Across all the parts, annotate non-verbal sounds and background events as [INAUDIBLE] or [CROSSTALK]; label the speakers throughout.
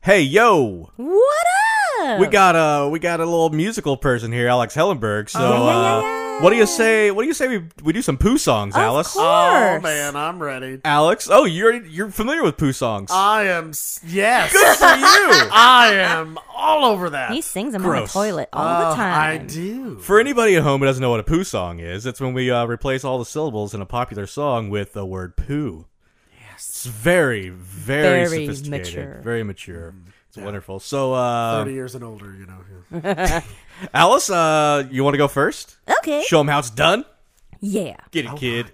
Speaker 1: Hey yo,
Speaker 2: What up?
Speaker 1: we got a we got a little musical person here, Alex Hellenberg. So,
Speaker 2: Oh, yeah, yeah,
Speaker 1: uh,
Speaker 2: yeah.
Speaker 1: what do you say? What do you say we, we do some poo songs,
Speaker 2: Of
Speaker 1: Alice?
Speaker 2: course.
Speaker 3: Oh man, I'm ready.
Speaker 1: Alex, oh you're you're familiar with poo songs.
Speaker 2: Uh,
Speaker 3: I am s- yes.
Speaker 1: Good for you.
Speaker 3: I am all over that.
Speaker 2: He sings them
Speaker 1: Gross.
Speaker 2: on the toilet all
Speaker 3: Oh,
Speaker 2: the time.
Speaker 3: I do.
Speaker 1: For anybody at home who doesn't know what a poo song is, it's when we uh, replace all the syllables in a popular song with the word poo. Yes. It's very, very,
Speaker 2: Very
Speaker 1: sophisticated.
Speaker 2: mature. Mm-hmm.
Speaker 1: Very mature. It's wonderful. So, uh,
Speaker 3: Thirty years and older, you
Speaker 2: Mm.
Speaker 3: know.
Speaker 1: Alice, uh, you want to go first?
Speaker 2: okay.
Speaker 1: Show them how it's done.
Speaker 2: Yeah.
Speaker 1: Get it, kid.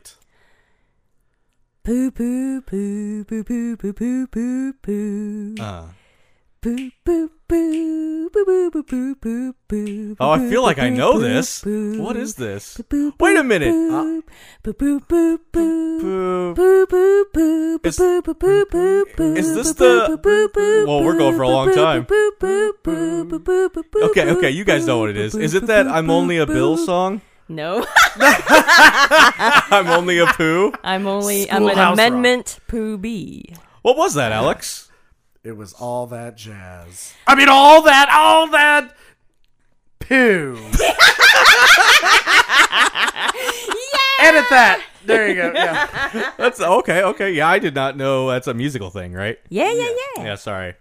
Speaker 2: Poo poo poo poo poo poo poo poo poo.
Speaker 1: Uh,
Speaker 2: Poo poo poo poo poo poo poo poo poo.
Speaker 1: oh, I feel like I know
Speaker 2: poo,
Speaker 1: this.
Speaker 2: poo.
Speaker 1: What is this?
Speaker 2: Poo,
Speaker 1: Wait a
Speaker 2: poo,
Speaker 1: minute.
Speaker 2: Poo poo poo poo
Speaker 1: Poo.
Speaker 2: poo. Poo poo poo poo
Speaker 1: Is-
Speaker 2: poo poo poo poo poo.
Speaker 1: is this
Speaker 2: poo,
Speaker 1: the-
Speaker 2: poo, poo, poo,
Speaker 1: Well, we're
Speaker 2: poo,
Speaker 1: going for a
Speaker 2: poo,
Speaker 1: long
Speaker 2: poo,
Speaker 1: time.
Speaker 2: poo, poo, poo, poo, poo, poo, poo,
Speaker 1: Okay,
Speaker 2: poo,
Speaker 1: okay, you guys know what it
Speaker 2: poo,
Speaker 1: is.
Speaker 2: poo,
Speaker 1: Is it
Speaker 2: poo,
Speaker 1: that
Speaker 2: poo,
Speaker 1: I'm
Speaker 2: poo,
Speaker 1: only a
Speaker 2: poo,
Speaker 1: Bill
Speaker 2: poo?
Speaker 1: song?
Speaker 2: No. [LAUGHS]
Speaker 1: I'm only a poo?
Speaker 2: I'm only I'm an
Speaker 3: Schoolhouse Rock.
Speaker 2: amendment poo bee.
Speaker 1: What was that, Alex?
Speaker 3: It was all that jazz. I mean, all that, all that
Speaker 2: [LAUGHS]
Speaker 3: poo. [LAUGHS] Edit that. There you go. Yeah.
Speaker 1: That's okay, okay. Yeah, I did not know that's a musical thing, right?
Speaker 2: Yeah, yeah, yeah.
Speaker 1: Yeah, sorry.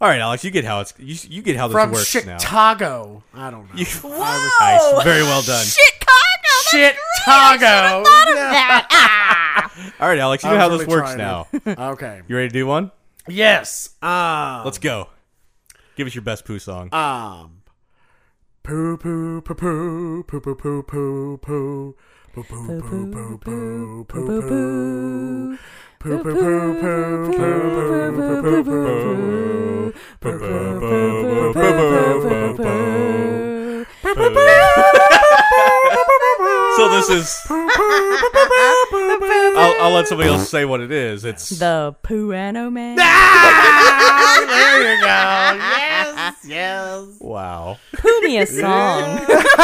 Speaker 1: All right, Alex, you get how it's you, you get how this
Speaker 3: From
Speaker 1: works now.
Speaker 3: Chicago. I don't
Speaker 1: [LAUGHS]
Speaker 3: know.
Speaker 2: [LAUGHS]
Speaker 1: You-
Speaker 2: Whoa!
Speaker 1: Nice. Very well done.
Speaker 2: Chicago.
Speaker 3: Shit, Tago.
Speaker 1: All right, Alex, you know how this works
Speaker 3: [LAUGHS]
Speaker 1: now.
Speaker 3: okay.
Speaker 1: You ready to do one?
Speaker 3: Yes. Um,
Speaker 1: Let's go. Give us your best poo song.
Speaker 3: Um. Poo poo poo poo poo poo poo poo poo poo poo poo poo poo poo poo poo poo poo poo
Speaker 1: so this is. I'll, I'll let somebody else say what it is. It's
Speaker 2: The Puano Man.
Speaker 3: Ah, There you go. Yes. Yes.
Speaker 1: wow.
Speaker 2: Poo me a song. That's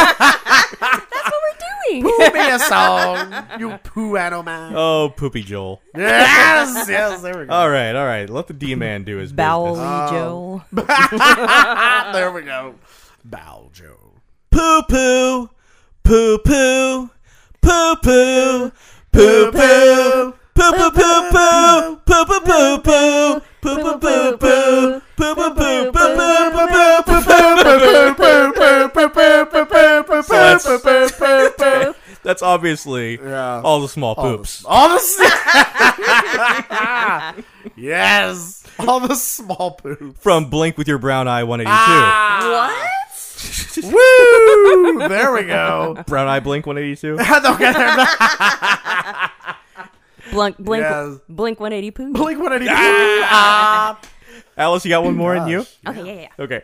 Speaker 2: what we're doing.
Speaker 3: Poo me a song, you poo animal.
Speaker 1: Oh, poopy Joel.
Speaker 3: Yes. Yes. There we go.
Speaker 1: All right, all right. Let the D man do his business.
Speaker 3: Um,
Speaker 2: Bowley Joel.
Speaker 3: There we go. Bow Joe.
Speaker 1: poo poo, poo poo, poo poo, poo poo, poo poo poo poo, poo poo poo poo, poo poo poo poo, poo poo poo poo poo poo poo poo. That's obviously
Speaker 3: Yeah.
Speaker 1: all the small poops.
Speaker 3: All the s- [LAUGHS] yes, all the small poops.
Speaker 1: From Blink with Your Brown Eye 182.
Speaker 3: Ah,
Speaker 2: What?
Speaker 3: [LAUGHS] Woo! There we go.
Speaker 1: Brown Eye Blink 182.
Speaker 3: [LAUGHS] okay, there-
Speaker 2: Blink, blink,
Speaker 3: Yes.
Speaker 2: blink 180 poo.
Speaker 3: Blink one eighty. Ah,
Speaker 1: Alice, you got one more in you?
Speaker 2: Okay, yeah, yeah. yeah.
Speaker 1: Okay.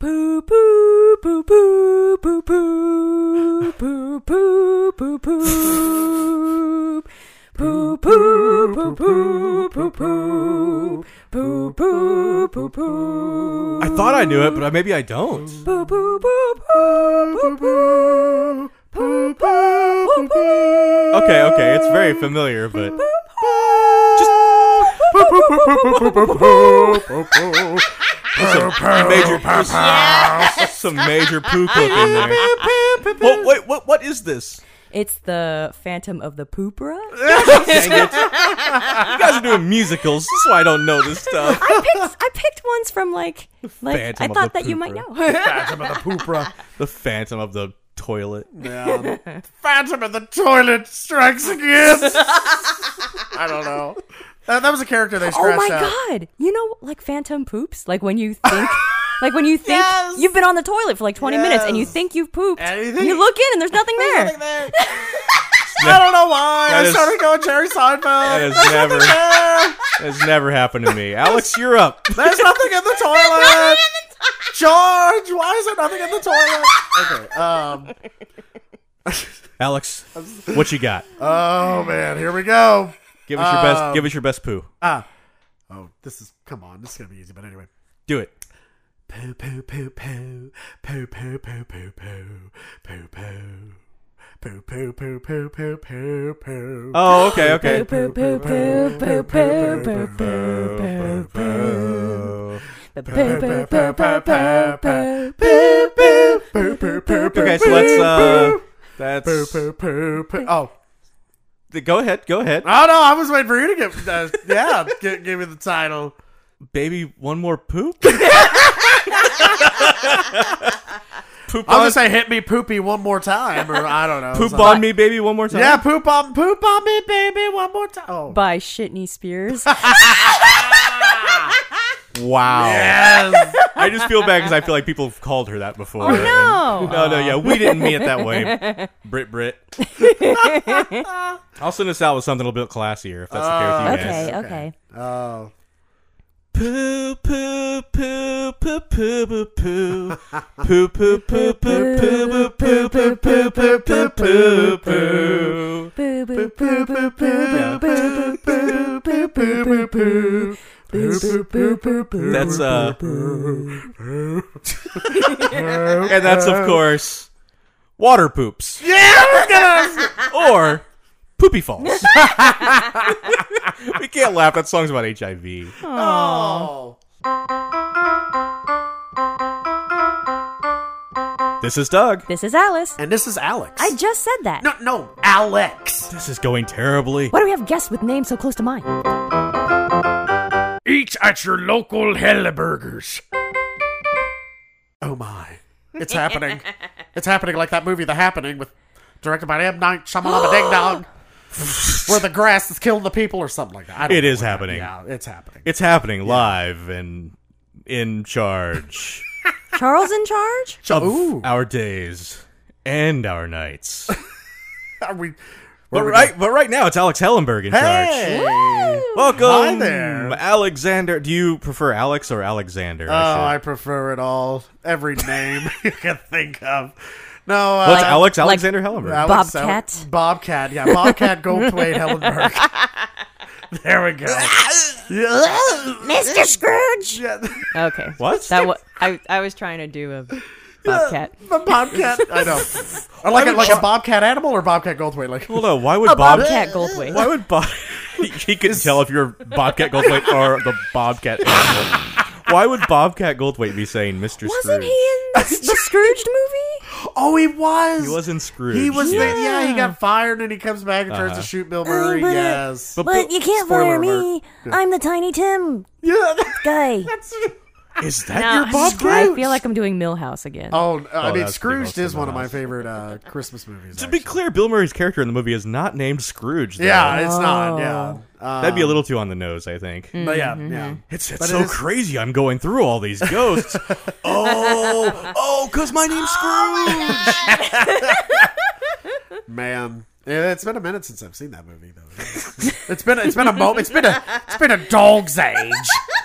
Speaker 2: Poo poo poo poo poo poo poo poo poo poo poo poo poo poo poo poo poo poo poo poo
Speaker 1: I thought I knew it, but maybe I don't.
Speaker 2: poo poo poo poo poo poo poo poo
Speaker 1: Okay, okay, it's very familiar, but some major some major poo poop in there. Well, wait, what what is
Speaker 3: [LAUGHS]
Speaker 1: this?
Speaker 2: It's the Phantom of the Poopra.
Speaker 1: Dang it. You guys are doing musicals, that's why I don't know this stuff.
Speaker 3: [LAUGHS]
Speaker 2: I picked I picked ones from like like
Speaker 1: Phantom
Speaker 2: I
Speaker 1: of
Speaker 2: thought
Speaker 1: the
Speaker 2: that you might
Speaker 1: Poopra.
Speaker 2: know.
Speaker 3: Phantom of the poopra.
Speaker 1: The Phantom of the Toilet.
Speaker 3: Yeah. Phantom of the toilet strikes [LAUGHS] again. I don't know. That, that was a character they
Speaker 2: Oh
Speaker 3: scratched
Speaker 2: my
Speaker 3: out.
Speaker 2: god! You know, like phantom poops. Like when you [LAUGHS] think, like when you think
Speaker 3: Yes.
Speaker 2: you've been on the toilet for like twenty minutes and you
Speaker 3: Yes.
Speaker 2: think you've pooped.
Speaker 3: And you
Speaker 2: you,
Speaker 3: think-
Speaker 2: look in and [LAUGHS] there's nothing there.
Speaker 3: Something [LAUGHS] there. I don't know why.
Speaker 1: That
Speaker 3: I
Speaker 1: is-
Speaker 3: started going Jerry Seinfeld.
Speaker 1: That has
Speaker 3: [LAUGHS]
Speaker 1: never has never happened to me. Alex, you're
Speaker 3: [LAUGHS]
Speaker 1: up.
Speaker 3: There's nothing in the toilet. George, why is there nothing in the toilet? Okay. Um.
Speaker 1: Alex, what you got?
Speaker 3: Oh man, here we go.
Speaker 1: Give us your best
Speaker 3: Um,
Speaker 1: give us your best poo.
Speaker 3: Ah. Oh, this is. Come on, this is gonna be easy. But anyway.
Speaker 1: Do it.
Speaker 3: Poo poo poo poo poo poo poo poo poo poo poo Poo poo poo poo poo poo poo.
Speaker 1: Oh, okay,
Speaker 3: [LAUGHS]
Speaker 1: okay.
Speaker 2: Poo, poo, poo, poo, poo, poo, poo, poo, poo.
Speaker 3: Poo poo poo poo.
Speaker 1: Okay, so let's uh that's
Speaker 3: Poo poo poo poo. Oh.
Speaker 1: go ahead, go ahead.
Speaker 3: Oh no! I was waiting for you to give. Uh, yeah, give, give me the title.
Speaker 1: Baby, one more poop? poop
Speaker 3: I
Speaker 1: on,
Speaker 3: was gonna say, hit me poopy one more time, or I don't know.
Speaker 1: poop
Speaker 3: Something.
Speaker 1: on me, baby, one more time.
Speaker 3: Yeah, poop on poop on me, baby, one more time. Oh.
Speaker 2: By Shitney Spears.
Speaker 1: Wow.
Speaker 3: yes.
Speaker 1: I just feel bad because I feel like people have called her that before.
Speaker 2: [LAUGHS] no.
Speaker 1: No, no, yeah, we didn't mean it that way. Brit Brit. I'll send us out with something a little bit classier if that's okay with you guys.
Speaker 2: Okay, okay.
Speaker 3: Oh.
Speaker 1: Poo poo poo poo poo poo poo poo poo poo poo poo poo poo poo poo poo poo poo poo.
Speaker 2: Boo boo boo boo boo boo boo boo boo boo boo boo.
Speaker 1: That's uh And that's of course water poops. Or poopy falls. we can't laugh, that song's about HIV.
Speaker 3: Oh.
Speaker 1: This is Doug.
Speaker 2: This is Alice.
Speaker 3: And this is Alex.
Speaker 2: I just said that.
Speaker 3: no, no, Alex.
Speaker 1: This is going terribly.
Speaker 2: Why do we have guests with names so close to mine?
Speaker 3: Eat at your local Helleburgers. Oh my! It's happening. it's happening like that movie, The Happening, with directed by M Night Shyamalan
Speaker 1: [GASPS]
Speaker 3: Ding Dong, where the grass is killing the people or something like that. I don't
Speaker 1: It
Speaker 3: know
Speaker 1: is
Speaker 3: what
Speaker 1: happening.
Speaker 3: Yeah, it's happening.
Speaker 1: It's happening live and in charge
Speaker 2: Charles in charge?
Speaker 1: of
Speaker 3: Ooh.
Speaker 1: our days and our nights.
Speaker 3: Are we?
Speaker 1: But
Speaker 3: where are we
Speaker 1: right, but right now it's Alex Hellenberg in
Speaker 3: going?
Speaker 1: charge.
Speaker 3: Hey.
Speaker 1: Welcome,
Speaker 3: Hi there.
Speaker 1: Alexander. Do you prefer Alex or Alexander?
Speaker 3: Oh,
Speaker 1: I
Speaker 3: I
Speaker 1: should-
Speaker 3: prefer it all. Every name [LAUGHS] you can think of. No, uh,
Speaker 1: What's Alex
Speaker 2: like-
Speaker 1: Alexander Hellenberg?
Speaker 3: Alex-
Speaker 2: Bobcat?
Speaker 3: Bobcat, yeah,
Speaker 2: [LAUGHS]
Speaker 3: Bobcat Goldthwait Hellenberg. [LAUGHS] there we go.
Speaker 2: Mr. Scrooge!
Speaker 3: Yeah, [LAUGHS]
Speaker 2: Okay.
Speaker 1: What?
Speaker 2: That wa- I, I was trying to do a
Speaker 3: [LAUGHS]
Speaker 2: bobcat.
Speaker 3: the Bobcat. I
Speaker 2: [LAUGHS]
Speaker 3: know. Or like a, like a Bobcat animal or Bobcat Goldthwait. Like
Speaker 1: well, no. Why would
Speaker 2: A
Speaker 1: Bob?
Speaker 2: Oh, bobcat
Speaker 1: [LAUGHS]
Speaker 2: Goldthwait.
Speaker 1: Why would
Speaker 3: [LAUGHS]
Speaker 1: Bob? he couldn't tell if you're Bobcat Goldthwait or the
Speaker 3: [LAUGHS]
Speaker 1: Bobcat animal. Why would Bobcat Goldthwait be saying Mr.
Speaker 2: Wasn't
Speaker 1: Scrooge?
Speaker 2: he in the,
Speaker 3: [LAUGHS]
Speaker 2: the Scrooged movie?
Speaker 3: [GASPS] oh, he was.
Speaker 1: He was in Scrooge.
Speaker 3: He was. Yeah.
Speaker 2: Yeah.
Speaker 3: yeah, he got fired and he comes back and tries to shoot Bill Murray.
Speaker 2: but-
Speaker 3: yes.
Speaker 1: Uh-huh. But-
Speaker 2: But you can't
Speaker 3: Spoiler
Speaker 2: fire me. I'm the Tiny Tim
Speaker 3: [LAUGHS] yeah.
Speaker 2: guy.
Speaker 1: Is that
Speaker 2: No,
Speaker 1: your Bob?
Speaker 2: I feel like I'm doing Millhouse again.
Speaker 3: Oh, uh, I
Speaker 1: Oh,
Speaker 3: mean,
Speaker 1: that's
Speaker 3: Scrooged
Speaker 1: pretty
Speaker 3: is
Speaker 1: awesome,
Speaker 3: one of my
Speaker 1: Miles.
Speaker 3: favorite uh, Christmas movies.
Speaker 1: To be clear, Bill Murray's character in the movie is not named Scrooge. Though.
Speaker 3: Yeah, it's
Speaker 1: Oh.
Speaker 3: not. Yeah, um,
Speaker 1: That'd be a little too on the nose, I think.
Speaker 2: Hmm.
Speaker 3: But yeah,
Speaker 1: Mm-hmm.
Speaker 3: yeah.
Speaker 1: It's, it's
Speaker 3: But
Speaker 1: so
Speaker 3: it is-
Speaker 1: crazy. I'm going through all these ghosts. oh, oh, because my name's
Speaker 2: Oh,
Speaker 1: Scrooge.
Speaker 3: Man, Yeah, it's been a minute since I've seen that movie though. [LAUGHS] it's been it's been a moment. It's been a it's been a dog's age.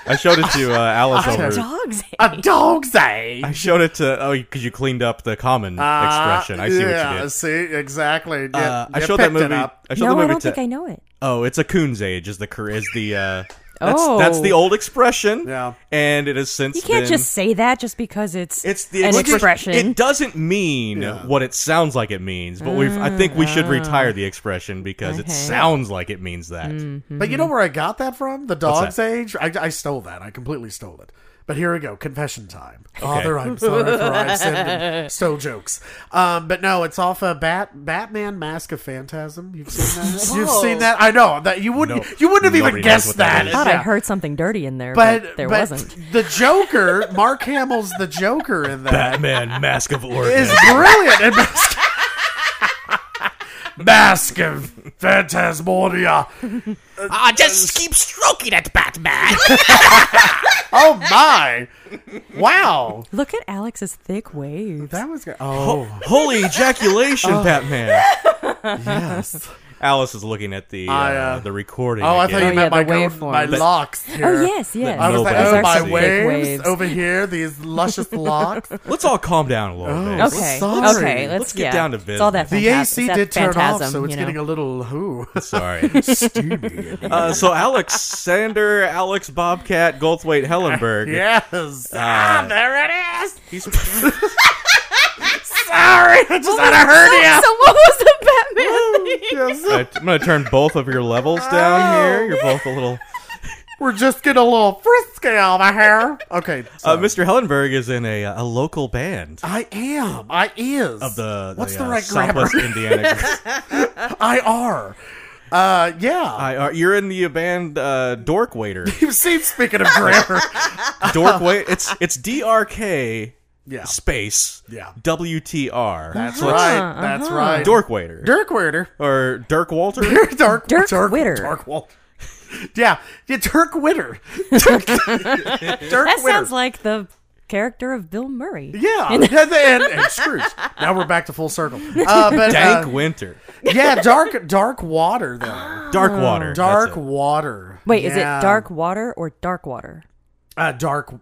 Speaker 1: I showed it to uh, Alice over.
Speaker 2: Dogs.
Speaker 3: A dog's age.
Speaker 1: I showed it to oh because you cleaned up the common expression. I see
Speaker 3: Uh, yeah,
Speaker 1: what you did.
Speaker 3: See, exactly. You-
Speaker 1: Uh, I
Speaker 3: you
Speaker 1: showed that
Speaker 3: picked it
Speaker 1: movie.
Speaker 3: up.
Speaker 1: I showed
Speaker 2: No,
Speaker 1: the
Speaker 2: I
Speaker 1: movie
Speaker 2: don't
Speaker 1: to.
Speaker 2: think I know it.
Speaker 1: Oh, it's a coon's age is the cor- is the uh, that's
Speaker 2: Oh.
Speaker 1: that's the old expression.
Speaker 3: Yeah.
Speaker 1: and it has since
Speaker 2: You can't
Speaker 1: been-
Speaker 2: just say that just because it's
Speaker 1: It's the
Speaker 2: an
Speaker 1: express-
Speaker 2: expression.
Speaker 1: It doesn't mean what it sounds like it means, but we've. I think we should retire the expression because it
Speaker 2: Mm. Okay. Mm.
Speaker 1: sounds like it means that.
Speaker 3: But you know where I got that from? The dog's
Speaker 1: Mm-hmm. that?
Speaker 3: age. I, I stole that. I completely stole it. But here we go. Confession time.
Speaker 1: Okay.
Speaker 3: Father, I'm sorry for I
Speaker 1: [LAUGHS]
Speaker 3: sinned and stole jokes. Um, but no, it's off a Bat Batman Mask of Phantasm. You've seen
Speaker 1: [LAUGHS]
Speaker 3: that? You've seen that? I know that you wouldn't.
Speaker 1: No.
Speaker 3: you wouldn't have even
Speaker 1: Nobody knows
Speaker 3: guessed
Speaker 1: what that
Speaker 3: that.
Speaker 1: is.
Speaker 2: I thought I
Speaker 3: Yeah.
Speaker 2: heard something dirty in there, but,
Speaker 3: But,
Speaker 2: there
Speaker 3: but
Speaker 2: wasn't.
Speaker 3: The Joker, Mark Hamill's the Joker in that
Speaker 1: Batman Mask of Oregon.
Speaker 3: is
Speaker 1: [LAUGHS]
Speaker 3: brilliant. And Mask, [LAUGHS] Mask of Phantasmagoria.
Speaker 4: I just keep stroking at Batman.
Speaker 3: Oh my! Wow,
Speaker 2: Look at Alex's thick waves.
Speaker 3: that was good. Oh
Speaker 1: [LAUGHS] Holy ejaculation,
Speaker 3: Uh.
Speaker 1: Batman!
Speaker 3: yes.
Speaker 1: Alice is looking at the uh,
Speaker 3: I, uh,
Speaker 1: the recording.
Speaker 3: [LAUGHS] Oh, I
Speaker 1: again.
Speaker 3: thought you
Speaker 2: yeah,
Speaker 3: meant
Speaker 2: the
Speaker 3: my go-
Speaker 2: waveforms.
Speaker 3: my
Speaker 2: But-
Speaker 3: locks here.
Speaker 2: Oh yes, yes.
Speaker 3: I was like,
Speaker 1: Nobody
Speaker 3: oh,
Speaker 1: can
Speaker 3: my
Speaker 1: see.
Speaker 3: waves, Oh,
Speaker 2: Waves.
Speaker 3: over here, these
Speaker 2: [LAUGHS]
Speaker 3: luscious locks.
Speaker 1: Let's all calm down a little bit.
Speaker 3: Okay.
Speaker 2: Okay,
Speaker 3: sorry.
Speaker 2: okay. Let's,
Speaker 1: Let's get
Speaker 2: yeah.
Speaker 1: down to
Speaker 2: It's all that
Speaker 3: The
Speaker 2: phanta-
Speaker 3: AC
Speaker 2: that
Speaker 3: did turn
Speaker 2: phantasm,
Speaker 3: off, so it's
Speaker 2: you know.
Speaker 3: getting a
Speaker 2: [LAUGHS]
Speaker 3: little who.
Speaker 1: Sorry. uh, so Alexander, Alex Bobcat, Goldthwait, Hellenberg.
Speaker 3: [LAUGHS] yes.
Speaker 1: Ah,
Speaker 3: there it is. [LAUGHS]
Speaker 1: He's
Speaker 3: Sorry, I just had a
Speaker 2: [LAUGHS]
Speaker 3: hernia. Oh,
Speaker 2: So what was the
Speaker 3: Yes.
Speaker 1: I, I'm gonna turn both of your levels
Speaker 3: Oh.
Speaker 1: down here. You're both a little. uh,
Speaker 3: We're just getting a little frisky over here. Okay.
Speaker 1: Uh,
Speaker 3: so-
Speaker 1: Mr. Hellenberg is in a uh, a local band
Speaker 3: I am. I is.
Speaker 1: of the,
Speaker 3: What's the
Speaker 1: uh,
Speaker 3: right grammar?
Speaker 1: Southwest
Speaker 3: [LAUGHS]
Speaker 1: Indiana. group.
Speaker 3: I are. Uh, yeah. [LAUGHS]
Speaker 1: I, uh, you're in the band uh, Dork Waiter.
Speaker 3: You've seen, speaking of grammar.
Speaker 1: Dork Waiter. It's it's D R K
Speaker 3: Oh. yeah.
Speaker 1: space
Speaker 3: Yeah.
Speaker 1: W T R.
Speaker 3: That's right. That's right.
Speaker 1: Dork Waiter
Speaker 3: Dirk Werder.
Speaker 1: or Dirk
Speaker 3: [LAUGHS]
Speaker 1: Walter.
Speaker 3: Dark,
Speaker 2: Dirk
Speaker 3: [LAUGHS] Dirk
Speaker 2: Witter.
Speaker 3: Dirk Walter. [LAUGHS] Yeah, yeah, Dirk Witter. [LAUGHS] Dirk,
Speaker 2: That
Speaker 3: Witter.
Speaker 2: sounds like the character of Bill Murray.
Speaker 3: yeah, yeah, and, and Scrooge. Now we're back to full circle. Uh, but
Speaker 1: Dank
Speaker 3: uh,
Speaker 1: Winter.
Speaker 3: yeah, dark, dark water though.
Speaker 1: Dark Water. that's
Speaker 3: oh. Dark
Speaker 1: it.
Speaker 3: water.
Speaker 2: Wait, is
Speaker 3: Yeah.
Speaker 2: it dark water or dark water?
Speaker 3: Uh, dark.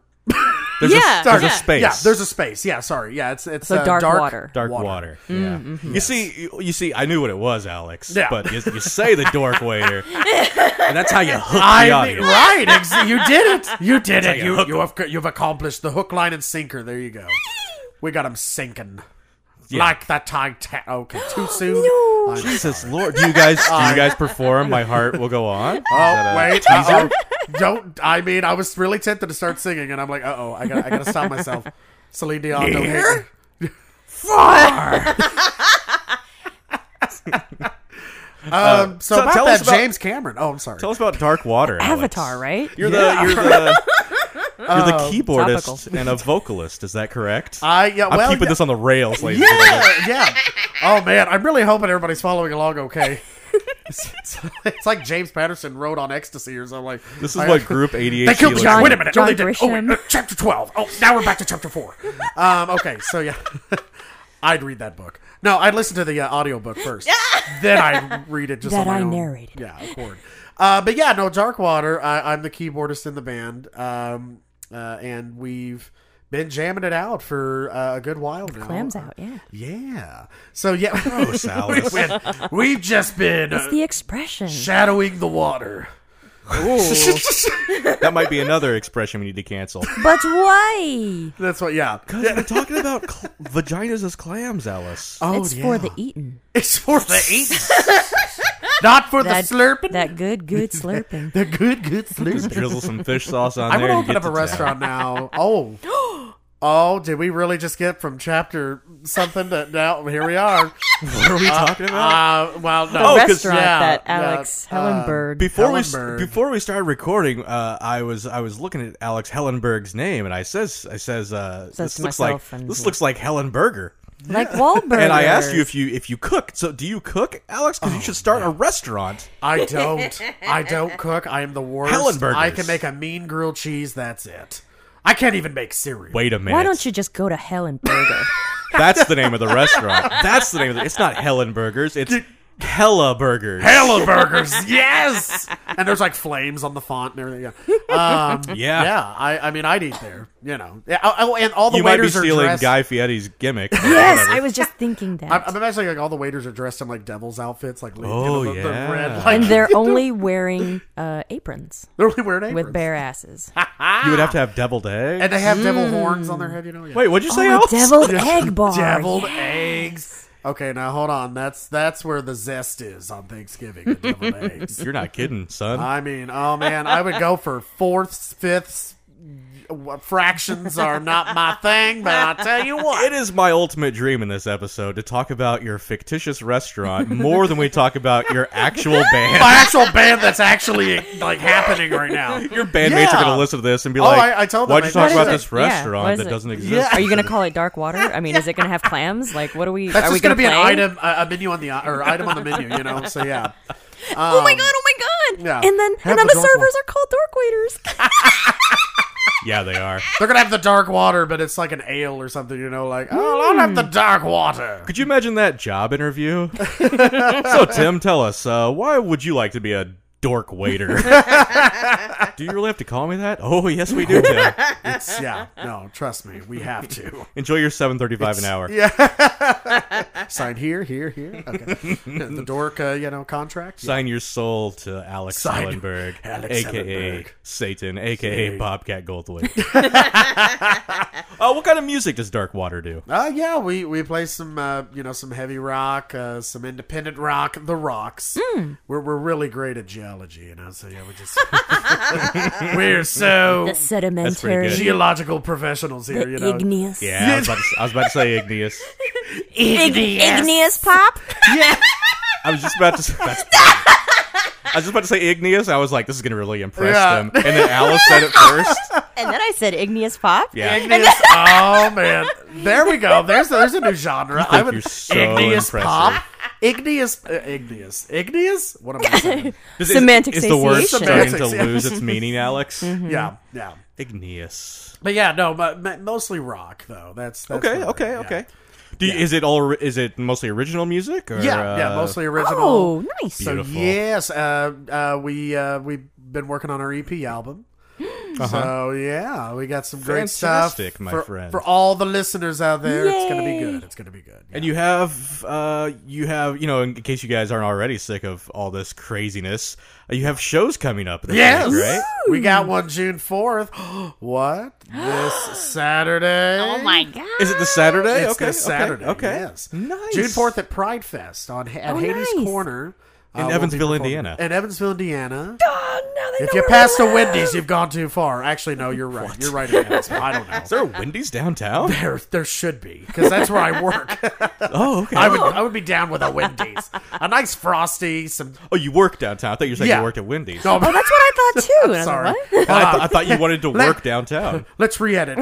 Speaker 1: There's
Speaker 2: Yeah,
Speaker 1: a, there's
Speaker 2: yeah.
Speaker 1: a space.
Speaker 3: Yeah, there's a space. Yeah, sorry. Yeah, it's it's
Speaker 2: So
Speaker 3: uh,
Speaker 2: dark water.
Speaker 1: Dark water. Yeah. You see, you, you see, I knew what it was, Alex.
Speaker 3: Mm, mm-hmm. Yeah.
Speaker 1: But you, you say the dork
Speaker 3: [LAUGHS]
Speaker 1: waiter, and that's how you hook the
Speaker 3: I mean,
Speaker 1: audience.
Speaker 3: right. ex- You did it. You did it.
Speaker 1: like a
Speaker 3: You
Speaker 1: hook.
Speaker 3: you have you've accomplished the hook, line, and sinker. There you go. We got him sinking.
Speaker 1: Yeah.
Speaker 3: Like that Titanic. Okay,
Speaker 2: [GASPS]
Speaker 3: too soon. I'm
Speaker 1: Jesus Lord, do you guys do you guys perform? My heart will go on. Is
Speaker 3: Oh
Speaker 1: that a
Speaker 3: wait,
Speaker 1: teaser?
Speaker 3: uh-oh. don't. I mean, I was really tempted to start singing, and I'm like, uh oh, I got, I got to stop myself.
Speaker 1: [LAUGHS]
Speaker 3: Celine Dion, don't hate me. Far. [LAUGHS] um, so
Speaker 1: so Uh,
Speaker 3: about
Speaker 1: tell
Speaker 3: that
Speaker 1: us about-
Speaker 3: James Cameron. Oh, I'm sorry.
Speaker 1: Tell us about Dark Water. Alex.
Speaker 2: Avatar, right?
Speaker 1: You're the you're
Speaker 3: [LAUGHS]
Speaker 1: the you're the keyboardist
Speaker 2: topical.
Speaker 1: and a vocalist. Is that correct?
Speaker 3: Oh, [LAUGHS] I yeah.
Speaker 1: I'm
Speaker 3: Well,
Speaker 1: keeping
Speaker 3: yeah,
Speaker 1: this on the
Speaker 3: [LAUGHS]
Speaker 1: rails, ladies. and gentlemen.
Speaker 3: yeah, yeah.
Speaker 1: [LAUGHS]
Speaker 3: Oh man, I'm really hoping everybody's following along okay. It's, it's, it's like James Patterson wrote on ecstasy or something. Like
Speaker 1: This is
Speaker 3: I- [LAUGHS]
Speaker 1: what Group 88
Speaker 3: They killed the guy. Wait
Speaker 1: [LAUGHS]
Speaker 2: John-
Speaker 3: a minute.
Speaker 2: John
Speaker 3: no, they didn't. Oh, wait,
Speaker 2: Grisham.
Speaker 3: uh, chapter 12. Oh, now we're back to chapter 4. Um, okay, so yeah. [LAUGHS] I'd read that book. No, I'd listen to the uh, audiobook first. then I'd read it just
Speaker 2: That
Speaker 3: on my
Speaker 2: I
Speaker 3: own.
Speaker 2: narrated.
Speaker 3: Yeah, of course. Uh, but yeah, no, Darkwater. I, I'm the keyboardist in the band. Um, uh, and we've been jamming it out for uh, a good while now.
Speaker 2: Clams out, yeah.
Speaker 3: Yeah. So yeah. [LAUGHS] Oh,
Speaker 1: Alex.
Speaker 3: we've, been- we've just been
Speaker 2: It's
Speaker 3: uh,
Speaker 2: the expression.
Speaker 3: shadowing the water.
Speaker 1: That might be another expression we need to cancel.
Speaker 2: but why?
Speaker 3: [LAUGHS] That's what, yeah.
Speaker 1: Because we're talking about cl- vaginas as clams, Alice.
Speaker 3: Oh,
Speaker 2: it's for the eaten.
Speaker 3: It's
Speaker 2: [LAUGHS]
Speaker 3: for the eating. Not for
Speaker 2: That-
Speaker 3: the slurping.
Speaker 2: That good,
Speaker 3: [LAUGHS]
Speaker 2: good slurping.
Speaker 3: the good,
Speaker 1: [LAUGHS]
Speaker 3: good
Speaker 1: Just
Speaker 3: slurping.
Speaker 1: drizzle some fish sauce on
Speaker 3: I
Speaker 1: there.
Speaker 3: want
Speaker 1: and
Speaker 3: to open
Speaker 1: get
Speaker 3: up a
Speaker 1: to town.
Speaker 2: [LAUGHS]
Speaker 3: restaurant now.
Speaker 2: [GASPS]
Speaker 3: Oh. Oh, did we really just get from chapter something to now? Here we are.
Speaker 1: [LAUGHS] What are we [LAUGHS] talking
Speaker 3: [LAUGHS]
Speaker 1: about?
Speaker 3: Uh, well,
Speaker 2: the
Speaker 3: no.
Speaker 1: 'cause-
Speaker 2: restaurant
Speaker 3: yeah,
Speaker 2: that
Speaker 3: yeah,
Speaker 2: Alex
Speaker 3: uh,
Speaker 2: Hellenberg.
Speaker 1: before we s-
Speaker 3: Hellenberg.
Speaker 1: before we started recording, uh, I was I was looking at Alex Hellenberg's name, and I says I says, uh,
Speaker 2: Says
Speaker 1: this looks like
Speaker 2: myself and-
Speaker 1: this looks like Hellenberger.
Speaker 3: [LAUGHS]
Speaker 2: like Wahlberg.
Speaker 1: And I asked you if you if you cook. So do you cook, Alex?
Speaker 3: Oh,
Speaker 1: Because you should start a restaurant.
Speaker 3: I don't.
Speaker 2: [LAUGHS]
Speaker 3: I don't cook. I am the worst.
Speaker 1: Hellenburgers.
Speaker 3: I can make a mean grilled cheese. That's it. I can't even make cereal.
Speaker 1: Wait a minute.
Speaker 2: Why don't you just go to
Speaker 3: [LAUGHS]
Speaker 2: Hellenberger?
Speaker 1: [LAUGHS] That's the name of the
Speaker 2: [LAUGHS]
Speaker 1: restaurant. That's the name of the. It's not Hellenbergers. It's Hella Burgers.
Speaker 3: Hella burgers,
Speaker 1: [LAUGHS]
Speaker 3: yes. And there's like flames on the font and everything. Yeah. Um,
Speaker 1: [LAUGHS] Yeah.
Speaker 3: yeah. I, I mean, I'd eat there. You know, yeah. Oh, oh, and all the
Speaker 1: you might be
Speaker 3: waiters are
Speaker 1: stealing
Speaker 3: dressed.
Speaker 1: Guy Fieri's gimmick.
Speaker 2: yes, I was
Speaker 3: [LAUGHS]
Speaker 2: just thinking that.
Speaker 3: I'm, I'm imagining like all the waiters are dressed in like devil's outfits, like leaving
Speaker 1: Oh,
Speaker 3: the, the
Speaker 1: yeah.
Speaker 3: red.
Speaker 2: and
Speaker 3: Like, [LAUGHS]
Speaker 2: they're only wearing uh, aprons
Speaker 3: they're really wearing aprons.
Speaker 2: with bare asses.
Speaker 3: [LAUGHS]
Speaker 1: You [LAUGHS] would have to have deviled eggs.
Speaker 3: and they have devil horns
Speaker 2: Mm.
Speaker 3: on their head. You know, yeah.
Speaker 1: Wait, what'd you say,
Speaker 2: Oh,
Speaker 1: Alex?
Speaker 2: a deviled [LAUGHS] egg bar.
Speaker 3: deviled
Speaker 2: yeah.
Speaker 3: eggs. Okay, now hold on. That's that's where the zest is on Thanksgiving. The deviled eggs.
Speaker 1: [LAUGHS] You're not kidding, son.
Speaker 3: I mean, oh man, I would go for fourths, fifths. w- Fractions are not my thing, but I tell you what,
Speaker 1: It is my ultimate dream in this episode to talk about your fictitious restaurant more than we talk about your
Speaker 2: [LAUGHS]
Speaker 1: actual band.
Speaker 3: [LAUGHS] my actual band that's actually like happening right now.
Speaker 1: Your bandmates
Speaker 3: Yeah.
Speaker 1: are going to listen to this and be
Speaker 3: Oh,
Speaker 1: like,
Speaker 3: I- I told them
Speaker 1: why'd
Speaker 3: I-
Speaker 1: you talk
Speaker 3: What
Speaker 1: about
Speaker 2: is it?
Speaker 1: this
Speaker 2: Yeah, what
Speaker 1: restaurant
Speaker 2: is
Speaker 1: that
Speaker 2: it?
Speaker 1: doesn't exist?
Speaker 3: Yeah.
Speaker 2: Are you gonna call it dark water? I mean, is it gonna have clams? Like, what are we?
Speaker 3: That's
Speaker 2: are we
Speaker 3: just going to be
Speaker 2: play?
Speaker 3: an item, a, a menu on the or item on the menu, you know. So yeah.
Speaker 2: oh my god! Oh my god!
Speaker 3: Yeah.
Speaker 2: And then
Speaker 3: Have
Speaker 2: and then
Speaker 3: the
Speaker 2: the,
Speaker 3: dark
Speaker 2: servers are called dark waiters.
Speaker 1: [LAUGHS] Yeah, they are.
Speaker 3: They're gonna have the dark water, but it's like an ale or something, you know, like oh, I'll have the
Speaker 2: Hmm.
Speaker 3: dark water.
Speaker 1: Could you
Speaker 3: [LAUGHS]
Speaker 1: imagine that job interview? so, Tim, tell us, uh, why would you like to be a dork waiter. do you really have to call me that? Oh, yes, we
Speaker 3: [LAUGHS]
Speaker 1: do. Tim.
Speaker 3: It's, yeah, no, trust me, we have to.
Speaker 1: Enjoy your 735 an hour.
Speaker 3: Sign here, here, here. Okay.
Speaker 1: [LAUGHS]
Speaker 3: the dork, uh, you know, contract.
Speaker 1: Sign your soul to Alex
Speaker 3: Sign-
Speaker 1: Sullenberg,
Speaker 3: Alex
Speaker 1: aka
Speaker 3: Sullenberg.
Speaker 1: Satan, aka
Speaker 3: Satan.
Speaker 1: Bobcat
Speaker 3: [LAUGHS]
Speaker 1: Goldthwait. Oh, what kind of music does Dark Water do?
Speaker 3: Uh, yeah, we we play some uh, you know some heavy rock, uh, some independent rock, the rocks.
Speaker 2: Hmm.
Speaker 3: We're we're really great at geology, you know. So yeah,
Speaker 2: [LAUGHS]
Speaker 3: we just we're so
Speaker 2: The sedimentary,
Speaker 1: good.
Speaker 3: geological professionals here, you know.
Speaker 2: igneous,
Speaker 1: Yeah, I was, about to, I was about to say Igneous.
Speaker 2: Ig- igneous
Speaker 3: [LAUGHS]
Speaker 2: pop.
Speaker 1: I was just about to. Say, that's, I was just about to say Igneous. I was like, this is gonna really impress
Speaker 3: Yeah.
Speaker 1: them. And then Alice said it first.
Speaker 2: And then I said igneous pop.
Speaker 1: Yeah,
Speaker 3: Igneous- oh man, there we go. There's there's a new genre. I would
Speaker 1: you're so
Speaker 3: igneous
Speaker 1: impressive.
Speaker 3: pop, igneous, uh, igneous, igneous. What am
Speaker 2: [LAUGHS]
Speaker 3: I saying?
Speaker 1: Is-
Speaker 2: Semantic
Speaker 1: is, is the word
Speaker 2: satiation. Mm-hmm.
Speaker 1: starting to
Speaker 3: Semantics, yeah.
Speaker 1: lose its meaning, Alex?
Speaker 3: yeah, yeah.
Speaker 1: Igneous.
Speaker 3: But yeah, no, but but mostly rock though. That's, that's
Speaker 1: Okay,
Speaker 3: what I-
Speaker 1: okay,
Speaker 3: yeah.
Speaker 1: okay. Do you, Is it all? ri- Is it mostly original music? Or,
Speaker 3: Yeah, yeah,
Speaker 1: uh,
Speaker 3: mostly original.
Speaker 2: Oh, nice.
Speaker 3: So
Speaker 1: Beautiful.
Speaker 3: yes, uh, uh, we uh, we've been working on our
Speaker 2: [GASPS]
Speaker 3: EP album. So yeah, we got some great
Speaker 1: Uh-huh. Fantastic,
Speaker 3: stuff
Speaker 1: my
Speaker 3: for,
Speaker 1: friend.
Speaker 3: for all the listeners out there. It's gonna be
Speaker 2: Yay.
Speaker 3: good. It's gonna be good.
Speaker 1: And you have, uh, you have, you know, in case you guys aren't already sick of all this craziness, uh, you have shows coming up. this
Speaker 3: Yes,
Speaker 1: week, right?
Speaker 3: We got one June fourth. [GASPS] what this [GASPS] Saturday?
Speaker 2: Oh my god.
Speaker 1: Is it the Saturday?
Speaker 3: It's
Speaker 1: okay,
Speaker 3: this
Speaker 1: okay,
Speaker 3: Saturday.
Speaker 1: Okay,
Speaker 3: yes,
Speaker 1: nice.
Speaker 3: June fourth at Pride Fest on at
Speaker 2: Oh,
Speaker 3: Hades
Speaker 2: nice.
Speaker 3: Corner uh,
Speaker 1: In
Speaker 3: we'll be
Speaker 1: Evansville,
Speaker 3: performing-
Speaker 1: Indiana.
Speaker 3: In Evansville, Indiana.
Speaker 2: Oh, now they
Speaker 3: If
Speaker 2: know
Speaker 3: you
Speaker 2: where
Speaker 3: passed
Speaker 2: I
Speaker 3: a
Speaker 2: live.
Speaker 3: Wendy's, you've gone too far. Actually, no, you're right. You're right. It is. I
Speaker 1: [LAUGHS]
Speaker 3: don't know.
Speaker 1: Is there a Wendy's
Speaker 3: [LAUGHS]
Speaker 1: downtown?
Speaker 3: There, there should be because that's where I
Speaker 1: [LAUGHS]
Speaker 3: work.
Speaker 1: oh, okay.
Speaker 3: I would, I would be down with a Wendy's, a nice frosty, some.
Speaker 1: oh, you work downtown. I thought you were saying
Speaker 3: Yeah.
Speaker 1: you worked at Wendy's.
Speaker 3: No,
Speaker 2: Oh, that's what
Speaker 3: [LAUGHS]
Speaker 2: I thought too. And I was
Speaker 3: sorry.
Speaker 2: like,
Speaker 1: Oh, I, th- I thought you
Speaker 3: [LAUGHS]
Speaker 1: wanted to work downtown. [LAUGHS]
Speaker 3: Let's re-edit.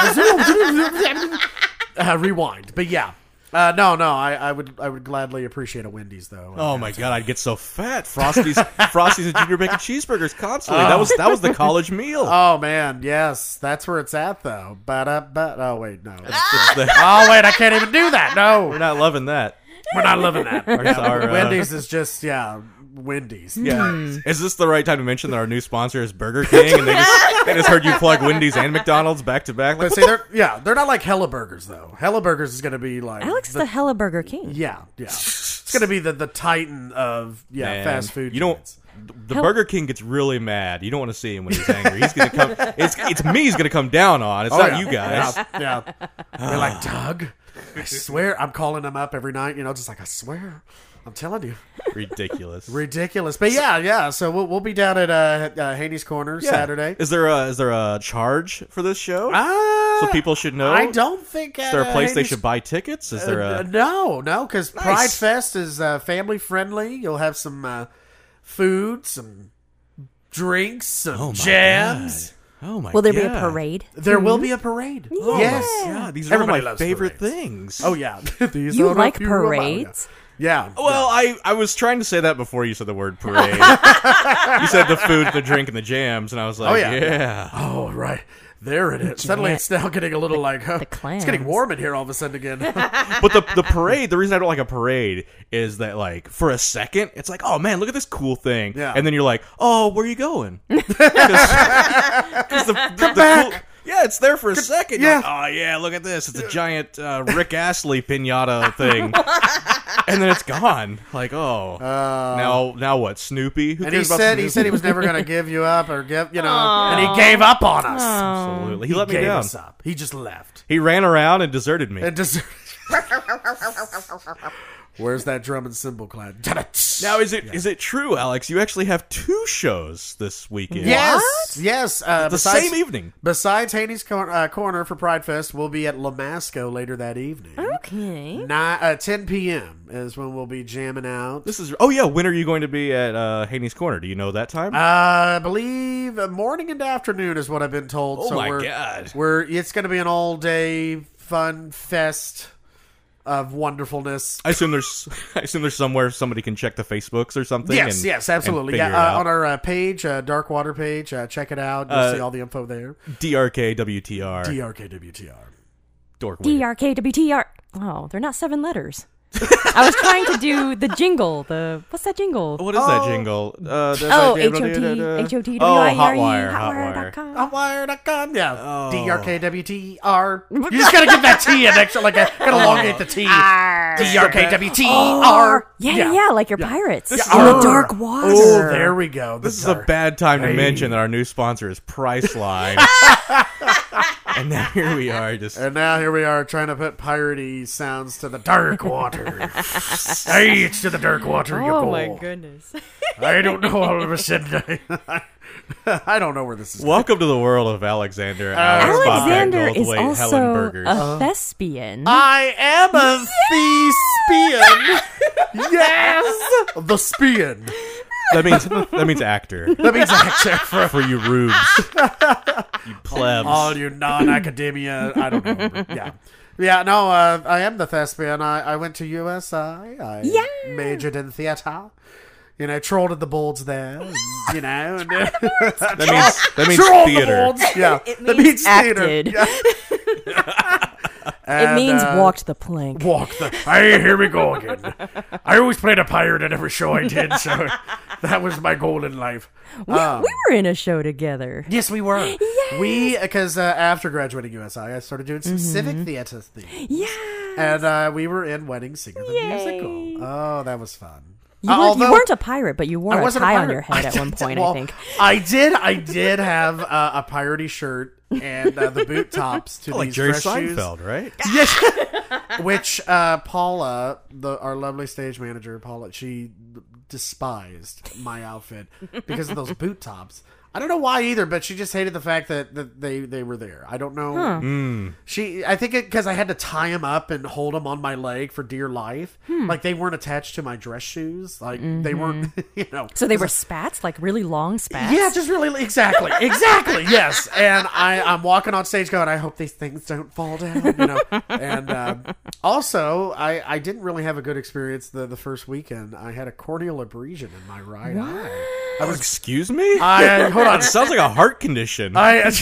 Speaker 3: Uh, [LAUGHS] uh, rewind. But yeah, uh, no, no, I, I would, I would gladly appreciate a Wendy's though.
Speaker 1: Oh my god, I'd get so fat. Frosties, Frosties, and junior bacon cheeseburgers constantly. That was that was the college meal.
Speaker 3: Oh man, yes, that's where it's at though. But uh, but oh wait, no.
Speaker 1: [LAUGHS] We're
Speaker 3: oh wait, I can't even do that. No, we're not,
Speaker 1: not loving that.
Speaker 3: we're not living that.
Speaker 1: Our, our, uh,
Speaker 3: [LAUGHS] Wendy's Hmm. is just yeah, Wendy's.
Speaker 1: Yeah. Is this the right time to mention that our new sponsor is Burger King, and they just, they just heard you plug Wendy's and McDonald's back to back? Like,
Speaker 3: But see, they're yeah, they're not like Hella Burgers though. Hella Burgers is gonna be like
Speaker 2: Alex is the hella Burger King.
Speaker 3: yeah, yeah. It's gonna be the the titan of yeah
Speaker 1: man,
Speaker 3: fast food.
Speaker 1: You don't.
Speaker 3: joints.
Speaker 1: The Burger King gets really mad. You don't want to see him when he's angry. He's gonna come. It's it's me. He's gonna come down on. It's Oh, not
Speaker 3: Oh, yeah.
Speaker 1: you guys.
Speaker 3: Yeah, yeah. They're like Doug. I swear, I'm calling him up every night. You know, just like I swear, I'm telling you,
Speaker 1: Ridiculous.
Speaker 3: ridiculous. But yeah, yeah. So we'll, we'll be down at uh, uh, Haney's Corner
Speaker 1: Yeah.
Speaker 3: Saturday.
Speaker 1: Is there a is there a charge for this show?
Speaker 3: Ah,
Speaker 1: so people should know.
Speaker 3: I don't think
Speaker 1: Is there a place they should buy tickets? Is there
Speaker 3: Uh,
Speaker 1: a?
Speaker 3: no, no, because Pride
Speaker 1: Nice.
Speaker 3: Fest is uh, family friendly. You'll have some uh, food, some drinks, some
Speaker 1: Oh my
Speaker 3: jams.
Speaker 1: God. Oh my.
Speaker 2: Will there be a
Speaker 1: God.
Speaker 2: parade?
Speaker 3: There will be a parade.
Speaker 1: Oh
Speaker 3: yes.
Speaker 1: My God. These are
Speaker 3: Everybody
Speaker 1: one of
Speaker 3: loves
Speaker 1: my favorite
Speaker 3: parades.
Speaker 1: things.
Speaker 3: Oh yeah. [LAUGHS] These
Speaker 2: You
Speaker 3: are
Speaker 2: like
Speaker 3: a few of mine.
Speaker 2: parades?
Speaker 3: Yeah.
Speaker 1: Well, I, I was trying to say that before you said the [LAUGHS] word parade. you said the food, the drink, and the jams, and I was like,
Speaker 3: Oh, yeah.
Speaker 1: yeah.
Speaker 3: Oh right. There it is. Suddenly,
Speaker 2: Yeah.
Speaker 3: it's now getting a little like huh,
Speaker 2: clams.
Speaker 3: It's getting warm in here all of a sudden again. [LAUGHS]
Speaker 1: But the the parade, the reason I don't like a parade is that like for a second, it's like, oh man, look at this cool thing,
Speaker 3: Yeah.
Speaker 1: and then you're like, oh, where are you going? Because the, the, the cool, yeah, it's there for a second. You're
Speaker 3: yeah.
Speaker 1: like, oh yeah, look at this. It's a giant uh, Rick Astley pinata thing, and then it's gone. Like oh, now now what? Snoopy? Who
Speaker 3: Uh, and he
Speaker 1: cares about
Speaker 3: said he
Speaker 1: Snoopy?
Speaker 3: said he was
Speaker 1: [LAUGHS]
Speaker 3: never going to give you up or give you know, and he gave up on us.
Speaker 1: absolutely. He, let me
Speaker 3: gave
Speaker 1: down.
Speaker 3: us up. He just left.
Speaker 1: He ran around and deserted me.
Speaker 3: And just [LAUGHS] Where's that drum and cymbal [LAUGHS] clad?
Speaker 1: now is it is it true, Alex? You actually have two shows this weekend.
Speaker 3: yes, yes. Uh,
Speaker 1: the
Speaker 3: besides,
Speaker 1: same evening.
Speaker 3: Besides Haney's Cor- uh, Corner for Pride Fest, we'll be at Lamasco later that evening.
Speaker 2: Okay.
Speaker 3: Ni- uh, 10 p.m. is when we'll be jamming out.
Speaker 1: This is oh yeah. When are you going to be at uh, Haney's Corner? Do you know that time?
Speaker 3: Uh, I believe uh, morning and afternoon is what I've been told.
Speaker 1: Oh
Speaker 3: so
Speaker 1: my
Speaker 3: we're,
Speaker 1: God.
Speaker 3: We're it's going to be an all day fun fest of wonderfulness.
Speaker 1: I assume there's [LAUGHS] I assume there's somewhere somebody can check the Facebooks or something.
Speaker 3: yes,
Speaker 1: and-
Speaker 3: yes,
Speaker 1: and
Speaker 3: absolutely.
Speaker 1: figure
Speaker 3: Yeah,
Speaker 1: it
Speaker 3: uh,
Speaker 1: out.
Speaker 3: on our uh, page, uh, Darkwater page, uh, check it out. You'll
Speaker 1: Uh,
Speaker 3: see all the info there.
Speaker 1: DRK WTR
Speaker 3: DRKWTR.
Speaker 1: Dork Week.
Speaker 2: DRKWTR. Oh, they're not seven letters. [LAUGHS] I was trying to do the jingle. The what's that
Speaker 3: Oh,
Speaker 2: jingle?
Speaker 1: What is that jingle? Uh, da-
Speaker 2: Oh,
Speaker 1: da-
Speaker 2: H
Speaker 1: da-
Speaker 2: O
Speaker 1: da- da-
Speaker 2: T
Speaker 1: da-
Speaker 2: H O T W
Speaker 1: Oh,
Speaker 2: I R E
Speaker 1: Hotwire, Hotwire.
Speaker 2: Hotwire.com.
Speaker 3: Hotwire.com. Yeah. D-R-K-W-T-E-R. You just gotta give that T an extra,
Speaker 2: [LAUGHS]
Speaker 3: like, a, gotta elongate the T. D-R-K-W-T-E-R.
Speaker 2: Yeah, yeah, yeah, like your pirates
Speaker 3: This
Speaker 2: in the
Speaker 3: is-
Speaker 2: dark
Speaker 3: Oh,
Speaker 2: water.
Speaker 3: there we go.
Speaker 1: This is a bad time to mention that our new sponsor is
Speaker 3: [LAUGHS]
Speaker 1: Priceline. and now here we are, just
Speaker 3: And now here we are trying to put piratey sounds to the dark water. [LAUGHS] hey, it's to the dark water you
Speaker 2: Oh
Speaker 3: go.
Speaker 2: my goodness.
Speaker 3: I don't know all of a [LAUGHS] sudden. I, I don't know where this is going.
Speaker 1: welcome to the world of Alexander. Alex Bob
Speaker 2: Alexander is
Speaker 1: Goldthwait, Helen
Speaker 2: also
Speaker 1: Burgers.
Speaker 2: a
Speaker 3: [LAUGHS]
Speaker 2: thespian.
Speaker 3: I am a
Speaker 2: [LAUGHS]
Speaker 3: thespian. yes, the spian.
Speaker 1: that means that means actor
Speaker 3: That means actor for
Speaker 1: for you rubes, you plebs.
Speaker 3: all Oh, you non-academia. I don't know. Yeah. Yeah, no, uh, I am the thespian. I, I went to USI. I
Speaker 2: Yeah.
Speaker 3: majored in theater. You know, trolled at the boards there. and, you know, and,
Speaker 1: That
Speaker 3: [LAUGHS]
Speaker 1: means that means
Speaker 3: Troll the
Speaker 1: theater.
Speaker 3: boards. Yeah,
Speaker 2: It
Speaker 3: that
Speaker 2: means
Speaker 3: means theater.
Speaker 2: acted.
Speaker 3: Yeah.
Speaker 2: it
Speaker 3: And,
Speaker 2: means
Speaker 3: uh,
Speaker 2: walked the plank.
Speaker 3: Walk the. Hey, here we go again. I always played a pirate in every show I did,
Speaker 2: [LAUGHS]
Speaker 3: so that was my goal in life. Um,
Speaker 2: we were in a show together.
Speaker 3: yes, we were. We because uh, after graduating USI, I started doing some
Speaker 2: Mm-hmm.
Speaker 3: civic theater things,
Speaker 2: Yeah.
Speaker 3: and uh, we were in Wedding Singer the
Speaker 2: Yay.
Speaker 3: musical. Oh, that was fun.
Speaker 2: You,
Speaker 3: Uh,
Speaker 2: were,
Speaker 3: although-
Speaker 2: you weren't a pirate, but you wore
Speaker 3: [LAUGHS] I
Speaker 2: a
Speaker 3: wasn't
Speaker 2: tie
Speaker 3: a
Speaker 2: on your head
Speaker 3: pirate.
Speaker 2: at one point,
Speaker 3: Well,
Speaker 2: I think.
Speaker 3: I did. I did have uh, a piratey shirt and uh, the boot tops
Speaker 1: [LAUGHS]
Speaker 3: to
Speaker 1: Like
Speaker 3: these
Speaker 1: Jerry
Speaker 3: dress shoes.
Speaker 1: Seinfeld, right?
Speaker 3: which uh, Paula, the our lovely stage manager, Paula, she despised my outfit because of those boot tops. I don't know why either, but she just hated the fact that, that they they were there. I don't know. She, I think, because I had to tie them up and hold them on my leg for dear life. Like they weren't attached to my dress shoes. Like they weren't, [LAUGHS] you know.
Speaker 2: So they were spats, like really long spats.
Speaker 3: Yeah, just really exactly,
Speaker 2: [LAUGHS]
Speaker 3: exactly. yes, and I I'm walking on stage going, I hope these things don't fall down, you know. and um, also, I I didn't really have a good experience the the first weekend. I had a corneal abrasion in my right eye.
Speaker 1: I was, excuse me.
Speaker 3: I hold on.
Speaker 1: It sounds like a heart condition.
Speaker 2: [LAUGHS]
Speaker 3: I. [LAUGHS]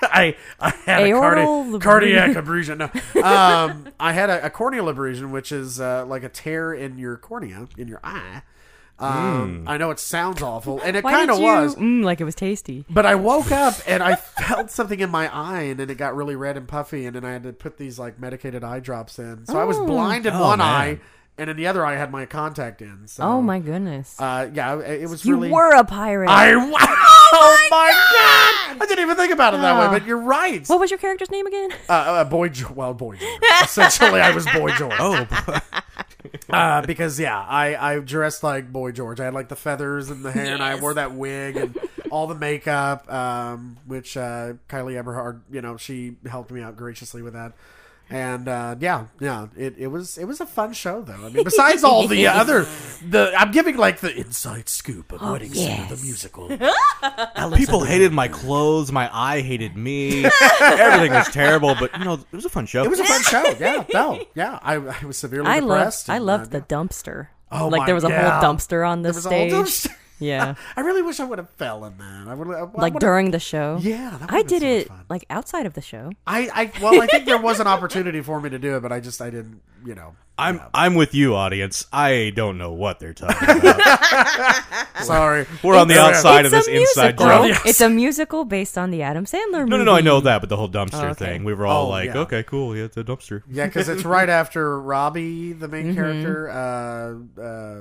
Speaker 3: I, I had a
Speaker 2: Aortal abru-
Speaker 3: cardi- cardiac abrasion. No. Um, I had a, a corneal abrasion, which is uh, like a tear in your cornea, in your eye. Um, I know it sounds awful, and it
Speaker 2: Hmm. Why
Speaker 3: kind
Speaker 2: did
Speaker 3: of
Speaker 2: you?
Speaker 3: was.
Speaker 2: Mm, like it was tasty.
Speaker 3: But I woke up and I felt something in my eye, and then it got really red and puffy, and then I had to put these like medicated eye drops in. So I was blind in
Speaker 1: Oh,
Speaker 3: one
Speaker 1: man.
Speaker 3: eye, and in the other eye I had my contact in. So,
Speaker 2: Oh my goodness.
Speaker 3: Uh, yeah, it, it was
Speaker 2: you
Speaker 3: really.
Speaker 2: were a pirate.
Speaker 3: I. [LAUGHS] Oh my god! I didn't even think about it that
Speaker 2: Oh.
Speaker 3: way, but you're right.
Speaker 2: what was your character's name
Speaker 3: [LAUGHS]
Speaker 2: again?
Speaker 3: Uh, uh, boy, Jo- well, boy. George. Essentially, I was boy George.
Speaker 1: oh, boy.
Speaker 3: Uh, because yeah, I I dressed like Boy George. I had like the feathers and the hair, and I wore that wig and all the makeup. Um, which uh, Kylie Eberhard, you know, she helped me out graciously with that. And uh, yeah, yeah, it, it was it was a fun show though. I mean, besides all the uh, other, the I'm giving like the inside scoop
Speaker 2: Oh,
Speaker 3: of Wedding Singer the musical.
Speaker 1: people hated my clothes. My eye hated
Speaker 3: [LAUGHS]
Speaker 1: me. Everything was terrible. But you know, it was a fun show.
Speaker 3: It was a
Speaker 2: [LAUGHS]
Speaker 3: fun show. Yeah, no, yeah, I, I was severely
Speaker 2: I loved.
Speaker 3: depressed.
Speaker 2: I
Speaker 3: and,
Speaker 2: loved the
Speaker 3: uh,
Speaker 2: dumpster.
Speaker 3: Oh
Speaker 2: like
Speaker 3: my-
Speaker 2: there was a
Speaker 3: yeah.
Speaker 2: whole dumpster on the
Speaker 3: there was a whole
Speaker 2: stage.
Speaker 3: dumpster. [LAUGHS]
Speaker 2: Yeah.
Speaker 3: I really wish I would have fell in that. I would I,
Speaker 2: like
Speaker 3: would've-
Speaker 2: during the show.
Speaker 3: Yeah, that
Speaker 2: I
Speaker 3: would've been
Speaker 2: did
Speaker 3: so
Speaker 2: it
Speaker 3: much fun.
Speaker 2: like outside of the show.
Speaker 3: I, I well, I think there was an opportunity for me to do it, but I just I didn't, you know.
Speaker 1: I'm I'm with you, audience. I don't know what they're talking
Speaker 3: [LAUGHS]
Speaker 1: about.
Speaker 3: Sorry,
Speaker 1: We're on the
Speaker 3: It's-
Speaker 1: outside of
Speaker 2: it's
Speaker 1: this
Speaker 2: a
Speaker 1: inside
Speaker 2: musical.
Speaker 1: joke.
Speaker 3: Yes.
Speaker 2: It's a musical based on the Adam Sandler movie.
Speaker 1: No, no, no. I know that, but the whole dumpster
Speaker 2: okay.
Speaker 1: thing. We were all
Speaker 3: Oh,
Speaker 1: like,
Speaker 3: yeah. Oh,
Speaker 1: okay, cool. Yeah, it's a dumpster.
Speaker 3: yeah, because it's right after Robbie, the
Speaker 2: Mm-hmm.
Speaker 3: main character. Uh, uh,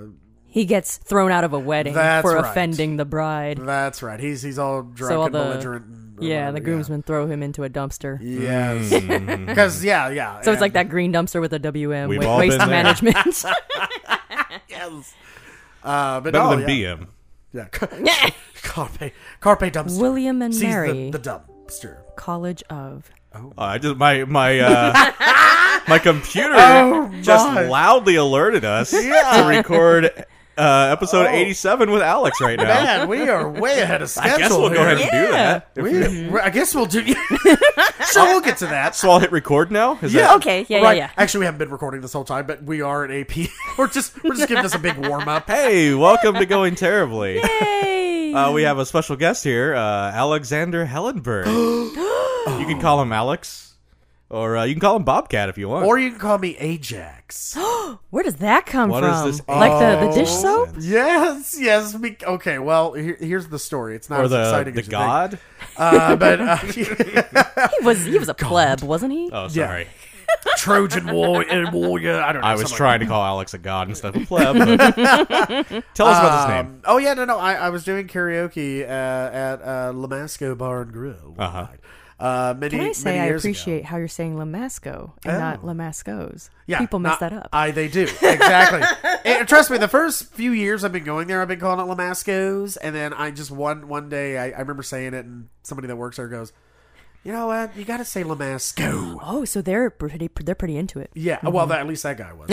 Speaker 2: He gets thrown out of a wedding
Speaker 3: That's
Speaker 2: for
Speaker 3: right.
Speaker 2: offending the bride.
Speaker 3: that's right. He's he's all drunk
Speaker 2: So all
Speaker 3: and
Speaker 2: the-
Speaker 3: belligerent. And, or
Speaker 2: Yeah, the
Speaker 3: whatever,
Speaker 2: groomsmen throw him into a dumpster.
Speaker 3: Yeah. Yes,
Speaker 1: Mm-hmm.
Speaker 3: because yeah, yeah.
Speaker 2: So it's like
Speaker 3: and-
Speaker 2: that green dumpster with a WM
Speaker 1: We've
Speaker 2: wa-
Speaker 1: all
Speaker 2: waste
Speaker 1: been there.
Speaker 3: [LAUGHS]
Speaker 2: management.
Speaker 3: Uh, but
Speaker 1: Better
Speaker 3: no,
Speaker 1: than
Speaker 3: yeah.
Speaker 1: BM.
Speaker 3: Yeah. Carpe, carpe dumpster.
Speaker 2: William and
Speaker 3: Seize
Speaker 2: Mary,
Speaker 3: the, the dumpster.
Speaker 2: College of.
Speaker 1: Oh, I just my my
Speaker 3: [LAUGHS]
Speaker 1: uh, my computer
Speaker 3: Oh
Speaker 1: just
Speaker 2: Oh
Speaker 1: loudly alerted us
Speaker 3: Yeah.
Speaker 1: to record uh, episode 87 with Alex right now.
Speaker 3: Oh. Man, we are way ahead of schedule.
Speaker 1: I guess we'll go ahead and do that.
Speaker 3: We,
Speaker 2: Mm-hmm.
Speaker 3: we- I guess we'll do. [LAUGHS] so we'll get to that.
Speaker 1: So I'll hit record now. Is
Speaker 3: Yeah.
Speaker 1: that-
Speaker 2: Okay, yeah,
Speaker 3: right.
Speaker 2: yeah, yeah.
Speaker 3: Actually, we haven't been recording this whole time, but we are at AP. [LAUGHS] we're just we're just giving this a big warm up.
Speaker 1: hey, welcome to Going Terribly.
Speaker 2: Hey!
Speaker 1: Uh, we have a special
Speaker 3: [GASPS]
Speaker 1: guest here, uh, Alexander Hellenberg. you can call him Alex. Or uh, you can call him Bobcat if you want.
Speaker 3: Or you can call me
Speaker 2: [GASPS]
Speaker 3: Ajax.
Speaker 2: Where does that come
Speaker 1: What
Speaker 2: from?
Speaker 1: is this
Speaker 2: like the, the dish
Speaker 1: Oh.
Speaker 2: soap?
Speaker 3: yes, yes. Me, okay, well, here, here's the story. It's not
Speaker 1: or
Speaker 3: as
Speaker 1: the,
Speaker 3: exciting
Speaker 1: the
Speaker 3: as you
Speaker 1: god?
Speaker 3: think. Uh, [LAUGHS]
Speaker 1: [LAUGHS]
Speaker 3: but uh,
Speaker 2: He was he was a pleb, wasn't he?
Speaker 1: Oh,
Speaker 3: Yeah.
Speaker 1: sorry.
Speaker 3: Trojan war, uh, warrior. I don't know.
Speaker 1: I was
Speaker 3: something like
Speaker 1: trying to call Alex a god instead of a pleb.
Speaker 3: [LAUGHS]
Speaker 1: but- Tell us about this name.
Speaker 3: Um, oh yeah, no, no. I, I was doing karaoke uh, at uh, Lamasco Bar and Grill. one
Speaker 1: Uh-huh.
Speaker 3: night, Uh, many,
Speaker 2: Can I say
Speaker 3: many
Speaker 2: I
Speaker 3: years ago. Oh.
Speaker 2: appreciate how you're saying Lamasco and not Lamasco's?
Speaker 3: Yeah,
Speaker 2: People mess
Speaker 3: not-
Speaker 2: that up.
Speaker 3: I they do exactly.
Speaker 2: [LAUGHS]
Speaker 3: And trust me, the first few years I've been going there, I've been calling it Lamasco's, and then I just one one day I, I remember saying it, and somebody that works there goes, "You know what? You got to say Lamasco."
Speaker 2: oh, so they're pretty they're pretty into it.
Speaker 3: Yeah, well, that, at least that guy was.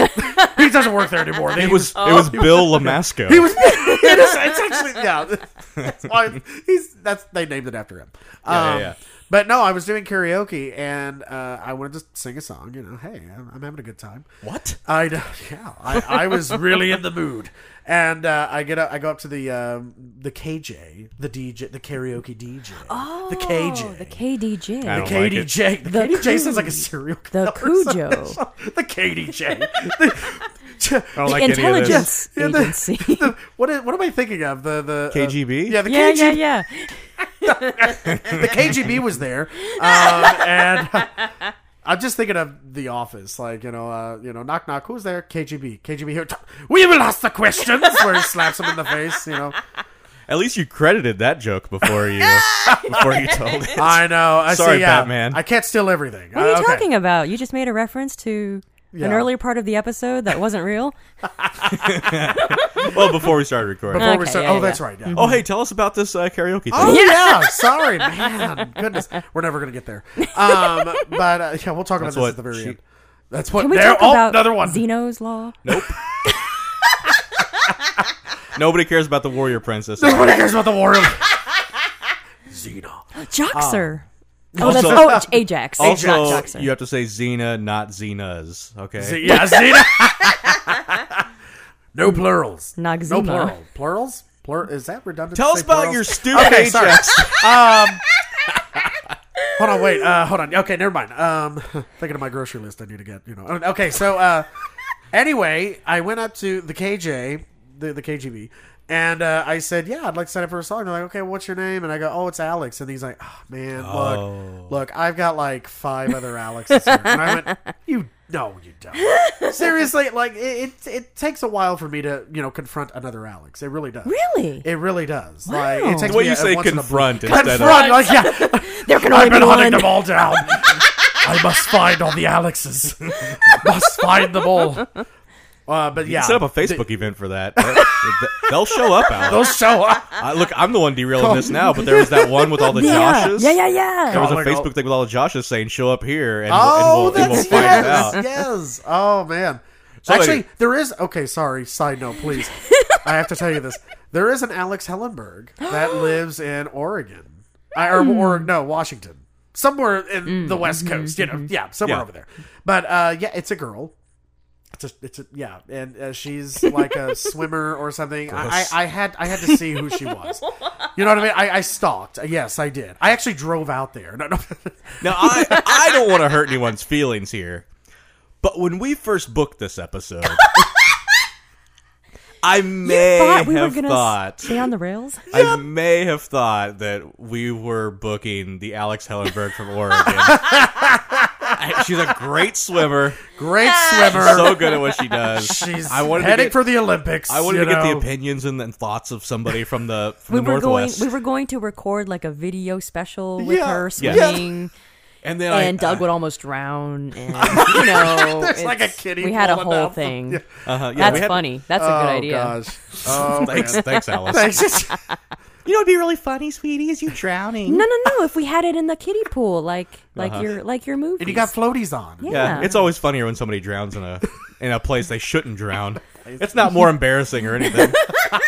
Speaker 3: [LAUGHS] he doesn't work there anymore. They-
Speaker 1: It was it
Speaker 3: [LAUGHS]
Speaker 1: was Bill Lamasco.
Speaker 3: He was. [LAUGHS] it is, it's actually
Speaker 1: [LAUGHS]
Speaker 3: yeah. That's why he's that's they named it after him.
Speaker 1: Yeah, yeah,
Speaker 3: Um,
Speaker 1: yeah.
Speaker 3: But no, I was doing karaoke and uh, I wanted to sing a song. You know, hey, I'm, I'm having a good time.
Speaker 1: what?
Speaker 3: I know- [LAUGHS] yeah, I, I was really in the mood, and uh, I get up, I go up to the um, the KJ, the DJ, the karaoke DJ, oh, the KJ,
Speaker 2: The KDJ.
Speaker 1: I
Speaker 3: the
Speaker 1: don't like it.
Speaker 3: KDJ. The,
Speaker 2: The
Speaker 3: KDJ sounds like a
Speaker 2: Coo-
Speaker 3: serial
Speaker 2: the
Speaker 3: killer or something.
Speaker 2: Cujo.
Speaker 3: [LAUGHS]
Speaker 2: [LAUGHS]
Speaker 3: the KDJ. The- [LAUGHS]
Speaker 1: I don't
Speaker 2: the
Speaker 1: like any of this.
Speaker 2: intelligence
Speaker 3: Yeah, the-
Speaker 2: agency.
Speaker 3: [LAUGHS] the, what, is, what am I thinking of? The the uh,
Speaker 1: KGB?
Speaker 3: yeah,
Speaker 2: [LAUGHS]
Speaker 3: the
Speaker 2: yeah,
Speaker 3: KGB.
Speaker 2: yeah, yeah.
Speaker 1: [LAUGHS]
Speaker 3: The KGB was there, um, and I'm just thinking of The Office. Like you know, uh, you know, knock knock, who's there? KGB. KGB here. T- We will ask the questions. Where he slaps him in the
Speaker 1: [LAUGHS]
Speaker 3: face. You know,
Speaker 1: At least you credited that joke before
Speaker 3: [LAUGHS]
Speaker 1: you before you told it.
Speaker 3: I know. I
Speaker 1: Sorry,
Speaker 3: see, yeah,
Speaker 1: Batman.
Speaker 3: I can't steal everything.
Speaker 2: What are you
Speaker 3: Uh, okay.
Speaker 2: talking about? You just made a reference to
Speaker 3: Yeah.
Speaker 2: an earlier part of the episode that wasn't real.
Speaker 1: Well, before we started recording.
Speaker 3: Before we
Speaker 2: Okay,
Speaker 3: start,
Speaker 2: yeah,
Speaker 3: oh,
Speaker 2: yeah.
Speaker 3: that's right. Yeah.
Speaker 1: Oh, hey, tell us about this uh, karaoke thing.
Speaker 3: Oh yeah. sorry, man. Goodness, we're never gonna get there. Um, but uh, yeah, we'll talk
Speaker 1: That's
Speaker 3: about this
Speaker 1: what
Speaker 3: at the very
Speaker 1: she-
Speaker 3: end. That's what.
Speaker 2: Can we
Speaker 3: there,
Speaker 2: talk
Speaker 3: oh,
Speaker 2: about
Speaker 3: another one.
Speaker 2: Zeno's law?
Speaker 1: Nobody cares about the warrior princess.
Speaker 3: Nobody cares about
Speaker 2: [LAUGHS]
Speaker 3: the warrior. Xena.
Speaker 2: Joxer. oh, that's
Speaker 1: Also-
Speaker 2: oh, Ajax.
Speaker 1: also,
Speaker 2: Ajax. Joxer.
Speaker 1: you have to say Xena, not Xenas. Okay.
Speaker 3: Z- yeah,
Speaker 1: [LAUGHS]
Speaker 3: Xena. no plurals.
Speaker 2: Noxema.
Speaker 3: No plural. Plurals? Plur- is that redundant? to
Speaker 1: Tell us
Speaker 3: say
Speaker 1: about
Speaker 3: plurals?
Speaker 1: your stupid
Speaker 3: Okay, sorry.
Speaker 1: Ajax.
Speaker 3: Hold on, wait. Uh, hold on. Okay, never mind. Um, [LAUGHS] thinking of my grocery list. I need to get. You know. Okay, so uh, anyway, I went up to the KJ, the the KGB, and uh, I said, "Yeah, I'd like to sign up for a song." They're like, "Okay, what's your name?" And I go, "Oh, it's Alex." And he's like, oh, "Man,
Speaker 1: Oh.
Speaker 3: look, look, I've got like five other Alexes." Here. And I
Speaker 1: [LAUGHS]
Speaker 3: went, "You." No, you don't. Seriously, like it, it, it takes a while for me to, you know, confront another Alex. It really does.
Speaker 2: Really?
Speaker 3: It really does.
Speaker 2: Wow.
Speaker 3: Like it
Speaker 1: [LAUGHS]
Speaker 3: takes
Speaker 1: The way
Speaker 3: me
Speaker 1: you
Speaker 3: a-
Speaker 1: say
Speaker 3: once in a blue-
Speaker 1: confront instead of
Speaker 3: confront. Like yeah, [LAUGHS]
Speaker 2: there can only
Speaker 3: uh, I've
Speaker 2: be
Speaker 3: been hunting
Speaker 2: one.
Speaker 3: them all down. I must find all the Alexes. [LAUGHS] must find them all. Uh, but yeah,
Speaker 1: set up a Facebook event for that. They'll show up, Alex.
Speaker 3: They'll show up.
Speaker 1: I, look, I'm the one derailing this now, but there was that one with all the
Speaker 2: Yeah.
Speaker 1: Joshes.
Speaker 2: yeah, yeah, yeah.
Speaker 1: There was a
Speaker 3: Oh my God.
Speaker 1: Facebook thing with all the Joshes saying, "Show up here," and,
Speaker 3: Oh,
Speaker 1: we'll, and we'll, and
Speaker 3: that's
Speaker 1: we'll find
Speaker 3: yes,
Speaker 1: out.
Speaker 3: yes. Oh man.
Speaker 1: [LAUGHS] So
Speaker 3: Actually,
Speaker 1: like-
Speaker 3: there is. Okay, sorry. Side
Speaker 1: [LAUGHS]
Speaker 3: note, please. I have to tell you this. There is an Alex Hellenberg
Speaker 1: [GASPS]
Speaker 3: that lives in Oregon, I,
Speaker 1: Hmm.
Speaker 3: or, or no, Washington, somewhere in the West Coast. You know, yeah,
Speaker 1: Mm-hmm,
Speaker 3: somewhere
Speaker 1: Yeah.
Speaker 3: over there. But uh, yeah, it's a girl. It's a, it's a, yeah, and uh, she's
Speaker 1: [LAUGHS]
Speaker 3: like a swimmer or something. I,
Speaker 1: Gross.
Speaker 3: I, I had I had to see who she was. You know what I mean? I, I stalked. Yes, I did. I actually drove out there. No, [LAUGHS] no.
Speaker 1: Now, I I don't want to hurt anyone's feelings here, but when we first booked this
Speaker 2: [LAUGHS]
Speaker 1: episode, I may
Speaker 2: Thought we were
Speaker 1: have
Speaker 2: gonna
Speaker 1: thought
Speaker 2: stay on the rails.
Speaker 1: I may have thought that we were booking the Alex Hellenberg from Oregon.
Speaker 2: [LAUGHS]
Speaker 1: I- She's a great swimmer, [LAUGHS]
Speaker 3: Great swimmer.
Speaker 1: so good at what she does. [LAUGHS]
Speaker 3: She's
Speaker 1: I wanted to
Speaker 3: heading
Speaker 1: get-
Speaker 3: for the Olympics.
Speaker 1: I wanted
Speaker 3: you
Speaker 1: to get the
Speaker 3: know.
Speaker 1: opinions and, and thoughts of somebody from the from
Speaker 2: We
Speaker 1: the
Speaker 2: were going.
Speaker 1: Northwest.
Speaker 2: We were going to record like a video special with
Speaker 3: Yeah.
Speaker 2: her
Speaker 1: Yeah.
Speaker 2: swimming,
Speaker 1: and then
Speaker 2: and
Speaker 1: I,
Speaker 2: Doug would almost drown.
Speaker 3: [LAUGHS]
Speaker 2: And you know,
Speaker 3: uh, There's like a
Speaker 2: it's-
Speaker 3: kitty
Speaker 2: We had a
Speaker 3: pulling
Speaker 2: whole
Speaker 3: up.
Speaker 2: thing.
Speaker 3: Yeah.
Speaker 1: uh-huh, yeah,
Speaker 2: That's
Speaker 1: we had-
Speaker 2: funny. That's a
Speaker 3: Oh
Speaker 2: good idea.
Speaker 3: [LAUGHS] gosh. Oh man.
Speaker 1: Thanks, thanks, Alice.
Speaker 3: [LAUGHS] Thanks.
Speaker 1: You know, it'd be really funny, sweetie, is you drowning.
Speaker 2: No, no, no. If we had it in the kiddie pool, like like your like your movie,
Speaker 3: Uh-huh. And you got floaties on.
Speaker 1: Yeah,
Speaker 2: Yeah.
Speaker 1: it's always funnier when somebody drowns in a in a place they shouldn't
Speaker 3: [LAUGHS]
Speaker 1: drown. It's not more embarrassing or anything. but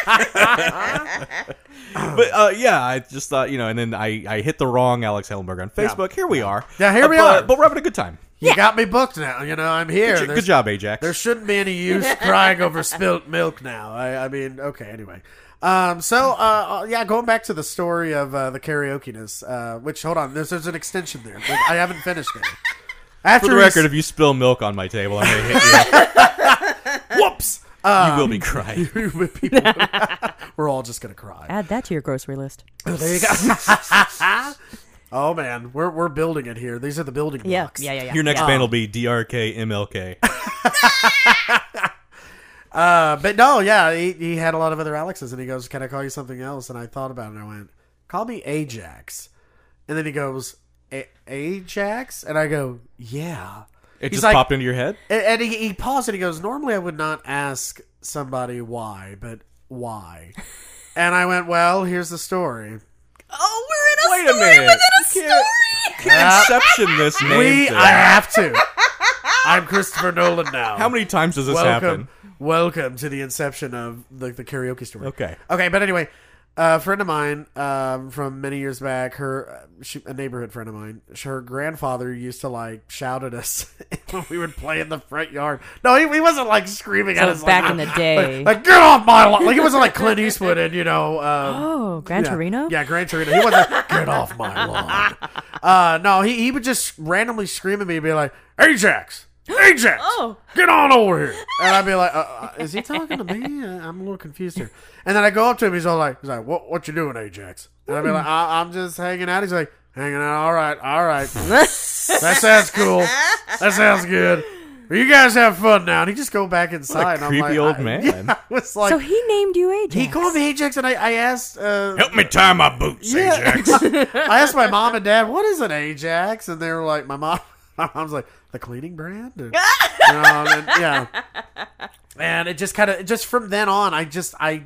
Speaker 1: uh, yeah, I just thought you know, and then I, I hit the wrong Alex Hellenberg on Facebook. Here we are. Uh,
Speaker 3: Yeah, here we
Speaker 1: but-
Speaker 3: are.
Speaker 1: But we're having a good time.
Speaker 3: You got me booked now. You know, I'm here.
Speaker 1: Good,
Speaker 3: There's-
Speaker 1: good job, Ajax.
Speaker 3: There shouldn't be any use
Speaker 2: [LAUGHS]
Speaker 3: crying over spilt milk now. I, I mean, okay, anyway. Um, so, uh, uh, yeah, going back to the story of uh, the karaoke ness, uh, which, hold on, there's, there's an extension there. I haven't finished
Speaker 1: [LAUGHS]
Speaker 3: it.
Speaker 1: For
Speaker 3: After
Speaker 1: the
Speaker 3: he's- [LAUGHS]
Speaker 1: record, if you spill milk on my table, I'm gonna hit you.
Speaker 3: [LAUGHS] whoops,
Speaker 1: you
Speaker 3: Um,
Speaker 1: will be
Speaker 3: [LAUGHS]
Speaker 1: crying.
Speaker 3: People- we're all just gonna cry.
Speaker 2: Add that to your grocery list.
Speaker 3: Oh, there you go. oh man, we're we're building it here. These are the building blocks.
Speaker 2: yeah, yeah, yeah.
Speaker 1: Your next
Speaker 2: yeah.
Speaker 1: band will be DRK MLK.
Speaker 3: Uh, but no, yeah, he, he had a lot of other Alexes, and he goes, "Can I call you something else?" And I thought about it, and I went, "Call me Ajax," and then he goes, "A- "Ajax," and I go, "Yeah."
Speaker 1: It
Speaker 3: He's
Speaker 1: just
Speaker 3: like-
Speaker 1: popped into your head.
Speaker 3: And, and he, he paused and he goes, Normally I would not ask somebody why, but why? and I went, Well, here's the story.
Speaker 2: Oh, we're in a
Speaker 1: Wait a minute.
Speaker 3: Uh,
Speaker 1: Inception this name.
Speaker 3: we,
Speaker 1: thing.
Speaker 3: I have to. [LAUGHS] I'm Christopher Nolan now.
Speaker 1: How many times does this
Speaker 3: welcome,
Speaker 1: happen?
Speaker 3: welcome to the inception of the, the karaoke story.
Speaker 1: Okay.
Speaker 3: Okay, but anyway, a friend of mine um, from many years back, her uh, she, a neighborhood friend of mine, her grandfather used to like shout at us [LAUGHS] when we would play in the front yard. No, he, he wasn't like screaming at
Speaker 2: So
Speaker 3: us
Speaker 2: back
Speaker 3: [LAUGHS] like,
Speaker 2: in the
Speaker 3: "Ah,"
Speaker 2: day.
Speaker 3: like, like, get off my lawn. Like it wasn't like Clint Eastwood and you
Speaker 2: [GASPS]
Speaker 3: know. Um, [LAUGHS]
Speaker 2: Oh, Gran
Speaker 3: yeah.
Speaker 2: Torino?
Speaker 3: Yeah, Gran Torino. He wasn't get off
Speaker 2: [LAUGHS]
Speaker 3: my lawn. Uh, no, he, he would just randomly scream at me and be like, Ajax, Ajax,
Speaker 2: [GASPS] Oh.
Speaker 3: get on over here. And I'd be like, uh, uh, is he talking to me?
Speaker 2: [LAUGHS]
Speaker 3: I'm a little confused here. And then I go up to him. He's all like, he's like, what what you doing, Ajax? And I'd be like, I, I'm just hanging out. He's like, hanging out. All right,
Speaker 2: [LAUGHS]
Speaker 3: all right. that sounds cool. That sounds good. Well, you guys have fun now. And he just go back inside. and I'm
Speaker 1: creepy
Speaker 3: like,
Speaker 1: old
Speaker 3: I-
Speaker 1: man.
Speaker 3: [LAUGHS] Yeah, I was like,
Speaker 2: So he named you Ajax.
Speaker 3: he called me Ajax, and I, I asked. Uh,
Speaker 1: Help me tie my boots, Ajax.
Speaker 3: [LAUGHS] I asked my mom and dad, "What is an Ajax?" And they were like, "My mom." [LAUGHS] My mom's like, "The cleaning brand." And, um, and- yeah. And it just kind of just from then on, I just I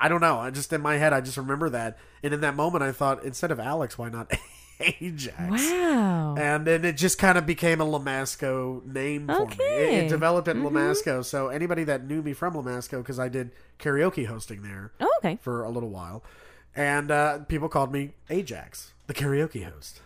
Speaker 3: I don't know. I just in my head, I just remember that, and in that moment, I thought instead of Alex, why not [LAUGHS] Ajax?
Speaker 2: Wow.
Speaker 3: And then it just kind of became a Lamasco name for me. It- It,
Speaker 2: Okay.
Speaker 3: developed at Lamasco. So anybody that knew me from Lamasco, because I did karaoke hosting there
Speaker 2: Oh, okay.
Speaker 3: for a little while, and uh, people called me Ajax, the karaoke host,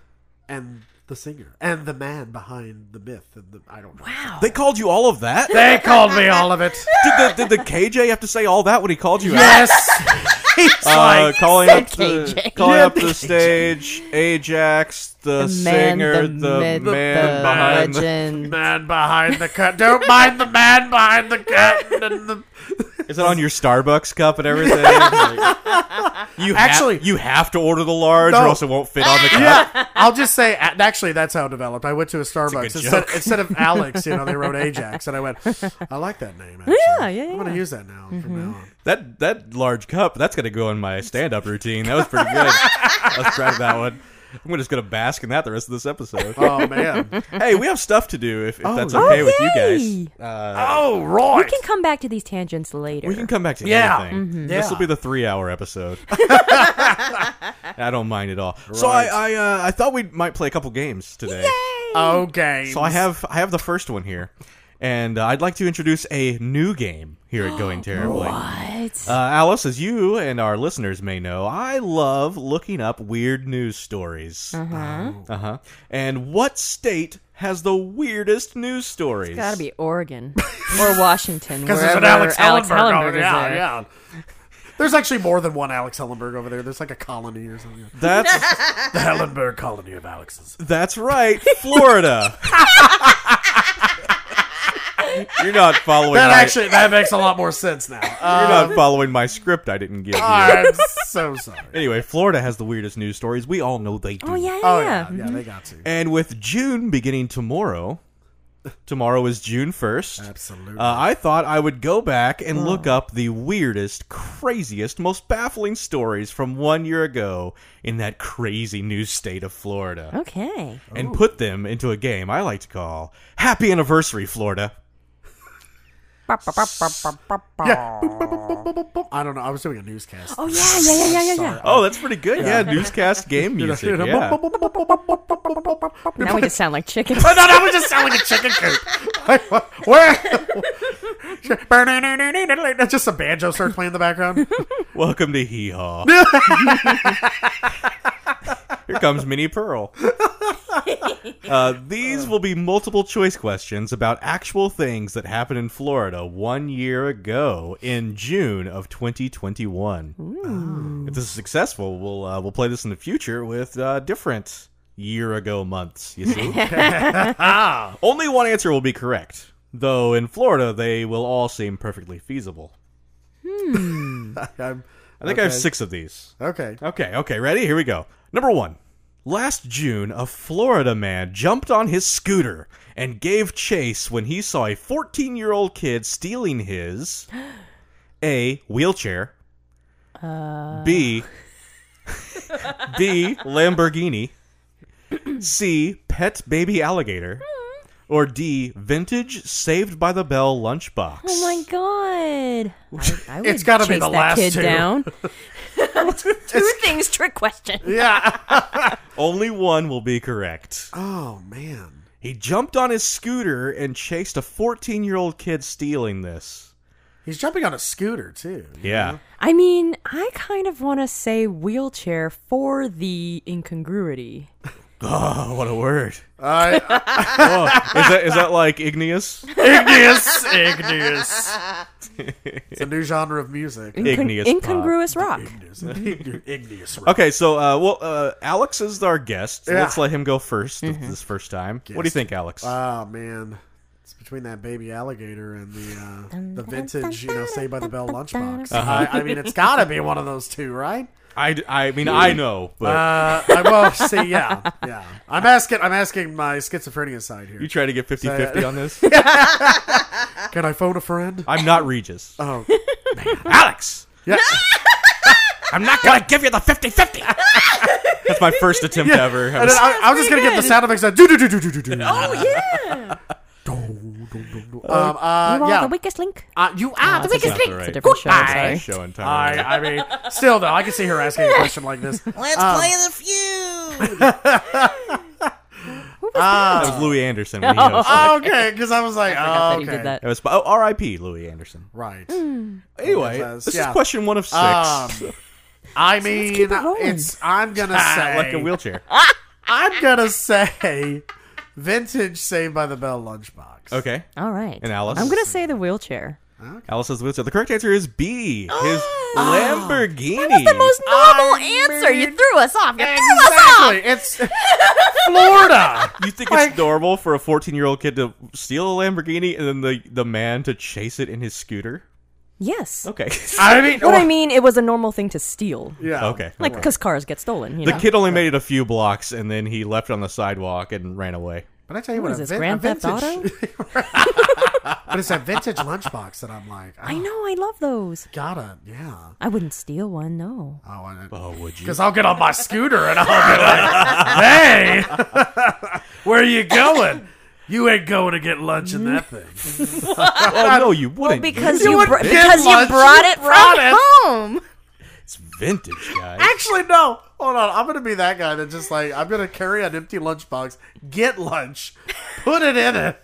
Speaker 3: and the singer, and the man behind the myth. And the, I don't know.
Speaker 2: Wow.
Speaker 1: [LAUGHS] They called you all of that?
Speaker 3: They called me all of it.
Speaker 1: Did the, did the KJ have to say all that when he called you out?
Speaker 3: yes. [LAUGHS] He's
Speaker 1: Uh,
Speaker 3: like,
Speaker 1: calling
Speaker 2: said
Speaker 1: up the,
Speaker 2: KJ.
Speaker 1: calling
Speaker 3: Yeah,
Speaker 1: up
Speaker 3: the
Speaker 1: the stage, Ajax, the,
Speaker 2: The man,
Speaker 1: singer,
Speaker 2: the
Speaker 1: the, man
Speaker 2: myth, the
Speaker 1: behind the... [LAUGHS]
Speaker 2: legend.
Speaker 3: man behind the curtain. Don't mind the man behind the curtain. And the
Speaker 1: Is it on your Starbucks cup and [LAUGHS] everything? you
Speaker 3: Actually-
Speaker 1: ha- you have to order the large,
Speaker 3: No.
Speaker 1: or else it won't fit
Speaker 2: [LAUGHS]
Speaker 1: on the cup.
Speaker 3: I'll just say, a- actually, that's how it developed. I went to a Starbucks
Speaker 1: good
Speaker 3: instead,
Speaker 1: joke.
Speaker 3: instead
Speaker 1: [LAUGHS]
Speaker 3: of Alex. You know, they wrote Ajax, and I went, I like that name. Actually.
Speaker 2: Yeah, yeah,
Speaker 3: I'm gonna
Speaker 2: yeah. Mm-hmm.
Speaker 3: use that now from now on.
Speaker 1: That that large cup, that's gonna go in my stand up routine. That was pretty good. Let's try that one. I'm just gonna bask in that the rest of this episode. [LAUGHS]
Speaker 3: Oh man.
Speaker 1: hey, we have stuff to do if, if that's
Speaker 3: yeah.
Speaker 1: okay
Speaker 2: Oh,
Speaker 1: with
Speaker 2: yay.
Speaker 1: you guys. Uh,
Speaker 3: oh, right.
Speaker 2: We can come back to these tangents later.
Speaker 1: we can come back to
Speaker 3: Yeah.
Speaker 1: anything.
Speaker 3: Yeah.
Speaker 1: This will be the three hour
Speaker 3: [LAUGHS]
Speaker 1: episode. I don't mind at all. So I I, uh, I thought we might play a couple games today.
Speaker 3: Oh, Okay.
Speaker 1: So I have I have the first one here, and uh, I'd like to introduce a new game here at
Speaker 2: [GASPS]
Speaker 1: Going Terribly.
Speaker 2: What?
Speaker 1: Uh, Alice, as you and our listeners may know, I love looking up weird news stories. Uh
Speaker 2: Uh-huh.
Speaker 1: huh. Uh huh. And what state has the weirdest news stories?
Speaker 2: Gotta be
Speaker 3: [LAUGHS]
Speaker 2: Oregon or Washington,
Speaker 3: because there's
Speaker 2: wherever
Speaker 3: an Alex Hellenberg,
Speaker 2: Hellenberg
Speaker 3: over
Speaker 2: is
Speaker 3: there. Yeah,
Speaker 2: there.
Speaker 3: yeah. There's actually more than one Alex Hellenberg over there. There's like a colony or something.
Speaker 2: [LAUGHS]
Speaker 1: That's
Speaker 3: The Hellenberg colony of Alexes.
Speaker 1: that's right, Florida. [LAUGHS] You're not following.
Speaker 3: That
Speaker 1: my,
Speaker 3: actually that makes a lot more sense now. Uh,
Speaker 1: [LAUGHS] You're not following my script. I didn't give [LAUGHS] you.
Speaker 3: I'm so sorry.
Speaker 1: [LAUGHS] Anyway, Florida has the weirdest news stories. We all know they do.
Speaker 2: Oh yeah, yeah.
Speaker 3: Oh
Speaker 2: yeah.
Speaker 3: yeah, yeah, they got to.
Speaker 1: And with June beginning tomorrow, tomorrow is June 1st.
Speaker 3: Absolutely.
Speaker 1: Uh, I thought I would go back and look up the weirdest, craziest, most baffling stories from one year ago in that crazy new state of Florida
Speaker 2: Okay.
Speaker 1: and put them into a game I like to call Happy Anniversary, Florida.
Speaker 3: yeah. Boop, boop, boop, boop, boop, boop. I don't know. I was doing a newscast.
Speaker 2: Oh yeah, yeah, yeah, yeah, yeah, yeah.
Speaker 1: Oh, that's pretty good. Yeah, newscast game music. Yeah.
Speaker 2: Now
Speaker 3: [LAUGHS]
Speaker 2: we just sound like chickens.
Speaker 3: Oh, No, that would just sound like a chicken [LAUGHS] coop. Like, what- where? That's [LAUGHS] just a banjo starts playing in the background. [LAUGHS]
Speaker 1: Welcome to Hee Haw. Here comes Minnie Pearl. Uh, these will be multiple choice questions about actual things that happened in Florida one year ago in June of 2021. If this is successful, we'll uh, we'll play this in the future with uh, different year ago months, you see? Only one answer will be correct, though in Florida they will all seem perfectly feasible.
Speaker 3: I'm,
Speaker 1: I think I have six of these.
Speaker 3: okay.
Speaker 1: Okay, okay, ready? Here we go. Number one. Last June, a Florida man jumped on his scooter and gave chase when he saw a 14 year old kid stealing his [GASPS] A. Wheelchair. B. [LAUGHS] B. Lamborghini. C. Pet baby alligator. Or D. Vintage Saved by the Bell lunchbox.
Speaker 2: Oh my god! I, I would
Speaker 3: It's gotta be
Speaker 2: chase that
Speaker 3: the last
Speaker 2: kid
Speaker 3: two. [LAUGHS]
Speaker 2: down. [LAUGHS] two things, trick question.
Speaker 3: Yeah.
Speaker 1: Only one will be correct.
Speaker 3: Oh man.
Speaker 1: He jumped on his scooter and chased a 14 year old kid stealing this.
Speaker 3: He's jumping on a scooter too.
Speaker 1: Yeah.
Speaker 2: I mean, I kind of want to say wheelchair for the incongruity.
Speaker 1: Oh, what a
Speaker 3: [LAUGHS]
Speaker 1: word.
Speaker 3: Uh,
Speaker 1: Oh, is, that, is that like igneous?
Speaker 3: igneous, igneous. It's a new genre of music.
Speaker 2: Incon-
Speaker 1: Igneous pop.
Speaker 2: incongruous rock.
Speaker 3: Igneous, [LAUGHS] igneous. rock.
Speaker 1: Okay, so, uh, well, uh, Alex is our guest.
Speaker 3: Yeah. Mm-hmm.
Speaker 1: Let's let him go 1st this first time. What do you
Speaker 3: Guest.
Speaker 1: think, Alex?
Speaker 3: Oh man, it's between that baby alligator and the uh, the vintage, you know, Saved by the Bell lunchbox. I, I mean, it's got to be one of those two, right?
Speaker 1: I, d- I mean, I know, but
Speaker 3: Uh, I well, see, yeah, yeah. I'm asking, I'm asking my schizophrenia side
Speaker 1: you
Speaker 3: here.
Speaker 1: try to get 50 50 on
Speaker 3: [LAUGHS]
Speaker 1: this?
Speaker 3: Can I phone a friend?
Speaker 1: I'm not Regis.
Speaker 3: Oh,
Speaker 1: Alex!
Speaker 3: yeah.
Speaker 1: [LAUGHS] I'm not going to give you the 50
Speaker 3: [LAUGHS]
Speaker 1: 50! That's my first attempt ever. I
Speaker 3: And
Speaker 1: was-
Speaker 3: then
Speaker 1: [LAUGHS]
Speaker 3: I, I was just gonna get the sound effects. That do do do do do do do. Oh
Speaker 2: Yeah.
Speaker 3: Um,
Speaker 2: you
Speaker 3: uh,
Speaker 2: are
Speaker 3: yeah.
Speaker 2: the weakest link.
Speaker 3: Uh, you are the
Speaker 2: That's
Speaker 3: biggest
Speaker 1: not the
Speaker 2: a,
Speaker 1: right-
Speaker 2: it's a different show. I'm
Speaker 1: right
Speaker 2: sorry.
Speaker 1: show entirely.
Speaker 3: I, I mean, still though, I can see her asking a question like this.
Speaker 5: Let's play the feud.
Speaker 1: that
Speaker 3: Uh,
Speaker 1: was Louis Anderson
Speaker 3: [LAUGHS]
Speaker 1: when he hosted.
Speaker 3: Oh. Okay, because I was like,
Speaker 2: I
Speaker 3: oh,
Speaker 2: thought you
Speaker 3: okay,
Speaker 2: did that.
Speaker 1: It was oh, R.I.P. Louis Anderson.
Speaker 3: right.
Speaker 1: Anyway,
Speaker 3: Yes,
Speaker 1: this
Speaker 3: yeah.
Speaker 1: is question one of six. [LAUGHS]
Speaker 3: Um, I mean,
Speaker 2: keep it rolling.
Speaker 3: it's. I'm gonna
Speaker 1: Ah,
Speaker 3: say.
Speaker 1: like a wheelchair.
Speaker 3: I'm gonna say, vintage Saved by the Bell lunchbox.
Speaker 1: Okay,
Speaker 2: All right.
Speaker 1: And Alice?
Speaker 2: I'm gonna say the wheelchair.
Speaker 1: Alice says wheelchair. The correct answer is B. His Lamborghini.
Speaker 2: That's the most normal answer. You threw us off. You threw us off.
Speaker 3: Exactly. It's [LAUGHS] Florida.
Speaker 1: you think it's normal for a 14 year old kid to steal a Lamborghini and then the, the man to chase it in his scooter?
Speaker 2: Yes.
Speaker 1: Okay.
Speaker 3: I mean,
Speaker 2: What I mean, it was a normal thing to steal.
Speaker 3: yeah.
Speaker 1: [LAUGHS] okay.
Speaker 2: Like, because cars get stolen, you
Speaker 1: the
Speaker 2: know?
Speaker 1: kid only made it a few blocks and then he left on the sidewalk and ran away.
Speaker 3: But I tell you
Speaker 2: What is
Speaker 3: what, a
Speaker 2: this,
Speaker 3: vin-
Speaker 2: Grand
Speaker 3: a
Speaker 2: Theft
Speaker 3: vintage- [LAUGHS] but it's a vintage lunchbox that I'm like,
Speaker 2: I
Speaker 3: oh,
Speaker 2: know, I love those.
Speaker 3: Gotta, yeah.
Speaker 2: I wouldn't steal one, no.
Speaker 3: Oh, I,
Speaker 1: Oh, would
Speaker 3: [LAUGHS]
Speaker 1: you?
Speaker 3: Because I'll get on my scooter and I'll be like, hey, [LAUGHS] where you going? You ain't going to get lunch
Speaker 2: [LAUGHS]
Speaker 3: in that thing.
Speaker 1: Oh, no, you wouldn't.
Speaker 2: Because
Speaker 3: You
Speaker 2: you,
Speaker 3: wouldn't
Speaker 2: br-
Speaker 3: get
Speaker 2: because you
Speaker 3: lunch,
Speaker 2: brought
Speaker 3: you
Speaker 2: it
Speaker 3: brought
Speaker 2: from
Speaker 3: it.
Speaker 2: home.
Speaker 1: It's vintage, guys.
Speaker 3: Actually, no. Hold on. I'm going to be that guy that just like, I'm going to carry an empty lunchbox, get lunch, put it in it.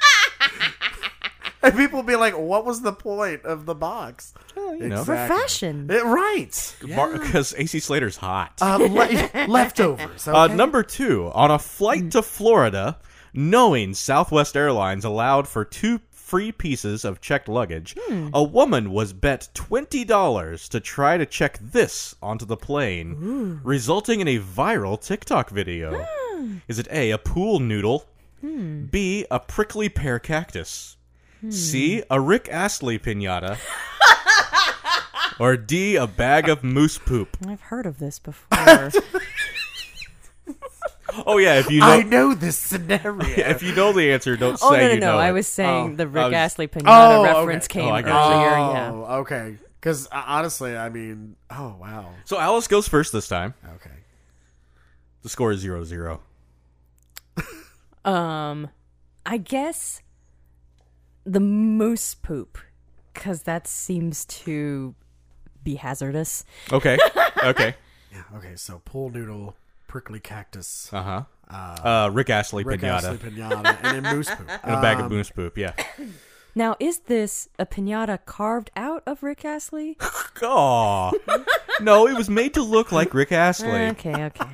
Speaker 3: [LAUGHS] and people will be like, what was the point of the box?
Speaker 1: you know.
Speaker 2: For fashion.
Speaker 3: It- right.
Speaker 1: Because AC Slater's hot.
Speaker 3: Uh, le- [LAUGHS] leftovers. Okay? Mm.
Speaker 1: Uh, number two, on a flight to Florida, knowing Southwest Airlines allowed for two free pieces of checked luggage,
Speaker 3: Hmm.
Speaker 1: a woman was bet $20 to try to check this onto the plane, resulting in a viral TikTok video.
Speaker 3: Hmm.
Speaker 1: Is it A, a pool noodle? B, a prickly pear cactus?
Speaker 3: Hmm.
Speaker 1: C, a Rick Astley
Speaker 3: [LAUGHS]
Speaker 1: pinata? or D, a bag of moose poop?
Speaker 2: I've heard of
Speaker 1: [LAUGHS]
Speaker 2: this before.
Speaker 1: Oh, yeah, if you know.
Speaker 3: I know this scenario.
Speaker 1: [LAUGHS] Yeah, if you know the answer, don't
Speaker 2: [LAUGHS] oh,
Speaker 1: say
Speaker 2: no, no,
Speaker 1: you
Speaker 2: no.
Speaker 1: know.
Speaker 2: I
Speaker 1: it. Oh,
Speaker 2: was saying the Rick
Speaker 1: I was-
Speaker 2: Astley pinata
Speaker 3: Oh, okay.
Speaker 2: reference came
Speaker 1: Oh, I
Speaker 2: earlier,
Speaker 1: got you.
Speaker 2: yeah.
Speaker 3: Oh, okay. Because uh, honestly, I mean, oh, wow.
Speaker 1: So Alice goes first this time.
Speaker 3: Okay.
Speaker 1: The score is zero zero. Oh.
Speaker 2: Um, I guess the moose poop, because that seems to be hazardous. [LAUGHS]
Speaker 1: Okay. Okay.
Speaker 3: Yeah, okay, so pool noodle, prickly cactus,
Speaker 1: Uh huh. Uh, Rick Astley
Speaker 3: Rick
Speaker 1: pinata
Speaker 3: Astley Um, pinata, and then
Speaker 1: [LAUGHS]
Speaker 3: moose poop.
Speaker 1: and a bag of moose poop.
Speaker 3: [LAUGHS]
Speaker 1: Yeah.
Speaker 2: Now, is this a pinata carved out of Rick Astley?
Speaker 1: Aw. [LAUGHS] no, it was made to look like Rick Astley.
Speaker 3: Eh,
Speaker 1: [LAUGHS]
Speaker 2: okay, okay.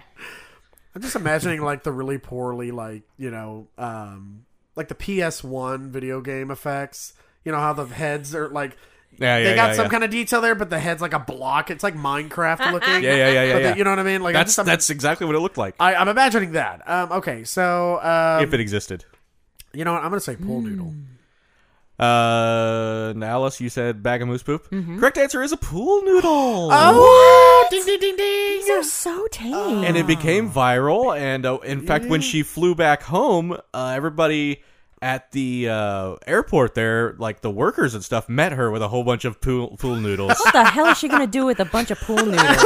Speaker 3: I'm just imagining like the really poorly, like you know, um, like the PS1 video game effects. You know how the heads are like
Speaker 1: Yeah, yeah,
Speaker 3: they got
Speaker 1: yeah,
Speaker 3: some
Speaker 1: yeah.
Speaker 3: kind of detail there, but the head's like a block. It's like [LAUGHS] Minecraft looking.
Speaker 1: Yeah, yeah, yeah, yeah.
Speaker 3: But the-
Speaker 1: yeah.
Speaker 3: you know what I mean? Like
Speaker 1: that's
Speaker 3: some-
Speaker 1: that's exactly what it looked like
Speaker 3: I, I'm imagining that. Um, okay, so um,
Speaker 1: if it existed.
Speaker 3: you know what? I'm gonna say pool noodle.
Speaker 1: Uh, now, Alice, you said bag of moose poop.
Speaker 2: Mm-hmm.
Speaker 1: Correct answer is a pool noodle.
Speaker 3: Oh, ding ding ding ding.
Speaker 2: These are
Speaker 1: Uh.
Speaker 2: so tame.
Speaker 1: and it
Speaker 3: Ah.
Speaker 1: became viral. And uh, in fact, when she flew back home, uh, everybody at the uh, airport there, like the workers and stuff, met her with a whole bunch of pool, pool noodles. [LAUGHS]
Speaker 2: what the hell is she gonna do with a bunch of pool noodles?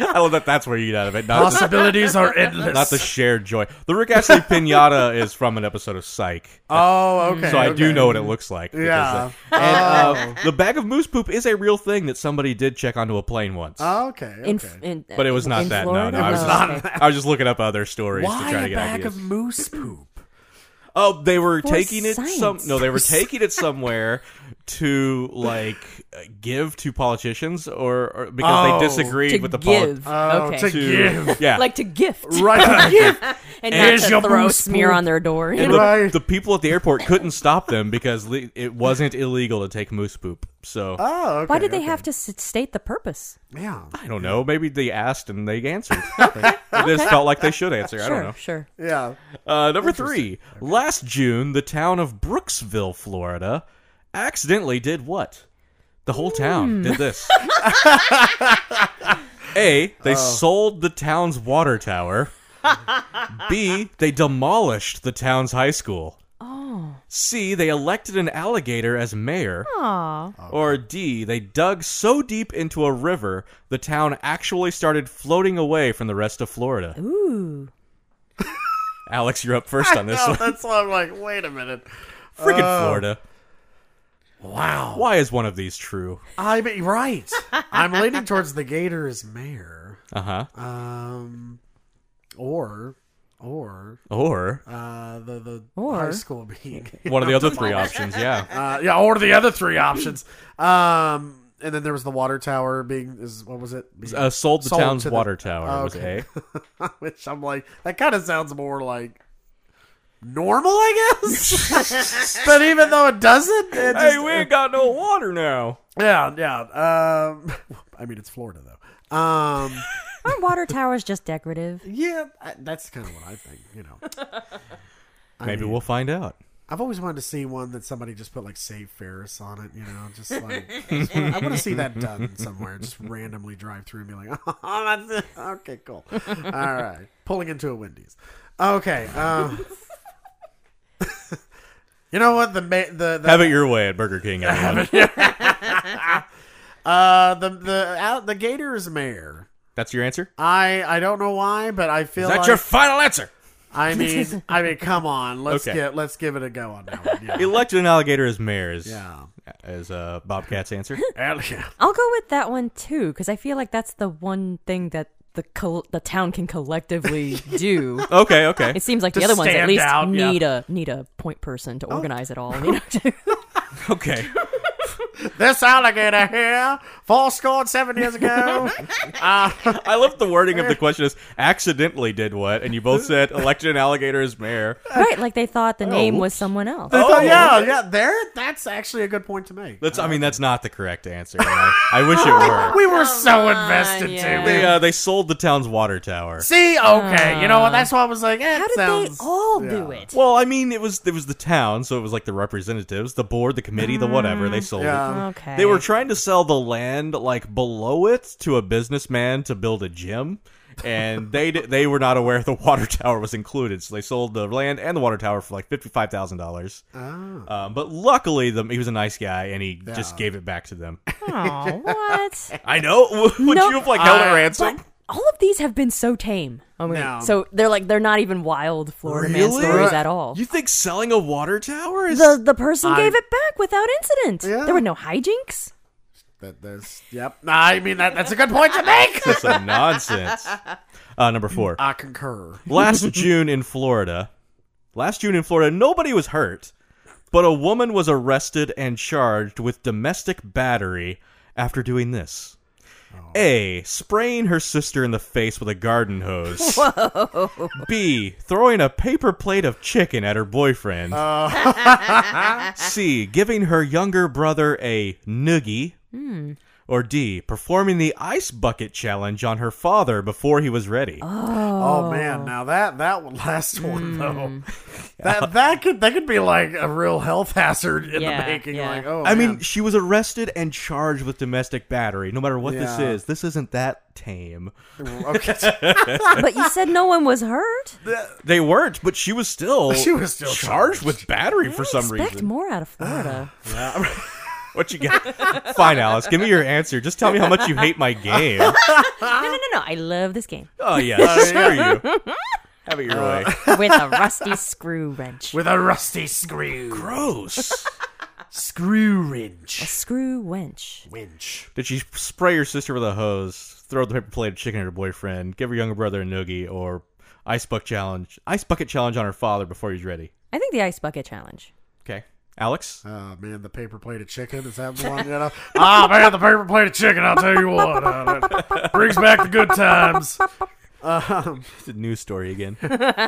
Speaker 1: I love that. That's where you get out of it. Not the,
Speaker 3: Possibilities are endless.
Speaker 1: not the shared joy. The Rick Astley pinata is from an episode of Psych.
Speaker 3: oh, okay.
Speaker 1: So I do
Speaker 3: okay.
Speaker 1: know what it looks like. because,
Speaker 3: Yeah. Oh.
Speaker 1: uh, and uh, the bag of moose poop is a real thing that somebody did check onto a plane once.
Speaker 3: Oh, okay. okay.
Speaker 2: In, in,
Speaker 1: but it was not
Speaker 2: in
Speaker 1: that.
Speaker 2: Florida?
Speaker 1: No, no, I was
Speaker 2: Oh,
Speaker 1: just,
Speaker 2: okay.
Speaker 1: I was just looking up other stories to
Speaker 3: Why
Speaker 1: try to
Speaker 3: a
Speaker 1: get
Speaker 3: bag
Speaker 1: ideas.
Speaker 3: of moose poop?
Speaker 1: Oh, they were
Speaker 2: For
Speaker 1: taking it some.
Speaker 2: science.
Speaker 1: No,
Speaker 2: [LAUGHS]
Speaker 1: they were taking it somewhere to like uh, give to politicians, or, or because
Speaker 3: Oh.
Speaker 1: they disagreed
Speaker 2: to
Speaker 1: with the Uh, poli-
Speaker 2: give.
Speaker 3: Oh,
Speaker 2: okay.
Speaker 3: to give.
Speaker 1: Yeah,
Speaker 2: [LAUGHS] like to gift.
Speaker 3: [LAUGHS] [LAUGHS] Right.
Speaker 2: and
Speaker 3: Here's
Speaker 2: not
Speaker 3: your
Speaker 2: to throw
Speaker 3: moose
Speaker 2: smear
Speaker 3: poop.
Speaker 2: on their door. you
Speaker 1: And
Speaker 2: know?
Speaker 1: the,
Speaker 3: Right.
Speaker 1: the people at the airport couldn't stop them because le- it wasn't illegal to take moose poop. So
Speaker 3: Oh, okay.
Speaker 2: Why did they have to s- state the purpose?
Speaker 3: Yeah.
Speaker 1: I don't know. Maybe they asked and they
Speaker 2: [LAUGHS]
Speaker 1: answered. They just felt like they should answer. I don't know.
Speaker 2: Sure, sure.
Speaker 3: Yeah.
Speaker 1: Uh, number three. Last June, the town of Brooksville, Florida, accidentally did what? The whole town did this. A. They sold the town's water tower. B. They demolished the town's high school.
Speaker 2: Oh,
Speaker 1: C. They elected an alligator as mayor.
Speaker 2: Aw.
Speaker 1: Or D. They dug so deep into a river, the town actually started floating away from the rest of Florida.
Speaker 2: ooh.
Speaker 1: Alex, you're up first on
Speaker 3: [LAUGHS]
Speaker 1: this
Speaker 3: No,
Speaker 1: one.
Speaker 3: Oh, that's why I'm like, wait a minute.
Speaker 1: Freaking Florida.
Speaker 3: Wow.
Speaker 1: Why is one of these true?
Speaker 3: I'm right. I'm leaning towards the gator as mayor.
Speaker 1: Uh huh.
Speaker 3: Um, or, or
Speaker 1: Or
Speaker 3: uh, the the
Speaker 2: Or-
Speaker 3: high school [LAUGHS] being
Speaker 1: one of the other three options. Yeah.
Speaker 3: Uh, yeah, or the other three options. Um, and then there was the water tower being is what was it?
Speaker 1: Uh, sold the
Speaker 3: Sold
Speaker 1: town's
Speaker 3: to the-
Speaker 1: water tower
Speaker 3: Oh,
Speaker 1: uh, was
Speaker 3: okay.
Speaker 1: A.
Speaker 3: [LAUGHS] Which I'm like, that kind of sounds more like normal, I guess. but even though it doesn't, it just- uh,
Speaker 1: got no water now.
Speaker 3: yeah, yeah. Um, [LAUGHS] I mean, it's Florida though. Um,
Speaker 2: Aren't water towers just decorative? [LAUGHS]
Speaker 3: yeah, I- that's kind of what I think. You know,
Speaker 1: Maybe we'll find out.
Speaker 3: I've always wanted to see one that somebody just put like "Save Ferris" on it. You know, just like I want to see that done somewhere. Just randomly drive through and be like, [LAUGHS] "Oh, that's it. okay, cool, all right." Pulling into a Wendy's. Okay. Um, [LAUGHS] you know what the ma- the, the
Speaker 1: Have it your way at Burger
Speaker 3: [LAUGHS]
Speaker 1: King. everyone.
Speaker 3: uh the the out the Gators mayor.
Speaker 1: That's your answer.
Speaker 3: I I don't know why, but I feel
Speaker 1: That's
Speaker 3: like
Speaker 1: your final answer.
Speaker 3: I mean I mean come on let's
Speaker 1: Okay.
Speaker 3: get let's give it a go on that one. Yeah. [LAUGHS]
Speaker 1: Elected an alligator as mayor is
Speaker 3: yeah.
Speaker 1: is uh, Bobcat's answer.
Speaker 3: And- yeah.
Speaker 2: I'll go with that one too, because I feel like that's the one thing that the col- the town can [LAUGHS] collectively do.
Speaker 1: [LAUGHS] Okay. Okay.
Speaker 2: It seems like the
Speaker 3: To
Speaker 2: other ones at
Speaker 3: stand
Speaker 2: least
Speaker 3: out, yeah.
Speaker 2: need a need a point person to organize it all. [LAUGHS] You know, to-
Speaker 1: Okay.
Speaker 3: This alligator here, four scored seven
Speaker 1: [LAUGHS]
Speaker 3: years ago.
Speaker 1: I love the wording of the question is accidentally did what, and you both said elected an alligator as mayor.
Speaker 2: right? Like they thought the name was someone else.
Speaker 3: Oh,
Speaker 1: Oh,
Speaker 3: yeah, yeah. There, that's actually a good point to make.
Speaker 1: That's. I mean, that's not the correct answer. and I, I wish it were.
Speaker 3: we were so invested
Speaker 2: Ah, yeah.
Speaker 3: too.
Speaker 1: They uh, they sold the town's water tower.
Speaker 3: See, okay, you know what? That's why I was like, eh,
Speaker 2: How
Speaker 3: it
Speaker 2: did
Speaker 3: sounds.
Speaker 2: they all do it?
Speaker 1: Well, I mean, it was it was the town, so it was like the representatives, the board, the committee, the whatever.
Speaker 2: Mm,
Speaker 1: They sold
Speaker 3: Yeah.
Speaker 2: Okay.
Speaker 1: it. They were trying to sell the land like below it to a businessman to build a gym, and they di- they were not aware [LAUGHS] the water tower was included, so they sold the land and the water tower for like fifty five thousand dollars.
Speaker 2: Oh.
Speaker 1: Um, but luckily, the, he was a nice guy, and he just gave it back to them. [LAUGHS]
Speaker 2: Aw, what?
Speaker 1: I know. [LAUGHS] Would
Speaker 2: No.
Speaker 1: you have like held
Speaker 3: I-
Speaker 1: it ransom?
Speaker 2: But all of these have been so tame. Oh wait,
Speaker 3: No.
Speaker 2: so they're like they're not even wild Florida man
Speaker 1: Really?
Speaker 2: stories at all.
Speaker 1: You think selling a water tower is
Speaker 2: the the person
Speaker 3: I-
Speaker 2: gave it back without incident.
Speaker 3: Yeah.
Speaker 2: There were no hijinks.
Speaker 3: That, that's yep. I mean, that that's a good point to make.
Speaker 1: some nonsense? Uh, number four.
Speaker 3: I concur.
Speaker 1: [LAUGHS] last June in Florida, last June in Florida, nobody was hurt, but a woman was arrested and charged with domestic battery after doing this. A. Spraying her sister in the face with a garden hose. B. Throwing a paper plate of chicken at her boyfriend. C. Giving her younger brother a noogie. Or D. Performing the ice bucket challenge on her father before he was ready.
Speaker 3: Oh man, now that that one- last
Speaker 2: Hmm.
Speaker 3: one though, that that could that could be like a real health hazard in
Speaker 2: Yeah,
Speaker 3: the making.
Speaker 2: yeah.
Speaker 3: Like, oh,
Speaker 1: I mean,
Speaker 3: man.
Speaker 1: she was arrested and charged with domestic battery. No matter what this
Speaker 3: Yeah.
Speaker 1: is, this isn't that tame.
Speaker 3: okay,
Speaker 1: [LAUGHS]
Speaker 2: but you said no one was
Speaker 3: [LAUGHS]
Speaker 2: hurt.
Speaker 1: They weren't, but [LAUGHS] she was still
Speaker 3: She was still
Speaker 1: charged with battery for some
Speaker 2: Expect
Speaker 1: reason.
Speaker 2: more out of
Speaker 3: [SIGHS]
Speaker 2: Florida.
Speaker 1: What you got? [LAUGHS] Fine, Alice. Give me your answer. Just tell me how much you hate my game.
Speaker 3: Ah.
Speaker 2: no, no, no, no. I love this game
Speaker 1: [LAUGHS] oh yeah, screw you. [LAUGHS] Uh, Have it your way.
Speaker 2: with a
Speaker 3: [LAUGHS]
Speaker 2: rusty screw wrench.
Speaker 3: with a rusty
Speaker 1: [LAUGHS]
Speaker 3: screw,
Speaker 1: Gross.
Speaker 3: screw wrench,
Speaker 2: Screw wench.
Speaker 3: winch.
Speaker 1: Did she spray your sister with a hose? Throw the paper plate of chicken at her boyfriend? Give her younger brother a noogie or ice bucket challenge? Ice bucket challenge on her father before he's ready.
Speaker 2: I think the ice bucket challenge.
Speaker 1: Okay, Alex.
Speaker 3: Oh man, the paper plate of chicken is that the one? You know? [LAUGHS] ah man, the paper plate of chicken. I'll tell you what, uh, that brings back the good times. Um,
Speaker 1: It's a news story again.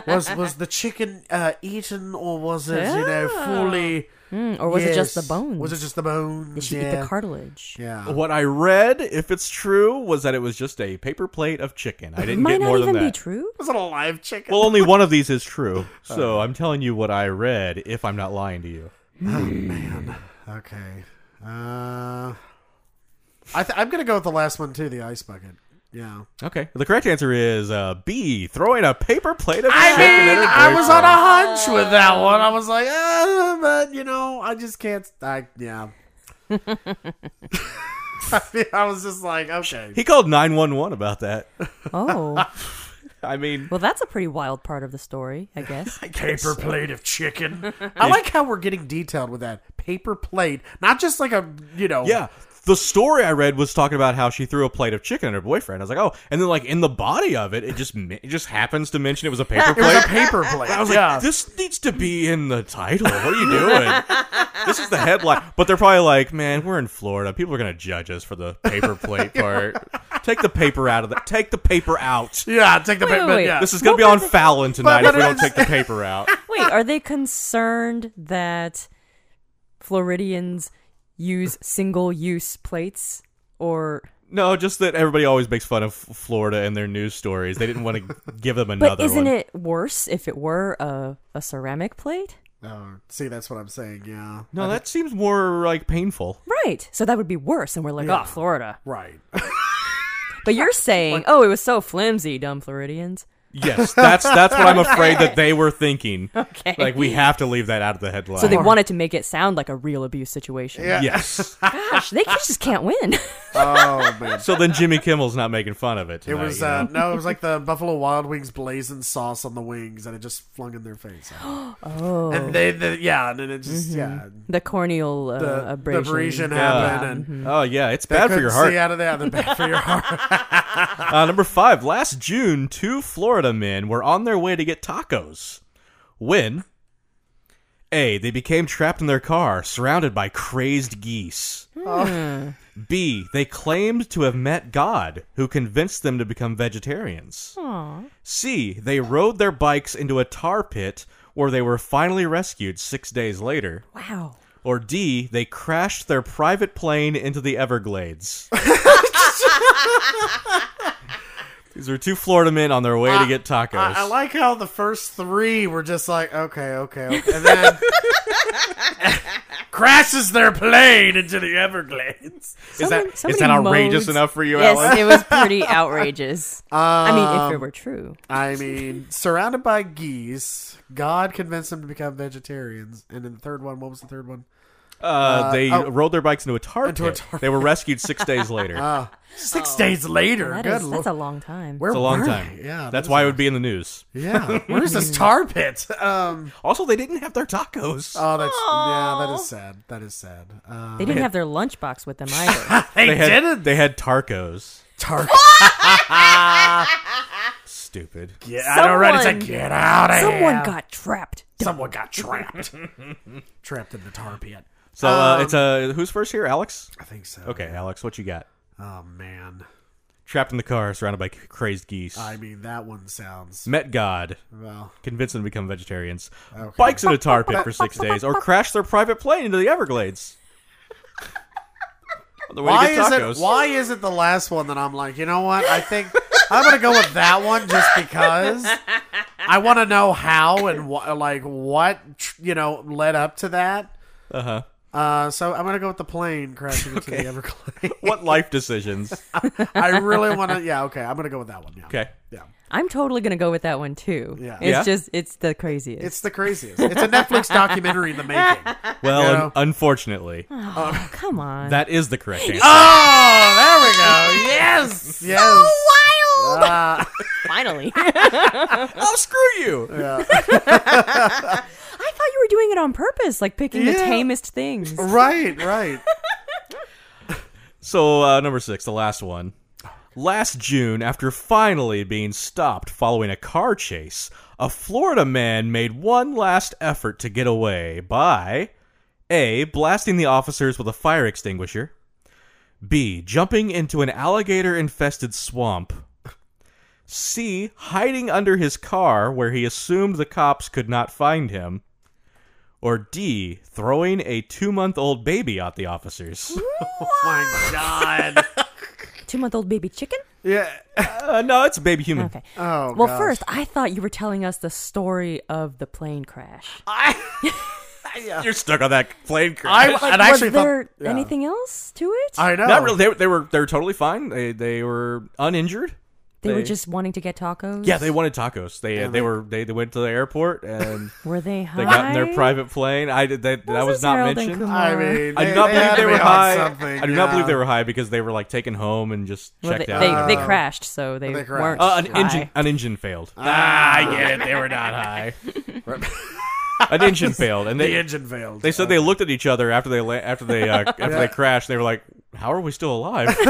Speaker 3: was was the chicken uh, eaten or was it you know fully?
Speaker 2: Mm, or was it just the
Speaker 3: Yes.
Speaker 2: bones?
Speaker 3: Was it just the bones?
Speaker 2: Did she
Speaker 3: yeah.
Speaker 2: eat the Oh. cartilage?
Speaker 3: Yeah.
Speaker 1: Uh-huh. what I read, if it's true, was that it was just a paper plate of chicken. I didn't
Speaker 2: Might
Speaker 1: get
Speaker 2: not
Speaker 1: more
Speaker 2: even
Speaker 1: than that.
Speaker 2: be true.
Speaker 3: Was it a live chicken?
Speaker 1: Well, only one of these is true, so I'm telling you what I read. If I'm not lying to you,
Speaker 3: Okay. Uh, I th- I'm gonna go with the last one too, the ice bucket. Yeah.
Speaker 1: okay. The correct answer is uh, B. Throwing a paper plate of
Speaker 3: I
Speaker 1: chicken
Speaker 3: mean,
Speaker 1: at her
Speaker 3: I was on a
Speaker 1: boyfriend.
Speaker 3: hunch with that one. I was like, uh, but you know, I just can't. I yeah. [LAUGHS] I, mean, I was just
Speaker 1: [LAUGHS]
Speaker 3: like, okay.
Speaker 1: He called nine one one about that.
Speaker 2: Oh,
Speaker 3: [LAUGHS]
Speaker 1: I mean,
Speaker 2: well, that's a pretty wild part of the story, I guess.
Speaker 3: Paper plate of chicken. I like how we're getting detailed with that paper plate, not just like a you
Speaker 1: [LAUGHS]
Speaker 3: know.
Speaker 1: yeah. The story I read was talking about how she threw a plate of chicken at her boyfriend. I was like, oh, and then like in the body of it, it just [LAUGHS] mi- it just happens to mention it was a paper
Speaker 3: It was
Speaker 1: plate.
Speaker 3: a paper plate.
Speaker 1: I was like,
Speaker 3: yeah.
Speaker 1: this needs to be in the title. What are you doing? this is the headline. But they're probably like, man, we're in Florida. People are gonna judge us for the paper plate part. Take the paper out of that. Take the paper out.
Speaker 3: yeah, take the
Speaker 2: Wait,
Speaker 3: paper.
Speaker 2: wait, wait.
Speaker 3: Yeah.
Speaker 1: This is gonna be on Fallon tonight if
Speaker 3: but
Speaker 1: we don't take
Speaker 3: it's-
Speaker 1: the paper out.
Speaker 2: Wait, are they concerned that Floridians use single-use plates or?
Speaker 1: No, just that everybody always makes fun of F- Florida in their news stories. They didn't want to give them another.
Speaker 2: But isn't
Speaker 1: one.
Speaker 2: it worse if it were a, a ceramic plate?
Speaker 3: oh, see, that's what I'm saying. Yeah.
Speaker 1: No, that seems more like painful.
Speaker 2: Right. So that would be worse, and we're like, oh, Florida.
Speaker 1: [LAUGHS]
Speaker 3: Right.
Speaker 2: But you're saying, oh, it was so flimsy, dumb Floridians.
Speaker 1: Yes, that's that's what I'm afraid that they were thinking. Okay, like we have to leave that out of the headline.
Speaker 2: So they wanted to make it sound like a real abuse situation.
Speaker 3: Yeah.
Speaker 1: yes.
Speaker 2: Gosh, they
Speaker 1: [LAUGHS]
Speaker 2: just can't win. [LAUGHS]
Speaker 3: Oh man.
Speaker 1: So then Jimmy Kimmel's not making fun of it.
Speaker 3: It
Speaker 1: tonight,
Speaker 3: was
Speaker 1: you know?
Speaker 3: uh, no, it was like the Buffalo Wild Wings blazing sauce on the wings, and it just flung in
Speaker 2: [GASPS]
Speaker 3: their face. oh, and they, they yeah, and then it
Speaker 2: Mm-hmm.
Speaker 3: just yeah,
Speaker 2: the corneal uh,
Speaker 3: the
Speaker 2: abrasion.
Speaker 3: abrasion, Mm-hmm. abrasion
Speaker 1: Yeah.
Speaker 3: happened, and
Speaker 1: Oh yeah, it's
Speaker 3: they
Speaker 1: bad for your
Speaker 3: couldn't
Speaker 1: heart.
Speaker 3: See out of there, the bad for your
Speaker 1: [LAUGHS]
Speaker 3: heart.
Speaker 1: Uh, number five. Last June, two Florida men were on their way to get tacos when a they became trapped in their car, surrounded by crazed geese. B they claimed to have met God, who convinced them to become vegetarians. C they rode their bikes into a tar pit, where they were finally rescued six days later.
Speaker 2: Wow.
Speaker 1: Or D, they crashed their private plane into the
Speaker 3: [LAUGHS]
Speaker 1: Everglades. These were two Florida men on their way to get tacos.
Speaker 3: Uh, I, I like how the first three were just like okay, okay, okay. and [LAUGHS] then crashes their plane into the Everglades.
Speaker 1: is that,
Speaker 2: Someone-
Speaker 1: is
Speaker 2: somebody
Speaker 1: that outrageous
Speaker 2: modes-
Speaker 1: enough for you,
Speaker 2: Yes,
Speaker 1: Ellen? Um,
Speaker 2: it was pretty
Speaker 1: [LAUGHS]
Speaker 2: outrageous. I mean, if it were true.
Speaker 3: I mean, surrounded by geese, God convinced them to become vegetarians, and then the third one, what was the third one?
Speaker 1: Uh, they
Speaker 3: oh.
Speaker 1: rode their bikes into a tar
Speaker 3: Into a Uh,
Speaker 1: pit.
Speaker 3: tar
Speaker 1: They were rescued six days
Speaker 3: [LAUGHS]
Speaker 1: later.
Speaker 3: Six days later.
Speaker 2: That
Speaker 3: good
Speaker 2: is,
Speaker 3: lord.
Speaker 2: that's a long time.
Speaker 3: Where
Speaker 1: it's a long
Speaker 3: were
Speaker 1: time.
Speaker 3: they? Yeah.
Speaker 1: that's
Speaker 3: that
Speaker 1: why it
Speaker 3: is-
Speaker 1: would be in the news.
Speaker 3: Yeah.
Speaker 1: [LAUGHS]
Speaker 3: Where's this tar pit? Um.
Speaker 1: Also, they didn't have their tacos.
Speaker 3: Oh, that's yeah. That is sad. That is sad. Uh,
Speaker 2: They didn't have their lunchbox with them either.
Speaker 3: they,
Speaker 1: they had,
Speaker 3: didn't.
Speaker 1: They had tarcos. [LAUGHS]
Speaker 3: Tar.
Speaker 1: Stupid.
Speaker 3: Get out already. It's like
Speaker 2: Someone-
Speaker 3: get out of
Speaker 2: Someone
Speaker 3: here.
Speaker 2: got trapped.
Speaker 3: Someone
Speaker 2: [LAUGHS]
Speaker 3: got trapped. trapped in the tar pit.
Speaker 1: So uh, it's uh, who's first here, Alex?
Speaker 3: Um, I think so.
Speaker 1: Okay, Alex, what you got?
Speaker 3: Oh man,
Speaker 1: Trapped in the car, surrounded by c- crazed geese.
Speaker 3: I mean that one sounds
Speaker 1: Met God,
Speaker 3: well.
Speaker 1: convinced them to become vegetarians.
Speaker 3: Okay.
Speaker 1: Bikes in a tar pit for six days, or crash their private plane into the Everglades. On the way
Speaker 3: Why
Speaker 1: to get
Speaker 3: is
Speaker 1: tacos.
Speaker 3: it? Why is it the last one that I'm like? You know what? I think [LAUGHS] I'm gonna go with that one just [LAUGHS] because I want to know how and wh- like what tr- you know led up to that.
Speaker 1: Uh huh.
Speaker 3: Uh, so I'm gonna go with the plane crashing into the Everglades.
Speaker 1: What life decisions?
Speaker 3: I really want to. Yeah. Okay. I'm gonna go with that one. Yeah.
Speaker 1: Okay.
Speaker 3: Yeah.
Speaker 2: I'm totally gonna go with that one too.
Speaker 3: Yeah.
Speaker 2: It's
Speaker 1: Yeah?
Speaker 2: just it's the craziest.
Speaker 3: It's the craziest. It's a Netflix documentary in the making.
Speaker 2: [LAUGHS]
Speaker 1: Well,
Speaker 3: [LAUGHS] You
Speaker 1: un-
Speaker 3: know.
Speaker 1: unfortunately,
Speaker 2: oh, [LAUGHS] come
Speaker 3: [LAUGHS]
Speaker 2: on.
Speaker 1: that is the correct answer.
Speaker 3: Oh, there we go. Yes. Yes.
Speaker 2: wild.
Speaker 3: Uh,
Speaker 2: Finally, I thought
Speaker 1: oh, screw
Speaker 3: [LAUGHS]
Speaker 1: you!
Speaker 2: you were doing it on purpose, like picking the
Speaker 3: Yeah.
Speaker 2: tamest things.
Speaker 3: [LAUGHS] right. Right.
Speaker 1: So, uh, number six, the last one. Last June, after finally being stopped following a car chase, a Florida man made one last effort to get away by A. Blasting the officers with a fire extinguisher, B. Jumping into an alligator infested swamp, C. Hiding under his car where he assumed the cops could not find him, or D. Throwing a two month old baby at the officers.
Speaker 3: My God.
Speaker 2: Two month old baby chicken.
Speaker 3: Yeah.
Speaker 1: Uh, no, it's a baby human.
Speaker 2: Okay.
Speaker 3: Oh.
Speaker 2: well,
Speaker 3: gosh.
Speaker 2: first I thought you were telling us the story of the plane crash.
Speaker 1: You're stuck on that plane
Speaker 2: [LAUGHS]
Speaker 1: crash.
Speaker 3: I,
Speaker 2: Like,
Speaker 3: and I
Speaker 2: was
Speaker 3: actually
Speaker 2: there
Speaker 3: thought, yeah.
Speaker 2: anything else to it?
Speaker 3: I know.
Speaker 1: Not really. They, were- they were they were totally fine. They they were uninjured.
Speaker 2: they, were
Speaker 1: they-
Speaker 2: just wanting to get tacos.
Speaker 1: Yeah, they wanted tacos. They uh, they were they, they went to the airport and
Speaker 2: were they high.
Speaker 1: they got in their private plane. I did that. That was
Speaker 2: this
Speaker 1: not
Speaker 2: Harold and
Speaker 1: mentioned.
Speaker 2: Kumar?
Speaker 3: I mean,
Speaker 1: I do not
Speaker 3: they
Speaker 1: believe
Speaker 3: had
Speaker 1: they
Speaker 3: to
Speaker 1: were
Speaker 3: be on
Speaker 1: high.
Speaker 3: something,
Speaker 1: I do not
Speaker 3: yeah. Uh,
Speaker 1: believe they were high because they were like taken home and just
Speaker 2: Well,
Speaker 1: checked
Speaker 2: they,
Speaker 1: out.
Speaker 2: they, they crashed, so they,
Speaker 3: they crashed.
Speaker 2: weren't.
Speaker 1: Uh, an
Speaker 2: high.
Speaker 1: engine an engine failed.
Speaker 3: Ah,
Speaker 1: I get it. They were not high. [LAUGHS] an engine failed, and
Speaker 3: [LAUGHS] the
Speaker 1: they
Speaker 3: engine failed.
Speaker 1: they said they looked at each other after they la- after they uh, after they crashed. They were like, "How are we still alive?"
Speaker 3: [LAUGHS]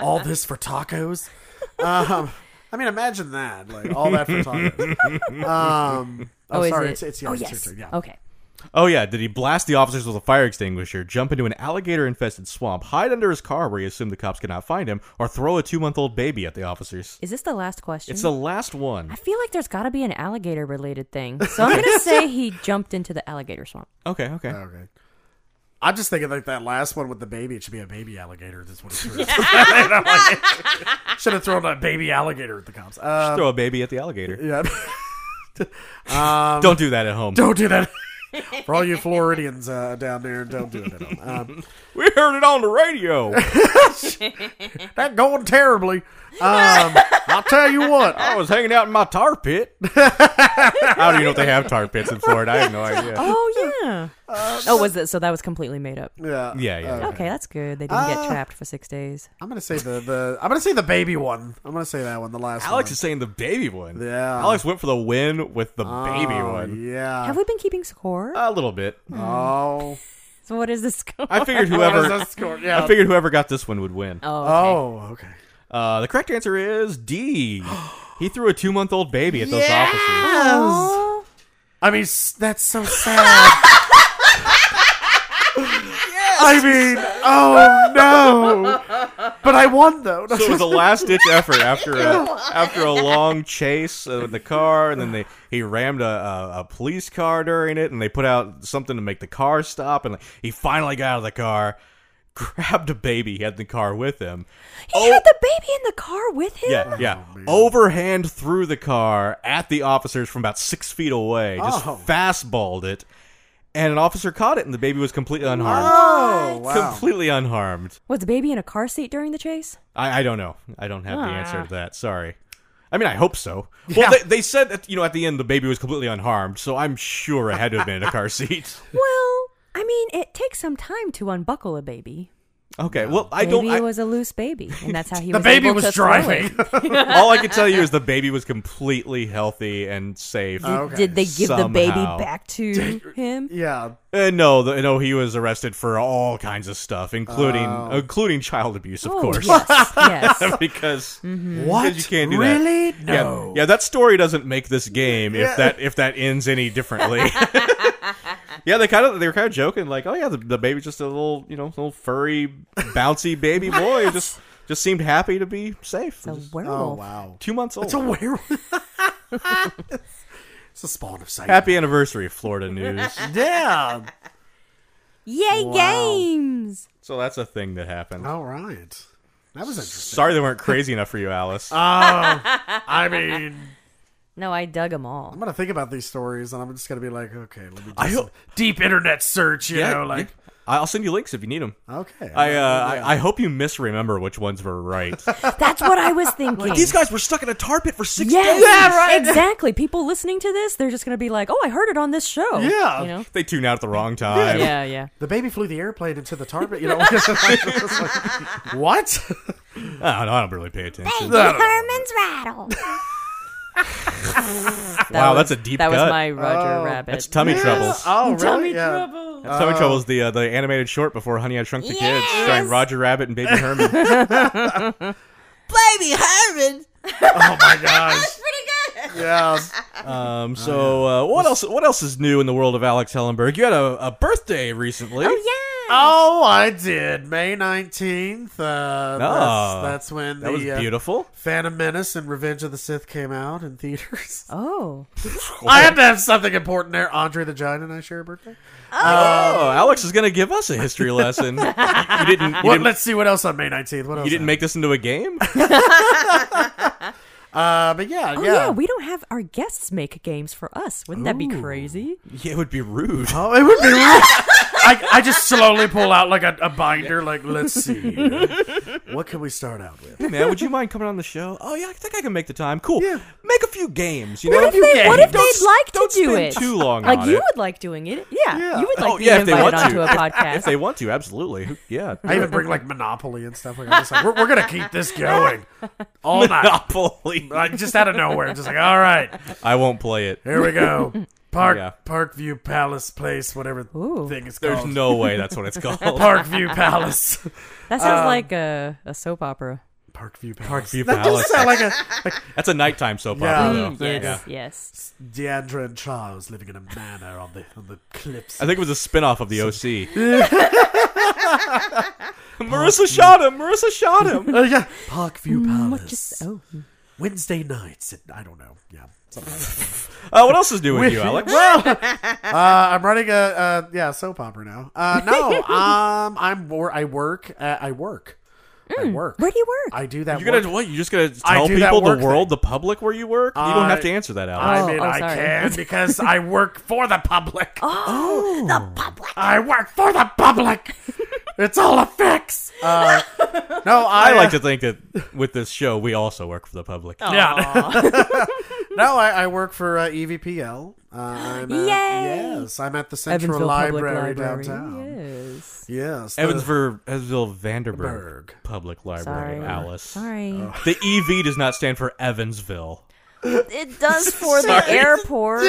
Speaker 3: all this for tacos. Um, I mean, imagine that. Like all that for
Speaker 1: [LAUGHS]
Speaker 3: tacos. Um, oh,
Speaker 2: Oh, is
Speaker 3: sorry.
Speaker 2: it?
Speaker 3: It's, it's yeah,
Speaker 2: oh,
Speaker 3: it's your
Speaker 2: yes.
Speaker 3: turn, yeah.
Speaker 2: Okay.
Speaker 1: Oh yeah, did he blast the officers with a fire extinguisher, jump into an alligator-infested swamp, hide under his car where he assumed the cops could not find him, or throw a two-month-old baby at the officers?
Speaker 2: Is this the last question?
Speaker 1: It's the last one.
Speaker 2: I feel like there's got to be an alligator related
Speaker 3: [LAUGHS]
Speaker 2: thing. So I'm going to say he jumped into the alligator swamp.
Speaker 1: Okay, okay.
Speaker 3: Okay. I'm just thinking like that last one with the baby. It should be a baby alligator. That's what it
Speaker 2: [LAUGHS]
Speaker 3: [LAUGHS] should Should have thrown a baby alligator at the cops. Uh,
Speaker 1: throw a baby at the alligator.
Speaker 3: yeah. [LAUGHS]
Speaker 1: Don't do that at home.
Speaker 3: um, don't do that. [LAUGHS] For all you Floridians uh, down there, don't do it at home. Um,
Speaker 1: We heard it on the radio.
Speaker 3: that going terribly. Um, I'll tell you what.
Speaker 2: [LAUGHS]
Speaker 1: I was hanging out in my tar
Speaker 3: [LAUGHS]
Speaker 1: pit. How do you know if they have tar pits in Florida? I have no
Speaker 3: [LAUGHS]
Speaker 1: idea.
Speaker 2: Oh, [LAUGHS] yeah. oh, was that? So that was completely made up.
Speaker 3: Uh, Yeah, Uh,
Speaker 1: Yeah, yeah. yeah.
Speaker 2: Okay, that's good. They didn't get trapped for six days.
Speaker 3: I'm gonna say the, the I'm gonna say the baby one. I'm gonna say that one. The last
Speaker 1: Alex
Speaker 3: one.
Speaker 1: is saying the baby one.
Speaker 3: Yeah.
Speaker 1: Alex went for the win with the baby
Speaker 3: Oh,
Speaker 1: one.
Speaker 3: Yeah.
Speaker 2: Have we been keeping score?
Speaker 3: uh,
Speaker 1: A little bit.
Speaker 3: oh.
Speaker 2: so what is Oh, this [LAUGHS] score?
Speaker 1: I figured
Speaker 3: What is
Speaker 1: whoever
Speaker 3: [LAUGHS] that score?
Speaker 1: I
Speaker 3: Yeah.
Speaker 1: figured whoever got this one would win.
Speaker 2: oh, okay.
Speaker 3: Oh, okay.
Speaker 1: Uh, the correct answer is D. he threw a two-month-old baby at those officers.
Speaker 3: Uh,
Speaker 2: Aw.
Speaker 3: I mean, s- that's so sad. [LAUGHS] I mean, oh no! But I won though.
Speaker 1: So it was a last-ditch effort after a, after a long chase uh, with the car, and then they he rammed a, a, a police car during it, and they put out something to make the car stop, and like, he finally got out of the car, [LAUGHS] grabbed a baby he had in the car with him.
Speaker 2: He
Speaker 3: oh.
Speaker 2: had the baby in the car with him?
Speaker 1: Yeah, yeah. Overhand threw the car at the officers from about six feet away, just
Speaker 3: Oh.
Speaker 1: fastballed it, and an officer caught it, and the baby was completely unharmed.
Speaker 3: [LAUGHS] oh wow!
Speaker 1: completely unharmed.
Speaker 2: Was the baby in a car seat during the
Speaker 3: [LAUGHS]
Speaker 2: chase?
Speaker 1: I, I don't know. I don't have the answer
Speaker 2: Ah.
Speaker 1: to that. Sorry. I mean, I hope so.
Speaker 3: Yeah.
Speaker 1: Well, they, they said that you know at the end the baby was completely unharmed, so I'm sure it had to have been in a
Speaker 3: [LAUGHS]
Speaker 1: car seat.
Speaker 2: Well, I mean, it takes some time to unbuckle a baby.
Speaker 1: Okay. Well, I
Speaker 2: Maybe
Speaker 1: don't.
Speaker 2: it
Speaker 1: I,
Speaker 2: was a loose baby, and that's how he
Speaker 3: The
Speaker 2: was
Speaker 3: baby
Speaker 2: able to
Speaker 3: was
Speaker 2: throw it.
Speaker 3: driving.
Speaker 1: all I can tell you is the baby was completely healthy and safe.
Speaker 3: Oh. Okay.
Speaker 2: Did they give the baby
Speaker 1: Somehow. [LAUGHS]
Speaker 2: back to him?
Speaker 3: yeah.
Speaker 1: Uh, no, the, no, he was arrested for all kinds of stuff, including
Speaker 3: Oh.
Speaker 1: including child abuse, of
Speaker 2: Oh, Mm-hmm.
Speaker 1: course. Oh,
Speaker 2: Yes, yes.
Speaker 1: [LAUGHS] because
Speaker 3: What?
Speaker 1: you can't do that.
Speaker 3: really?
Speaker 1: yeah,
Speaker 3: No.
Speaker 1: yeah, that story doesn't make this game
Speaker 2: [LAUGHS]
Speaker 3: Yeah.
Speaker 1: if that if that ends any differently. Yeah, they kind of they were kind of joking, like, oh yeah, the, the baby's just a little, you know, little furry, bouncy
Speaker 2: [LAUGHS]
Speaker 1: baby boy. Just just seemed happy to be [LAUGHS] safe.
Speaker 2: A
Speaker 1: Just
Speaker 3: Oh
Speaker 2: werewolf.
Speaker 3: wow,
Speaker 1: two months old.
Speaker 3: it's a werewolf. [LAUGHS] it's a spawn of Satan.
Speaker 1: Happy anniversary, Florida
Speaker 2: [LAUGHS]
Speaker 1: news.
Speaker 3: Yeah.
Speaker 2: Yay,
Speaker 3: Wow.
Speaker 2: games!
Speaker 1: so that's a thing that happened.
Speaker 3: All right. That was interesting.
Speaker 1: Sorry they weren't crazy enough for you, Alice.
Speaker 3: Uh,
Speaker 1: [LAUGHS]
Speaker 3: I mean,
Speaker 2: No, I dug them all.
Speaker 3: I'm gonna think about these stories, and I'm just gonna be like, okay, let me. Do
Speaker 1: I
Speaker 3: some
Speaker 1: hope-
Speaker 3: deep internet search. You know, like
Speaker 1: I'll send you links if you need them.
Speaker 3: okay.
Speaker 1: I, uh, I I hope you misremember which ones were [LAUGHS] right.
Speaker 2: [LAUGHS] That's what I was thinking.
Speaker 1: guys were stuck in a tar pit for six
Speaker 2: yes, exactly. People listening to this, they're just gonna be like, "Oh, I heard it on this show."
Speaker 3: Yeah.
Speaker 2: you know.
Speaker 1: They tune out at the wrong time. [LAUGHS]
Speaker 2: Yeah, yeah.
Speaker 3: the baby flew the airplane into the target. [LAUGHS] You know, It's like, what?
Speaker 1: I don't, know, I don't really pay attention. [LAUGHS]
Speaker 6: Herman's rattle.
Speaker 2: That
Speaker 1: Wow,
Speaker 2: was-
Speaker 1: that's a deep
Speaker 2: That was
Speaker 1: cut.
Speaker 2: my Roger Rabbit.
Speaker 1: That's tummy trouble.
Speaker 3: Oh, really?
Speaker 2: Tummy
Speaker 3: Yeah.
Speaker 2: trouble.
Speaker 1: That's Tummy Trouble's the uh, the animated short before Honey I Shrunk the Kids, starring Roger Rabbit and Baby
Speaker 2: [LAUGHS]
Speaker 1: Herman.
Speaker 6: Baby Herman.
Speaker 3: Oh my gosh.
Speaker 6: Pretty good.
Speaker 3: Yeah.
Speaker 1: Um, so uh, what else? What else is new in the world of Alex Hellenberg? You had a, a birthday recently.
Speaker 2: Oh
Speaker 1: Uh,
Speaker 2: yeah.
Speaker 3: [LAUGHS] Oh, I did. May 19th. Uh,
Speaker 1: Oh.
Speaker 3: that's, that's when
Speaker 1: that was
Speaker 3: the uh,
Speaker 1: beautiful.
Speaker 3: Phantom Menace and Revenge of the Sith came out in theaters. [LAUGHS]
Speaker 2: Oh,
Speaker 3: I had to have something important there. Andre the Giant and I share a birthday.
Speaker 1: Oh, Alex is gonna give us a history
Speaker 2: [LAUGHS]
Speaker 1: lesson. you, you didn't. You
Speaker 3: What,
Speaker 1: didn't
Speaker 3: let's see what else on May 19th. What else?
Speaker 1: [LAUGHS] you didn't make this into a game?
Speaker 3: Uh, but yeah,
Speaker 2: oh yeah.
Speaker 3: yeah.
Speaker 2: We don't have our guests make games for us. Wouldn't that be crazy?
Speaker 1: [LAUGHS] Yeah, it would be rude.
Speaker 3: Oh, it would be. I, I just slowly pull out like a, a binder. Like, let's see, what can we start out with?
Speaker 1: Hey, man,
Speaker 3: [LAUGHS]
Speaker 1: would you mind coming on the show? Oh yeah, I think I can make the time. Cool.
Speaker 3: Yeah.
Speaker 1: Make a few games. You
Speaker 3: What
Speaker 1: know.
Speaker 3: if they-
Speaker 1: Yeah,
Speaker 2: What if
Speaker 1: don't s-
Speaker 2: they'd like to
Speaker 1: don't
Speaker 2: do
Speaker 1: spend
Speaker 2: it?
Speaker 1: too long
Speaker 2: Like
Speaker 1: on
Speaker 2: you
Speaker 1: it.
Speaker 2: would like doing it? Yeah,
Speaker 3: Yeah.
Speaker 2: you would like
Speaker 1: Oh
Speaker 2: to
Speaker 1: yeah, [LAUGHS]
Speaker 2: be
Speaker 1: if they want
Speaker 2: invited onto
Speaker 1: to.
Speaker 2: a podcast.
Speaker 1: If they want to, absolutely. Who- Yeah.
Speaker 3: I even bring like Monopoly and stuff. Like, I'm just like, we're, we're gonna keep this going all night.
Speaker 1: Monopoly.
Speaker 3: Like, just out of nowhere, just like, all right,
Speaker 1: I won't play it.
Speaker 3: here we go. Park
Speaker 1: Yeah.
Speaker 3: Parkview Palace Place, whatever
Speaker 2: Ooh.
Speaker 3: thing it's
Speaker 1: There's
Speaker 3: called.
Speaker 1: no way that's
Speaker 3: [LAUGHS]
Speaker 1: what it's called.
Speaker 3: Parkview
Speaker 1: [LAUGHS]
Speaker 3: Palace.
Speaker 2: that sounds
Speaker 1: Uh.
Speaker 2: like a, a soap opera.
Speaker 3: Parkview Palace.
Speaker 1: Parkview
Speaker 3: that
Speaker 1: Palace.
Speaker 3: does sound like a
Speaker 1: That's a nighttime soap
Speaker 3: Yeah.
Speaker 1: opera,
Speaker 3: Mm,
Speaker 1: though.
Speaker 2: yes,
Speaker 1: Yeah.
Speaker 2: yes.
Speaker 3: Deandra and Charles living in a manor on the on the cliffs.
Speaker 1: I think it was a spin-off of the
Speaker 3: [LAUGHS]
Speaker 1: OC. [LAUGHS] Marissa shot him. Marissa shot
Speaker 3: [LAUGHS]
Speaker 1: him.
Speaker 3: Uh, yeah, Parkview Palace.
Speaker 2: Just oh,
Speaker 3: Wednesday nights. At, I don't know. Yeah. something like that.
Speaker 1: Uh, what else is new with you, Alex?
Speaker 3: well, [LAUGHS] uh, I'm running a uh, yeah soap opera now. Uh, no, um, I'm wor- I work. Uh, I work. I work.
Speaker 2: where do you work?
Speaker 3: I do that.
Speaker 1: You're gonna
Speaker 3: work.
Speaker 1: what? You're just gonna
Speaker 3: I
Speaker 1: tell
Speaker 3: do that
Speaker 1: people the
Speaker 3: work
Speaker 1: world,
Speaker 3: thing.
Speaker 1: the public, where you work? you don't have
Speaker 3: I-
Speaker 1: to answer that, Alex.
Speaker 3: I mean,
Speaker 2: oh,
Speaker 3: I
Speaker 2: sorry.
Speaker 3: can because I work for the public. Oh.
Speaker 6: The public.
Speaker 3: I work for the public. it's all a fix. Uh, no, I,
Speaker 1: I
Speaker 3: uh,
Speaker 1: like to think that with this show, we also work for the public.
Speaker 3: Yeah. no, I, I work for uh, EVPL. Uh, I'm, uh,
Speaker 2: Yay!
Speaker 3: Yes, I'm at the Central
Speaker 2: Evansville
Speaker 3: Library,
Speaker 2: Public Library.
Speaker 3: downtown.
Speaker 2: Yes.
Speaker 3: Yes, the-
Speaker 1: Evansville, Evansville Vanderburg
Speaker 3: Berg.
Speaker 1: Public Library,
Speaker 2: Sorry,
Speaker 1: Alice.
Speaker 2: Sorry,
Speaker 3: Oh.
Speaker 1: The EV does not stand for Evansville.
Speaker 2: it does
Speaker 3: [LAUGHS]
Speaker 2: for the
Speaker 1: Sorry.
Speaker 2: airport.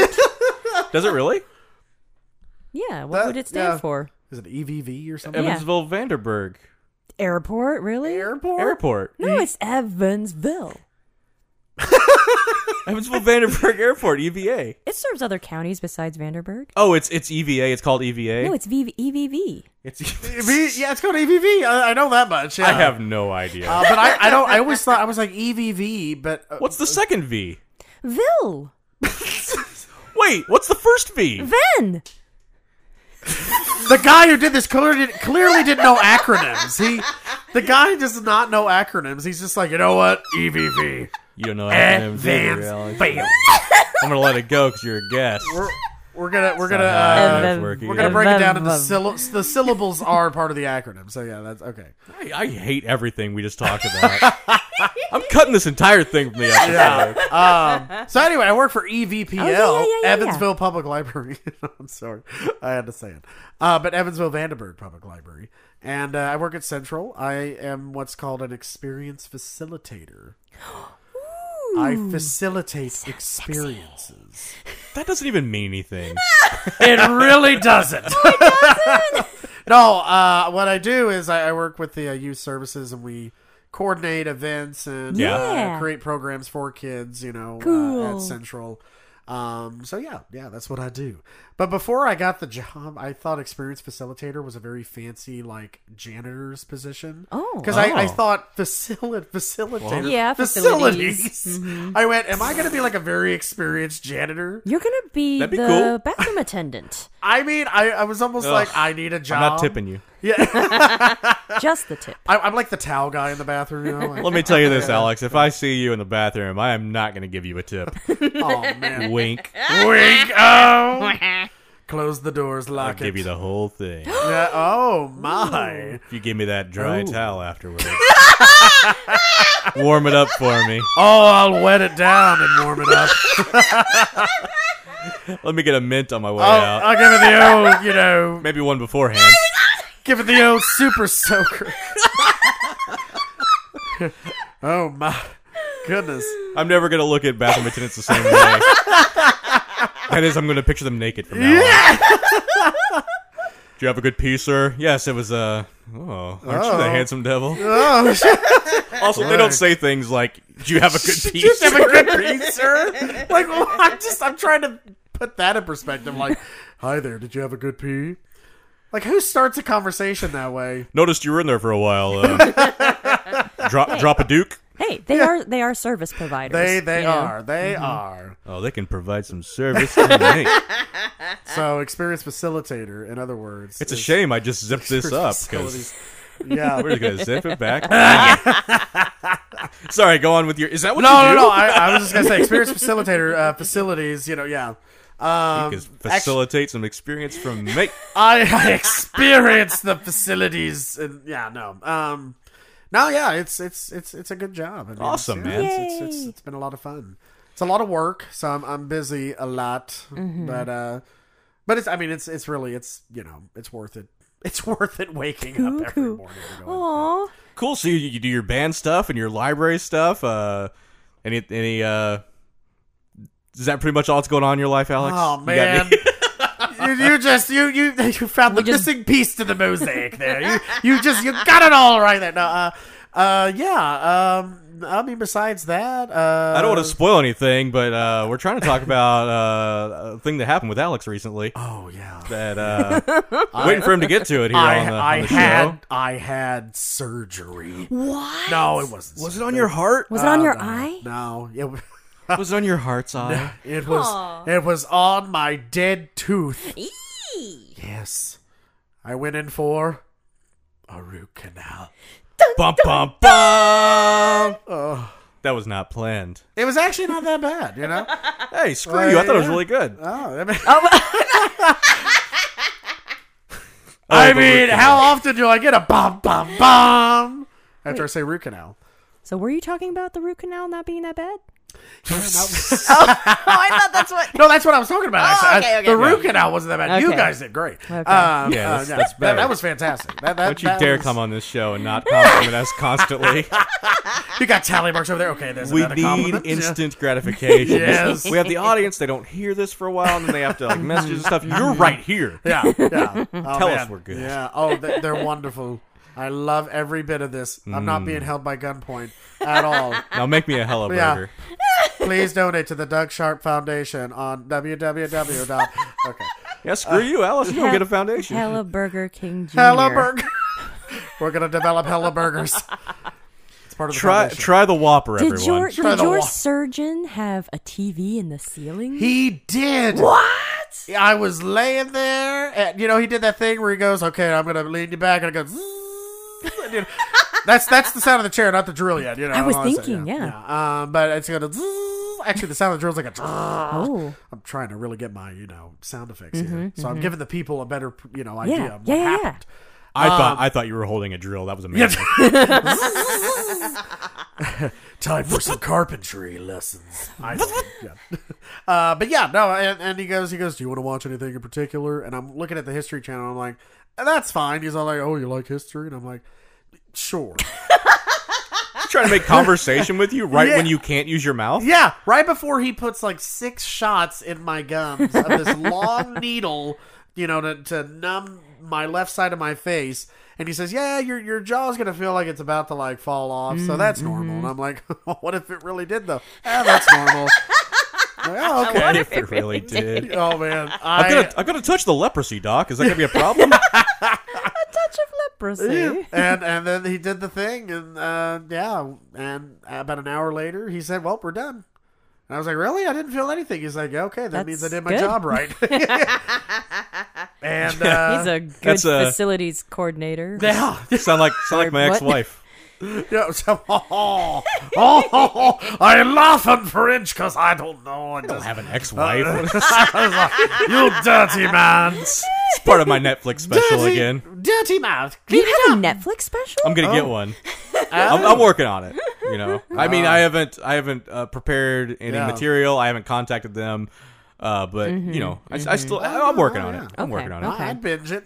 Speaker 1: Does it really?
Speaker 2: yeah, what
Speaker 3: That-
Speaker 2: would it stand
Speaker 3: yeah.
Speaker 2: for?
Speaker 3: Is it EVV or
Speaker 2: [LAUGHS]
Speaker 3: something?
Speaker 2: Yeah.
Speaker 1: Evansville Vanderburg
Speaker 2: Airport, really?
Speaker 3: Airport.
Speaker 1: Airport.
Speaker 2: No, it's Evansville.
Speaker 1: Evansville Vanderburg [LAUGHS] Airport, EVA.
Speaker 2: It serves other counties besides Vanderburg.
Speaker 1: Oh, it's it's EVA. It's called EVA.
Speaker 2: No, E it's v- EVV.
Speaker 1: it's
Speaker 3: EV yeah, it's called EVV. I, I know that much.
Speaker 1: [LAUGHS]
Speaker 3: Yeah.
Speaker 1: I have no idea.
Speaker 3: Uh, but I, I don't. I always thought I was like EVV, but uh,
Speaker 1: what's the second V?
Speaker 2: Ville.
Speaker 1: Wait, what's the first V?
Speaker 2: Ven.
Speaker 3: the guy who did this clearly did, clearly didn't know acronyms. He, the guy does not know acronyms. He's just like, you know what, EVV.
Speaker 1: You don't know
Speaker 3: Advanced
Speaker 1: I'm
Speaker 3: Fail.
Speaker 1: gonna let it go because you're a guest.
Speaker 3: We're, we're gonna we're gonna
Speaker 1: Somehow
Speaker 3: uh,
Speaker 1: it's working.
Speaker 3: we're gonna break it down into
Speaker 2: Ev-
Speaker 3: syllables. The syllables are part of the acronym. So yeah, that's okay.
Speaker 1: I, I hate everything we just talked about. [LAUGHS] I'm cutting this entire thing from the episode.
Speaker 3: Um, so anyway, I work for EVPL,
Speaker 2: Oh, yeah, yeah, yeah, yeah.
Speaker 3: Evansville Public Library. [LAUGHS] I'm sorry, I had to say it. Uh, but Evansville Vandenberg Public Library, and uh, I work at Central. I am what's called an experience
Speaker 2: [GASPS]
Speaker 3: facilitator. I facilitate experiences.
Speaker 1: That doesn't even mean anything.
Speaker 3: It
Speaker 1: [LAUGHS]
Speaker 3: really doesn't. no, uh, what I do is I, I work with the uh, youth services and we coordinate events and
Speaker 1: Yeah.
Speaker 3: uh,
Speaker 2: Yeah.
Speaker 3: create programs for kids, you know, uh,
Speaker 2: Cool.
Speaker 3: at Central. Um, so yeah, yeah, that's what I do. But before I got the job, I thought experienced facilitator was a very fancy like janitor's position.
Speaker 2: Oh.
Speaker 3: because I, I
Speaker 1: Oh.
Speaker 3: thought facil- facilitator,
Speaker 2: Yeah,
Speaker 3: facilities.
Speaker 2: facilities. Mm-hmm.
Speaker 3: I went, am I going to be like a very experienced janitor?
Speaker 2: You're gonna be,
Speaker 1: That'd be
Speaker 2: the
Speaker 1: cool.
Speaker 2: [LAUGHS] bathroom attendant.
Speaker 3: I mean, I, I was almost
Speaker 1: Ugh.
Speaker 3: like, I need a job.
Speaker 1: I'm not tipping you.
Speaker 3: Yeah,
Speaker 2: Just the tip.
Speaker 3: I, I'm like the towel guy in the bathroom. You know?
Speaker 1: [LAUGHS]
Speaker 3: like,
Speaker 1: Let me tell you this, Alex. If I see you in the bathroom, I am not going to give you a tip.
Speaker 3: oh man,
Speaker 1: Wink.
Speaker 3: wink. Oh, close the doors, lock
Speaker 1: I'll
Speaker 3: it.
Speaker 1: give you the whole thing.
Speaker 3: Yeah, oh my.
Speaker 1: If you give me that dry towel afterwards, warm it up for me.
Speaker 3: Oh, I'll wet it down and warm it
Speaker 1: [LAUGHS]
Speaker 3: up.
Speaker 1: Let me get a mint on my way
Speaker 3: I'll,
Speaker 1: out.
Speaker 3: I'll give it the old, you know,
Speaker 1: Maybe one beforehand.
Speaker 3: give it the old super soaker. [LAUGHS] oh my goodness.
Speaker 1: I'm never gonna look at bathroom attendants the same way. that is, I'm gonna picture them naked from now on. Do you have a good pee, sir? Yes, it was Uh, oh, aren't you the handsome devil?
Speaker 3: Oh, [LAUGHS]
Speaker 1: Also, they don't say things like, "Do you have a good pee?"
Speaker 3: you have a
Speaker 1: sir?"
Speaker 3: good read, sir? Like, well, I'm just, I'm trying to put that in perspective. Like, hi there, did you have a good pee? Like, who starts a conversation that way?
Speaker 1: Noticed you were in there for a while. Uh, drop, drop a duke.
Speaker 2: Hey, they are they are service providers.
Speaker 3: They, they
Speaker 2: you know?
Speaker 3: are, they are.
Speaker 1: Oh, they can provide some service. to me.
Speaker 3: So, experienced facilitator, in other words,
Speaker 1: It's a
Speaker 3: is-
Speaker 1: shame I just zipped this up because [LAUGHS]
Speaker 3: facilities. Yeah,
Speaker 1: we're just gonna zip it
Speaker 3: [LAUGHS]
Speaker 1: back. [LAUGHS] Sorry, go on with your. Is that what
Speaker 3: No,
Speaker 1: you
Speaker 3: no,
Speaker 1: do?
Speaker 3: no. I, I was just gonna say experience facilitator uh, facilities. You know, yeah. Um,
Speaker 1: Because facilitate some experience from me.
Speaker 3: I, I experience the facilities, and yeah, no. Um, no, yeah, it's it's it's it's a good job. I mean,
Speaker 1: Awesome,
Speaker 3: it's,
Speaker 1: man.
Speaker 3: It's, it's, it's- it's been a lot of fun. It's a lot of work, so I'm I'm busy a lot, but uh, but it's I mean it's it's really it's you know it's worth it. It's [LAUGHS] worth it waking up every morning. and going,
Speaker 2: Aw.
Speaker 1: Cool. So you, you do your band stuff and your library stuff. Uh, any any uh, is that pretty much all that's going on in your life, Alex?
Speaker 3: Oh
Speaker 1: You got
Speaker 3: man.
Speaker 1: any-
Speaker 3: You, you just you you you found the
Speaker 2: just-
Speaker 3: missing piece to the mosaic there. You you just you got it all right there. No, uh, uh, yeah. Um, I mean, besides that, uh,
Speaker 1: I don't want to spoil anything, but uh, we're trying to talk about uh, a thing that happened with Alex recently.
Speaker 3: Oh yeah.
Speaker 1: That
Speaker 3: [LAUGHS]
Speaker 1: uh, waiting for him to get to it here on
Speaker 3: I,
Speaker 1: the,
Speaker 3: I
Speaker 1: on the
Speaker 3: had
Speaker 1: show.
Speaker 3: I had surgery. What? No, it wasn't.
Speaker 1: Was it on your heart?
Speaker 2: Was it on your
Speaker 3: no,
Speaker 2: eye?
Speaker 3: No, it, w- [LAUGHS]
Speaker 1: was it on your [LAUGHS] heart's eye?
Speaker 3: it was it was on my dead tooth. Yes, I went in for a root canal.
Speaker 1: bum bum bum. That was not planned.
Speaker 3: It was actually not that bad, you know.
Speaker 1: Hey, screw you! I thought it was really good.
Speaker 3: Oh, I mean,
Speaker 1: I
Speaker 3: I
Speaker 1: like the root
Speaker 3: mean
Speaker 1: canal.
Speaker 3: how often do I get a bomb, bomb, bomb after I say root canal?
Speaker 2: So were you talking about the root canal not being that
Speaker 3: [LAUGHS]
Speaker 2: bad? [LAUGHS]
Speaker 6: Oh, I thought that's what.
Speaker 1: [LAUGHS]
Speaker 3: No, that's what I was talking about. actually. I-
Speaker 6: okay, okay.
Speaker 3: the root canal wasn't that bad. You
Speaker 2: Okay.
Speaker 3: guys did great. Um,
Speaker 1: Yeah, that's-
Speaker 3: yeah,
Speaker 1: that's
Speaker 3: that-
Speaker 1: better.
Speaker 3: That, was fantastic. That, that,
Speaker 1: Don't you
Speaker 3: that
Speaker 1: dare
Speaker 3: was-
Speaker 1: come on this show and
Speaker 3: [LAUGHS]
Speaker 1: not compliment us constantly.
Speaker 3: You got tally marks over there. Okay, there's
Speaker 1: we
Speaker 3: another
Speaker 1: need
Speaker 3: compliment.
Speaker 1: instant gratification.
Speaker 3: Yes.
Speaker 1: We have the audience, they don't hear this for a while, and then they have to like message and
Speaker 3: [LAUGHS]
Speaker 1: stuff. You're right here.
Speaker 3: Yeah, yeah. [LAUGHS] yeah. [LAUGHS] Oh,
Speaker 1: Tell us
Speaker 3: man.
Speaker 1: we're good.
Speaker 3: Yeah. Oh, they, they're wonderful. I love every bit of this. I'm not
Speaker 1: Mm.
Speaker 3: being held by gunpoint at all.
Speaker 1: Now make me a hella
Speaker 3: Yeah.
Speaker 1: burger.
Speaker 3: Please donate to the Doug Sharp Foundation on www. dot- Okay.
Speaker 1: Yeah, screw you, Alice. You don't get a foundation.
Speaker 2: Hella Burger King Jr.
Speaker 3: Hella burger. [LAUGHS] We're gonna develop hella burgers. It's part of the
Speaker 1: Try
Speaker 3: foundation.
Speaker 1: try the Whopper,
Speaker 2: Did
Speaker 1: everyone.
Speaker 2: your
Speaker 3: Try
Speaker 2: did
Speaker 3: the
Speaker 2: your
Speaker 3: wa-
Speaker 2: surgeon have a TV in the ceiling?
Speaker 3: He did. What? [LAUGHS] I was laying there, and you know he did that thing where he goes, "Okay, I'm gonna lean you back," and I go. "Zzz," and, you know, that's that's the sound of the chair, not the drill yet. You know,
Speaker 2: I was
Speaker 3: honestly,
Speaker 2: thinking, yeah.
Speaker 3: Um, but it's gonna. "Zzz." Actually, the sound of the drill is like a. "Zzz."
Speaker 2: oh,
Speaker 3: I'm trying to really get my you know sound effects here, so I'm giving the people a better you know idea
Speaker 2: Mm-hmm, yeah,
Speaker 3: of
Speaker 2: yeah,
Speaker 3: what
Speaker 2: yeah, yeah.
Speaker 3: happened.
Speaker 1: I
Speaker 3: Um,
Speaker 1: thought I thought you were holding a drill. That was amazing.
Speaker 3: Time for some carpentry lessons. [LAUGHS] I don't- yeah. Uh, but yeah, no, and, and he goes, he goes, do you want to watch anything in particular? And I'm looking at the History Channel. I'm like, that's fine. He's all like, oh, you like history? And I'm like, [LAUGHS] sure.
Speaker 1: trying to
Speaker 3: [LAUGHS]
Speaker 1: make conversation with you right
Speaker 3: Yeah.
Speaker 1: when you can't use your mouth.
Speaker 3: yeah, right before he puts like six shots in my gums of [LAUGHS] this long needle, you know, to, to numb my left side of my face. And he says, "Yeah, your your jaw's gonna feel like it's about to like Mm-hmm. [LAUGHS] fall off, so that's normal." And I'm like, "What if it really did though? Ah, that's normal." Oh,
Speaker 1: What
Speaker 3: okay.
Speaker 1: if it
Speaker 3: [LAUGHS]
Speaker 1: really did? [LAUGHS]
Speaker 3: Oh man,
Speaker 1: I'm
Speaker 3: I,
Speaker 1: gonna, I'm gonna touch the leprosy, Doc. Is that gonna be a problem?
Speaker 2: Touch of leprosy.
Speaker 3: and and then he did the thing, and uh, yeah, and about an hour later, he said, "Well, we're done." And I was like, "Really? I didn't feel anything." He's like, "Okay, that means I
Speaker 2: That's
Speaker 3: did my
Speaker 2: good. [LAUGHS]
Speaker 3: job right." [LAUGHS] and uh,
Speaker 2: He's a good
Speaker 1: That's a-
Speaker 2: facilities coordinator.
Speaker 3: [LAUGHS] yeah,
Speaker 1: sound like sound like my
Speaker 2: What?
Speaker 1: ex-wife.
Speaker 3: yeah, so, [LAUGHS] oh,
Speaker 2: [LAUGHS]
Speaker 3: oh, oh, oh, I laugh in French because I don't know. I just,
Speaker 1: Have an ex-wife.
Speaker 3: Uh. you dirty man,
Speaker 1: [LAUGHS] it's part of my Netflix special
Speaker 3: dirty,
Speaker 1: again.
Speaker 2: [LAUGHS]
Speaker 3: dirty mouth.
Speaker 2: You had a Netflix special?
Speaker 1: I'm gonna
Speaker 3: Oh.
Speaker 1: get one. I'm, I'm working on it. You know, I mean, I haven't, I haven't uh, prepared any
Speaker 3: Yeah. Mm-hmm.
Speaker 1: material. I haven't contacted them, uh, but you know, I, I still, I, am working on it. I'm
Speaker 2: Okay.
Speaker 1: working on it.
Speaker 2: Okay.
Speaker 3: I'd binge it.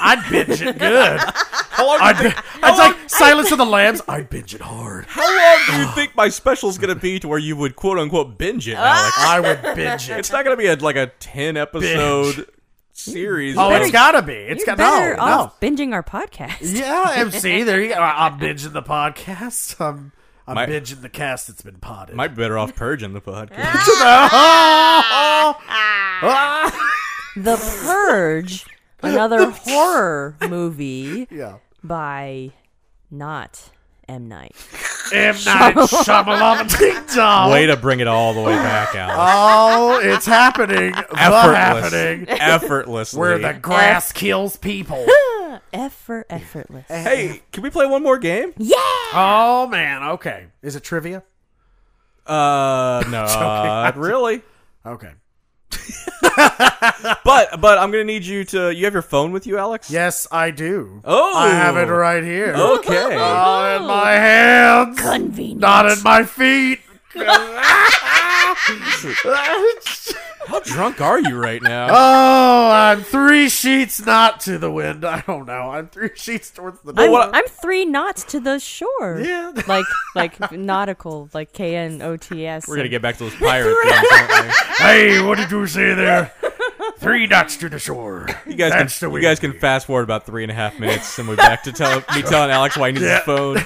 Speaker 3: I'd binge it good.
Speaker 1: How long,
Speaker 3: I'd,
Speaker 1: do you,
Speaker 3: bi- it's like Silence of the Lambs. I'd binge it hard.
Speaker 1: how long do you think my special's gonna be to where you would quote unquote binge
Speaker 3: Ah.
Speaker 1: it? Alex?
Speaker 3: I would binge it.
Speaker 1: It's not gonna be a, like a ten episode series.
Speaker 3: Oh,
Speaker 1: of-
Speaker 3: it's gotta be. [LAUGHS] It's
Speaker 2: You're
Speaker 3: got no,
Speaker 2: better
Speaker 3: no.
Speaker 2: off binging our podcast.
Speaker 3: Yeah, MC. Oh, There you go. I- I'm binging the podcast. I'm I'm
Speaker 1: My-
Speaker 3: binging the cast that's been potted.
Speaker 1: might be better off purging the podcast.
Speaker 2: The Purge, another horror movie
Speaker 3: yeah.
Speaker 2: by not M. Night.
Speaker 3: [LAUGHS] M Night Shyamalan [LAUGHS] Ding Dong.
Speaker 1: Way to bring it all the way back, Alex.
Speaker 3: Oh, it's happening. The
Speaker 1: Effortless.
Speaker 3: happening.
Speaker 1: Effortlessly.
Speaker 3: Where the grass kills [LAUGHS] people.
Speaker 2: Effort, effortless.
Speaker 1: hey, can we play one more game?
Speaker 3: oh man. Okay. Is it trivia? [LAUGHS]
Speaker 1: Uh, not really.
Speaker 3: Okay.
Speaker 1: But but I'm gonna need you to. You have your phone with you, Alex?
Speaker 3: Yes, I do.
Speaker 1: Oh.
Speaker 3: I have it right here.
Speaker 1: Okay.
Speaker 3: [LAUGHS]
Speaker 2: Oh.
Speaker 3: Not in my hands.
Speaker 2: Convenient.
Speaker 3: Not in my [LAUGHS] feet.
Speaker 1: How drunk are you right now?
Speaker 3: Oh, I'm three sheets not to the wind. I don't know. I'm three sheets towards
Speaker 1: Oh,
Speaker 3: the
Speaker 2: I'm,
Speaker 3: wind.
Speaker 2: I'm three knots to the shore.
Speaker 3: Yeah.
Speaker 2: [LAUGHS] Like like nautical, like K N O T S.
Speaker 1: We're gonna get back to those pirate things. Aren't
Speaker 3: Hey, what did you say there? Three knots to the shore.
Speaker 1: we? You guys
Speaker 3: That's
Speaker 1: can
Speaker 3: the
Speaker 1: you
Speaker 3: way
Speaker 1: guys
Speaker 3: to
Speaker 1: can
Speaker 3: be.
Speaker 1: fast forward about three and a half minutes, and we're back to tell,
Speaker 3: [LAUGHS]
Speaker 1: me telling Alex why he needs his phone.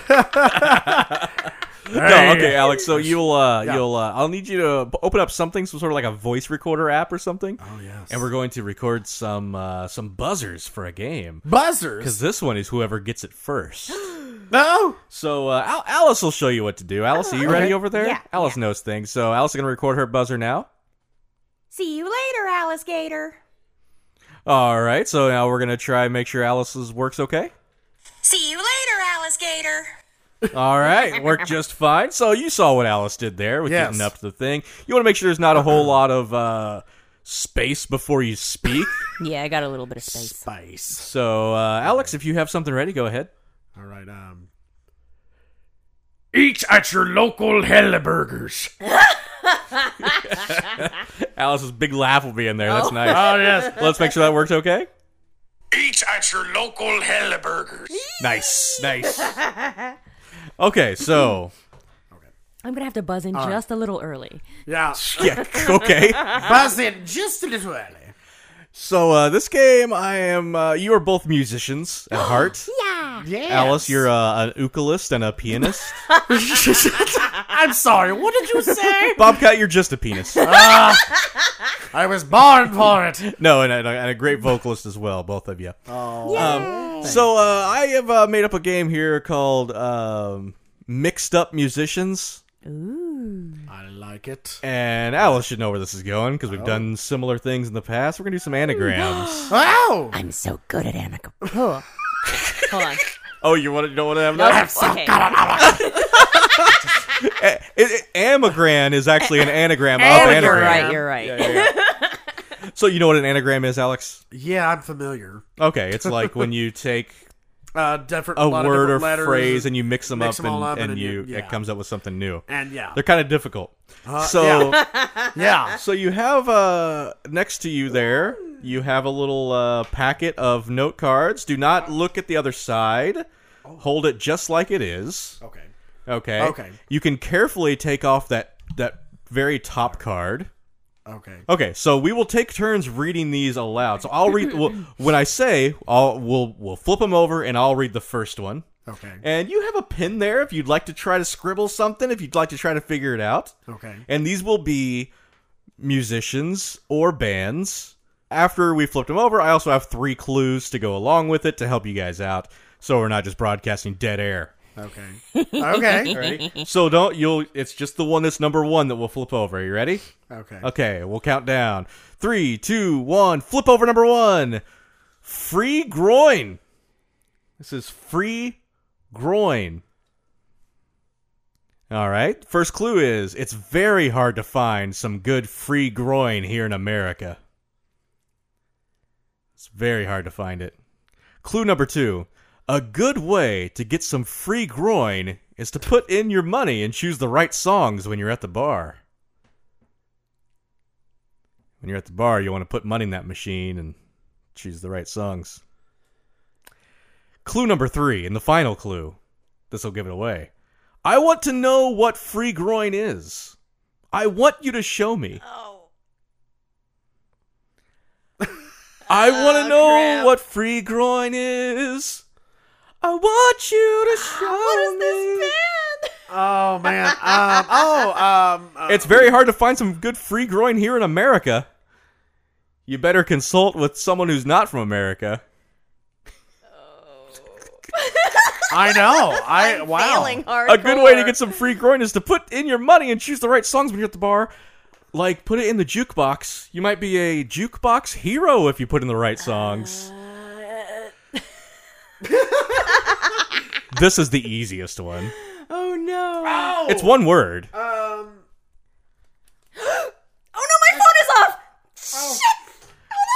Speaker 3: Hey.
Speaker 1: No, okay, Alex. So you'll uh,
Speaker 3: Yeah.
Speaker 1: you'll uh, I'll need you to b- open up something, some sort of like a voice recorder app or something. Oh
Speaker 3: yes.
Speaker 1: And we're going to record some uh, some buzzers for a game. Because
Speaker 3: Buzzers.
Speaker 1: this one is whoever gets it [GASPS] first.
Speaker 3: No.
Speaker 1: So uh, Al- Alice will show you what to do. Alice, are you ready
Speaker 3: okay.
Speaker 1: over there?
Speaker 6: Uh-huh. Yeah,
Speaker 1: Alice knows things. So Alice is going to record her buzzer now.
Speaker 6: See you later, Alice Gator.
Speaker 1: All right. So now we're going to try and make sure Alice's works okay.
Speaker 6: See you later, Alice Gator.
Speaker 1: All
Speaker 6: [LAUGHS]
Speaker 1: right, worked just fine. So you saw what Alice did there with
Speaker 3: Yes.
Speaker 1: getting up to the thing. You want to make sure there's not a whole lot of uh, space before you [LAUGHS] speak.
Speaker 2: Yeah, I got a little bit of space.
Speaker 3: Spice.
Speaker 1: So, uh, Alex, if you have something ready, go ahead.
Speaker 3: All right. Um. Eat at your local Helleburgers.
Speaker 1: Alice's big laugh will be in there. That's nice.
Speaker 3: [LAUGHS] Oh yes.
Speaker 1: Let's make sure that works okay.
Speaker 3: Eat at your local Helleburgers.
Speaker 1: Nice, nice. Okay, so
Speaker 2: I'm gonna have to buzz in just a little early.
Speaker 3: Yeah.
Speaker 1: yeah, [LAUGHS] okay.
Speaker 3: Buzz in just a little early.
Speaker 1: So uh, this game, I am. Uh, you are both musicians at heart.
Speaker 3: Yeah.
Speaker 1: Alice, you're uh, an ukulist and a pianist. [LAUGHS]
Speaker 3: I'm sorry. What did you say?
Speaker 1: Bobcat, you're just a penis.
Speaker 3: I was born
Speaker 2: [LAUGHS]
Speaker 3: for it.
Speaker 1: No, and, and, a, and a great vocalist as well, both of you. Um, so uh, I have uh, made up a game here called um, Mixed Up Musicians,
Speaker 3: I like it.
Speaker 1: and Alice should know where this is going because we've done similar things in the past. We're gonna do some
Speaker 3: [GASPS]
Speaker 1: anagrams.
Speaker 3: Oh.
Speaker 2: I'm so good at [LAUGHS] anagram. Hold on.
Speaker 1: oh, you want to, you don't want to have
Speaker 2: Nope,
Speaker 1: that?
Speaker 2: okay.
Speaker 1: A- it- it- amagran is actually an anagram of
Speaker 2: Oh, you're
Speaker 1: anagram.
Speaker 2: right. You're right.
Speaker 1: So you know what an anagram is, Alex?
Speaker 3: Yeah, I'm familiar.
Speaker 1: Okay, it's like when
Speaker 3: [LAUGHS]
Speaker 1: you take
Speaker 3: Uh, different
Speaker 1: a
Speaker 3: lot of
Speaker 1: word
Speaker 3: different
Speaker 1: or
Speaker 3: letters
Speaker 1: phrase and you mix them
Speaker 3: mix
Speaker 1: up,
Speaker 3: them all
Speaker 1: and,
Speaker 3: up
Speaker 1: and,
Speaker 3: and then
Speaker 1: you
Speaker 3: you- yeah. Uh,
Speaker 1: it comes up with something new.
Speaker 3: and yeah,
Speaker 1: They're kind of difficult. so.
Speaker 2: [LAUGHS]
Speaker 3: [LAUGHS] yeah.
Speaker 1: So you have uh next to you there, you have a little uh, packet of note cards. Do not look at the other side.
Speaker 3: Oh.
Speaker 1: Hold it just like it is.
Speaker 3: Okay.
Speaker 1: Okay.
Speaker 3: Okay.
Speaker 1: You can carefully take off that that very top card.
Speaker 3: Okay.
Speaker 1: Okay, so we will take turns reading these aloud. So I'll read well, when I say, I'll we'll we'll flip them over and I'll read the first one.
Speaker 3: Okay.
Speaker 1: And you have a pen there if you'd like to try to scribble something, if you'd like to try to figure it out.
Speaker 3: Okay.
Speaker 1: And these will be musicians or bands. After we flipped them over, I also have three clues to go along with it to help you guys out, so we're not just broadcasting dead air.
Speaker 2: [LAUGHS]
Speaker 3: Okay.
Speaker 1: [LAUGHS]
Speaker 3: Okay.
Speaker 1: so don't you'll. It's just the one that's number one that we'll flip over. You ready?
Speaker 3: Okay.
Speaker 1: Okay, we'll count down. Three, two, one. Flip over number one. Free groin. This is free groin. All right. First clue is it's very hard to find some good free groin here in America. It's very hard to find it. Clue number two a good way to get some free groin is to put in your money and choose the right songs when you're at the bar when you're at the bar, you want to put money in that machine and choose the right songs. Clue number three, and the final clue. This will give it away. I want to know what free groin is. I want you to show me.
Speaker 6: Oh.
Speaker 1: [LAUGHS] I want to know what free groin is. I want you to show me.
Speaker 3: Oh man. Um. Oh. Um. uh,
Speaker 1: It's very hard to find some good free groin here in America. You better consult with someone who's not from America.
Speaker 3: I [LAUGHS] know. I wow.
Speaker 6: Failing hard.
Speaker 1: a good way to get some free groin is to put in your money and choose the right songs when you're at the bar. Like put it in the jukebox. You might be a jukebox hero if you put in the right
Speaker 3: [LAUGHS]
Speaker 1: songs. this is the easiest one.
Speaker 2: Oh no.
Speaker 3: Oh.
Speaker 1: It's one word.
Speaker 3: Um.
Speaker 2: [GASPS] Oh no, my phone is off.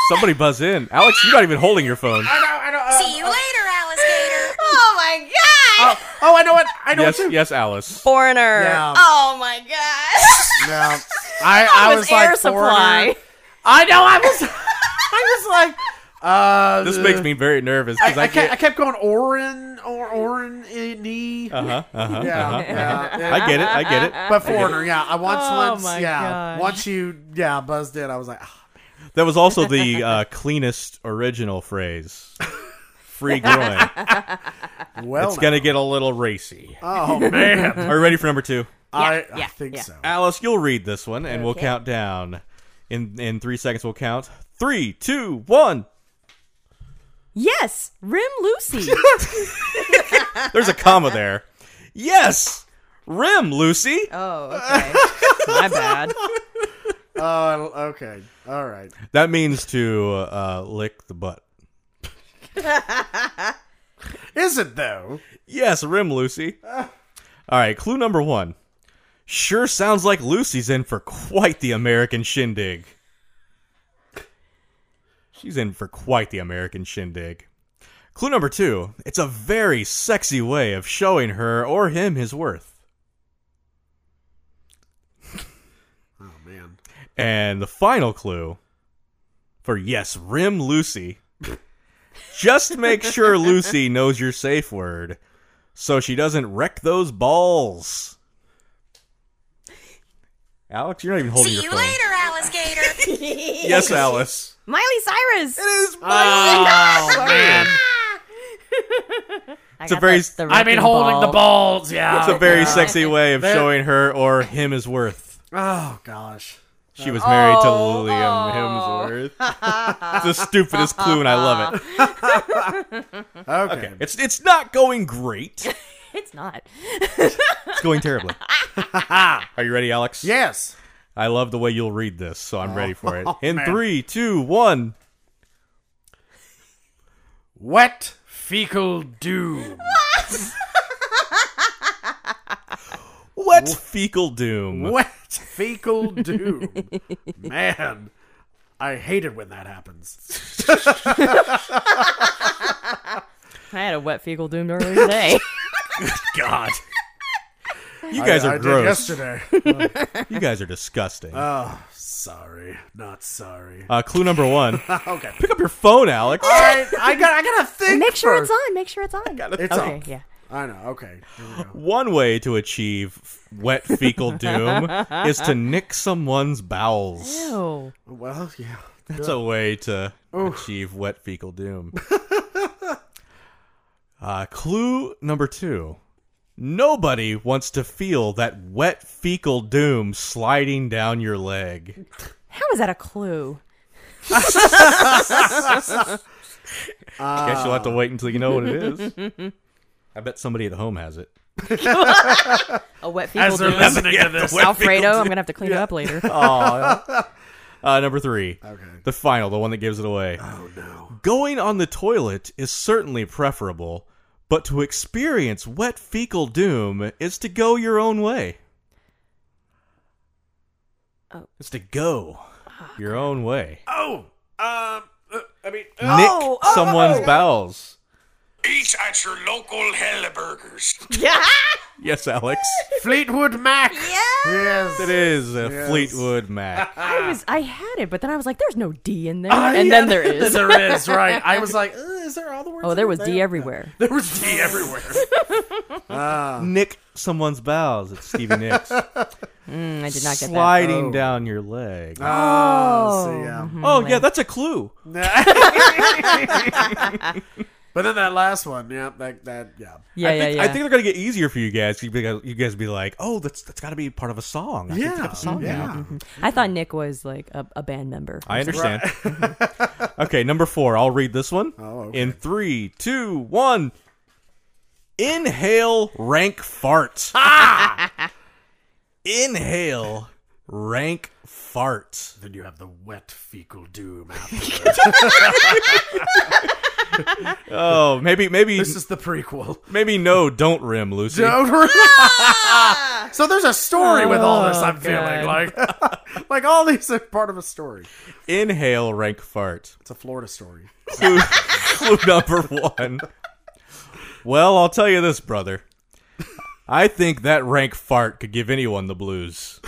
Speaker 1: Somebody buzz in. Alex, you're not even holding your phone.
Speaker 3: I know. I know. uh,
Speaker 6: See you later,
Speaker 2: [LAUGHS]
Speaker 6: alligator.
Speaker 7: Oh my god!
Speaker 3: oh, oh, I know what. I know
Speaker 1: Yes,
Speaker 3: what. too.
Speaker 1: yes, Alice.
Speaker 2: Foreigner.
Speaker 3: Yeah.
Speaker 7: Oh my
Speaker 2: [LAUGHS]
Speaker 7: god!
Speaker 3: yeah. I. I was,
Speaker 2: was air
Speaker 3: like foreigner.
Speaker 2: supply.
Speaker 3: I know. I was. [LAUGHS] I was like. Uh,
Speaker 1: This makes me very nervous because
Speaker 3: I,
Speaker 1: I,
Speaker 3: I, kept, I
Speaker 1: get.
Speaker 3: kept going Orin or Orin knee.
Speaker 1: Uh huh. Uh huh.
Speaker 3: yeah,
Speaker 1: Uh-huh.
Speaker 3: yeah, yeah.
Speaker 1: I get it. I get it.
Speaker 3: But foreigner, yeah. I once,
Speaker 2: Oh
Speaker 3: once,
Speaker 2: my
Speaker 3: yeah.
Speaker 2: gosh.
Speaker 3: Once you, yeah, buzzed in, I was like, ah,
Speaker 1: That was also the uh, cleanest original phrase. Free groin.
Speaker 3: well,
Speaker 1: It's [LAUGHS]
Speaker 3: now.
Speaker 1: gonna get a little racy.
Speaker 3: Oh man,
Speaker 1: Are you ready for number two?
Speaker 3: I, I
Speaker 2: yeah,
Speaker 3: think
Speaker 2: yeah.
Speaker 3: so.
Speaker 1: Alice, you'll read this one, and we'll count down. In in three seconds, we'll count. Three, two, one.
Speaker 2: Yes, Rim
Speaker 3: [LAUGHS]
Speaker 2: Lucy.
Speaker 1: There's a comma there. Yes, rim, Lucy.
Speaker 2: oh,
Speaker 3: [LAUGHS]
Speaker 2: okay. my bad.
Speaker 3: Oh, okay, all right.
Speaker 1: That means to uh, lick the butt.
Speaker 3: Is it though?
Speaker 1: Yes, rim, Lucy. All right, clue number one. Sure sounds like Lucy's in for quite the American shindig. She's in for quite the American shindig. Clue number two. It's a very sexy way of showing her or him his worth.
Speaker 3: [LAUGHS] Oh man,
Speaker 1: And the final clue for yes, rim Lucy. Just make sure
Speaker 3: [LAUGHS]
Speaker 1: Lucy knows your safe word so she doesn't wreck those balls. Alex, you're not even holding
Speaker 6: See
Speaker 1: your
Speaker 6: you
Speaker 1: phone.
Speaker 6: later, alligator.
Speaker 1: Yes, Alice.
Speaker 2: [LAUGHS] Miley Cyrus.
Speaker 3: oh man.
Speaker 2: It's
Speaker 1: a very-
Speaker 3: I mean, holding the balls, yeah.
Speaker 1: It's a very sexy way of
Speaker 3: That-
Speaker 1: showing her or him his worth.
Speaker 3: oh gosh.
Speaker 1: She was married to Liam Hemsworth. it's the stupidest clue, and I love it.
Speaker 3: Okay.
Speaker 1: It's it's not going great.
Speaker 2: It's not.
Speaker 1: It's going
Speaker 3: [LAUGHS]
Speaker 1: terribly. Are you ready, Alex?
Speaker 3: Yes.
Speaker 1: I love the way you'll read this, so I'm ready
Speaker 3: Oh,
Speaker 1: for it. In three, two, one.
Speaker 3: Wet fecal doom.
Speaker 1: Wet fecal doom.
Speaker 3: Wet fecal doom. Man, I hate it when that happens.
Speaker 2: I had a wet fecal doom earlier today.
Speaker 3: God,
Speaker 1: You guys
Speaker 3: I,
Speaker 1: are
Speaker 3: I Did
Speaker 1: gross.
Speaker 3: yesterday.
Speaker 1: You guys are disgusting. Uh,
Speaker 3: oh, sorry, not sorry.
Speaker 1: clue number one.
Speaker 3: [LAUGHS] okay. Oh,
Speaker 1: Pick up your phone, Alex.
Speaker 3: All right, I got. I gotta
Speaker 2: [LAUGHS]
Speaker 3: think.
Speaker 2: Make sure it's
Speaker 3: first.
Speaker 2: on. Make sure it's on.
Speaker 3: It's
Speaker 2: okay,
Speaker 3: on.
Speaker 2: yeah.
Speaker 3: I know. Okay. Here we go.
Speaker 1: One way to achieve f- wet fecal doom is to nick someone's bowels.
Speaker 2: Oh,
Speaker 3: Well, yeah.
Speaker 1: That's a way to achieve wet [LAUGHS] fecal doom. uh, clue number two. Nobody wants to feel that wet fecal doom sliding down your leg.
Speaker 2: How is that a clue?
Speaker 1: Guess you'll have to wait until you know what it is. I bet somebody at home has it.
Speaker 2: A wet fecal
Speaker 3: As they're
Speaker 2: doom.
Speaker 3: listening to this,
Speaker 2: Alfredo, I'm gonna have to clean it up
Speaker 1: [LAUGHS]
Speaker 2: later.
Speaker 1: Uh, number three. Okay. The final, the one that gives it away. Oh, no. Going on the toilet is certainly preferable, but to experience wet fecal doom is to go your own way. Oh. It's to go your own way.
Speaker 3: Oh, um, uh, I mean, uh,
Speaker 1: Nick someone's bowels.
Speaker 5: Eat at your local Helleburgers.
Speaker 1: Yes, Alex.
Speaker 3: Fleetwood Mac. Yes.
Speaker 1: it is a Fleetwood Mac.
Speaker 2: I was, I had it, but then I was like, "There's no D in there," and then there is.
Speaker 3: there is right. I was like, uh, is there all the words?
Speaker 2: Oh, there
Speaker 3: in
Speaker 2: was D everywhere.
Speaker 3: There was D everywhere.
Speaker 1: Nick someone's bowels. It's Stevie
Speaker 2: [LAUGHS]
Speaker 1: Nicks.
Speaker 2: Mm, I did not get that.
Speaker 1: Sliding down your leg.
Speaker 3: Oh, so, yeah.
Speaker 2: Mm-hmm.
Speaker 1: oh, yeah, that's a clue.
Speaker 3: But then that last one, yeah, that that yeah.
Speaker 2: Yeah,
Speaker 1: I
Speaker 2: yeah,
Speaker 1: think,
Speaker 2: yeah.
Speaker 1: I think they're gonna get easier for you guys. You guys, you guys be like, oh, that's that's gotta be part of a song. I can think of a song
Speaker 3: yeah.
Speaker 1: now.
Speaker 2: I thought Nick was like a, a band member.
Speaker 1: I understand. [LAUGHS] okay, number four. I'll read this one.
Speaker 3: Oh, okay.
Speaker 1: In three, two, one. Inhale, rank [LAUGHS] fart. Ah! Inhale, rank fart.
Speaker 3: Then you have the wet fecal doom. after.
Speaker 1: Oh, maybe, maybe,
Speaker 3: this is the prequel.
Speaker 1: maybe no. Don't rim, Lucy.
Speaker 3: so there's a story with all
Speaker 2: Oh,
Speaker 3: this. I'm feeling
Speaker 2: [LAUGHS]
Speaker 3: like, like all these are part of a story.
Speaker 1: Inhale, rank fart.
Speaker 3: It's a Florida story.
Speaker 1: clue, [LAUGHS] clue number one. Well, I'll tell you this, brother. I think that rank fart could give anyone the blues.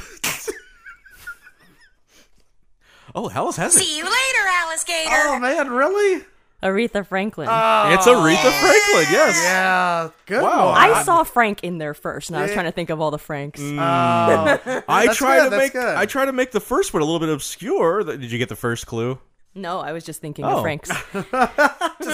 Speaker 1: oh, Hellas has it.
Speaker 6: See you later, alligator.
Speaker 3: Oh man, really?
Speaker 2: Aretha Franklin.
Speaker 1: It's Aretha Franklin, yes.
Speaker 3: Yeah, good
Speaker 1: Wow.
Speaker 3: one.
Speaker 2: I saw Frank in there first, and I was trying to think of all the Franks.
Speaker 1: Mm. I
Speaker 3: That's
Speaker 1: try
Speaker 3: good,
Speaker 1: to
Speaker 3: that's
Speaker 1: make
Speaker 3: good.
Speaker 1: I try to make the first one a little bit obscure. Th- Did you get the first clue?
Speaker 2: No, I was just thinking
Speaker 1: Oh.
Speaker 2: of
Speaker 1: [LAUGHS]
Speaker 2: Franks.
Speaker 1: It
Speaker 3: [LAUGHS]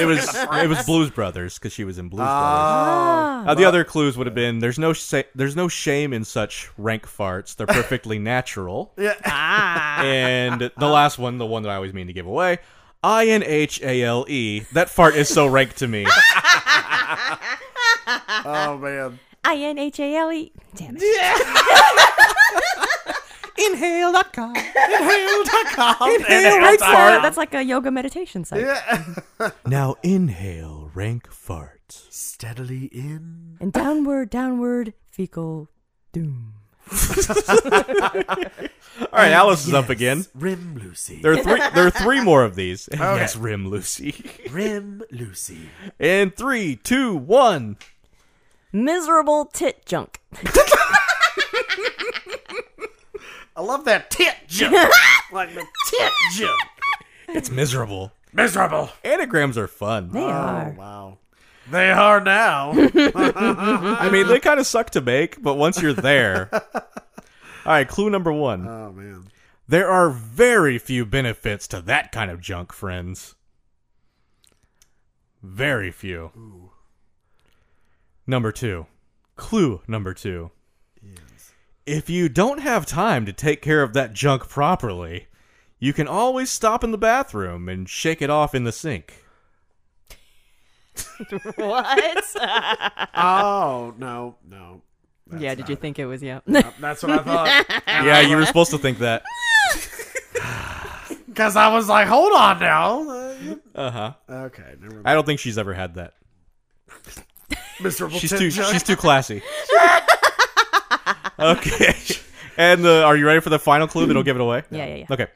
Speaker 1: was it was Blues Brothers because she was in Blues
Speaker 3: Ah.
Speaker 1: Brothers. Uh, the other clues would have been there's no sa- there's no shame in such rank farts. They're perfectly natural.
Speaker 3: Yeah. Ah.
Speaker 1: and the last one, the one that I always mean to give away, I N H A L E. That fart is so rank to
Speaker 3: [LAUGHS]
Speaker 1: me.
Speaker 3: Oh man.
Speaker 2: I N H A L E. Damn it.
Speaker 1: Inhale.com. Inhale.com.
Speaker 2: [LAUGHS] Oh,
Speaker 1: Inhale
Speaker 2: that's, uh, that's like a yoga meditation site.
Speaker 1: Now inhale rank farts.
Speaker 3: Steadily in.
Speaker 2: And downward, downward, fecal doom.
Speaker 1: All right, Alice is up again.
Speaker 3: Ah, Rim Lucy.
Speaker 1: There are three. There are three more of
Speaker 3: [LAUGHS]
Speaker 1: these. And Yes, Rim Lucy.
Speaker 3: Rim Lucy.
Speaker 1: In three, two, one.
Speaker 2: Miserable tit junk.
Speaker 3: I love that tit jump. like the tit jump.
Speaker 1: It's miserable.
Speaker 3: Miserable.
Speaker 1: Anagrams are fun.
Speaker 2: They
Speaker 3: Oh. [LAUGHS]
Speaker 2: are.
Speaker 3: Wow. They are now.
Speaker 1: I mean, they kind of suck to make, but once you're there. All right, clue number one.
Speaker 3: oh man.
Speaker 1: There are very few benefits to that kind of junk, friends. Very few. Number two. Clue number two. If you don't have time to take care of that junk properly, you can always stop in the bathroom and shake it off in the sink.
Speaker 2: [LAUGHS] What?
Speaker 1: Uh,
Speaker 3: Oh no, no.
Speaker 2: yeah, did you think it was, yeah.
Speaker 3: That's what I thought.
Speaker 1: [LAUGHS] Yeah, you were supposed to think that.
Speaker 3: Because I was like, hold on now. Uh,
Speaker 1: Uh huh.
Speaker 3: okay, never mind.
Speaker 1: I don't think she's ever had that.
Speaker 3: Miserable
Speaker 1: She's
Speaker 3: tit
Speaker 1: too
Speaker 3: jump.
Speaker 1: she's too [LAUGHS] classy. okay. And the, are you ready for the final clue that'll give it away?
Speaker 2: Yeah, yeah, yeah.
Speaker 1: Okay.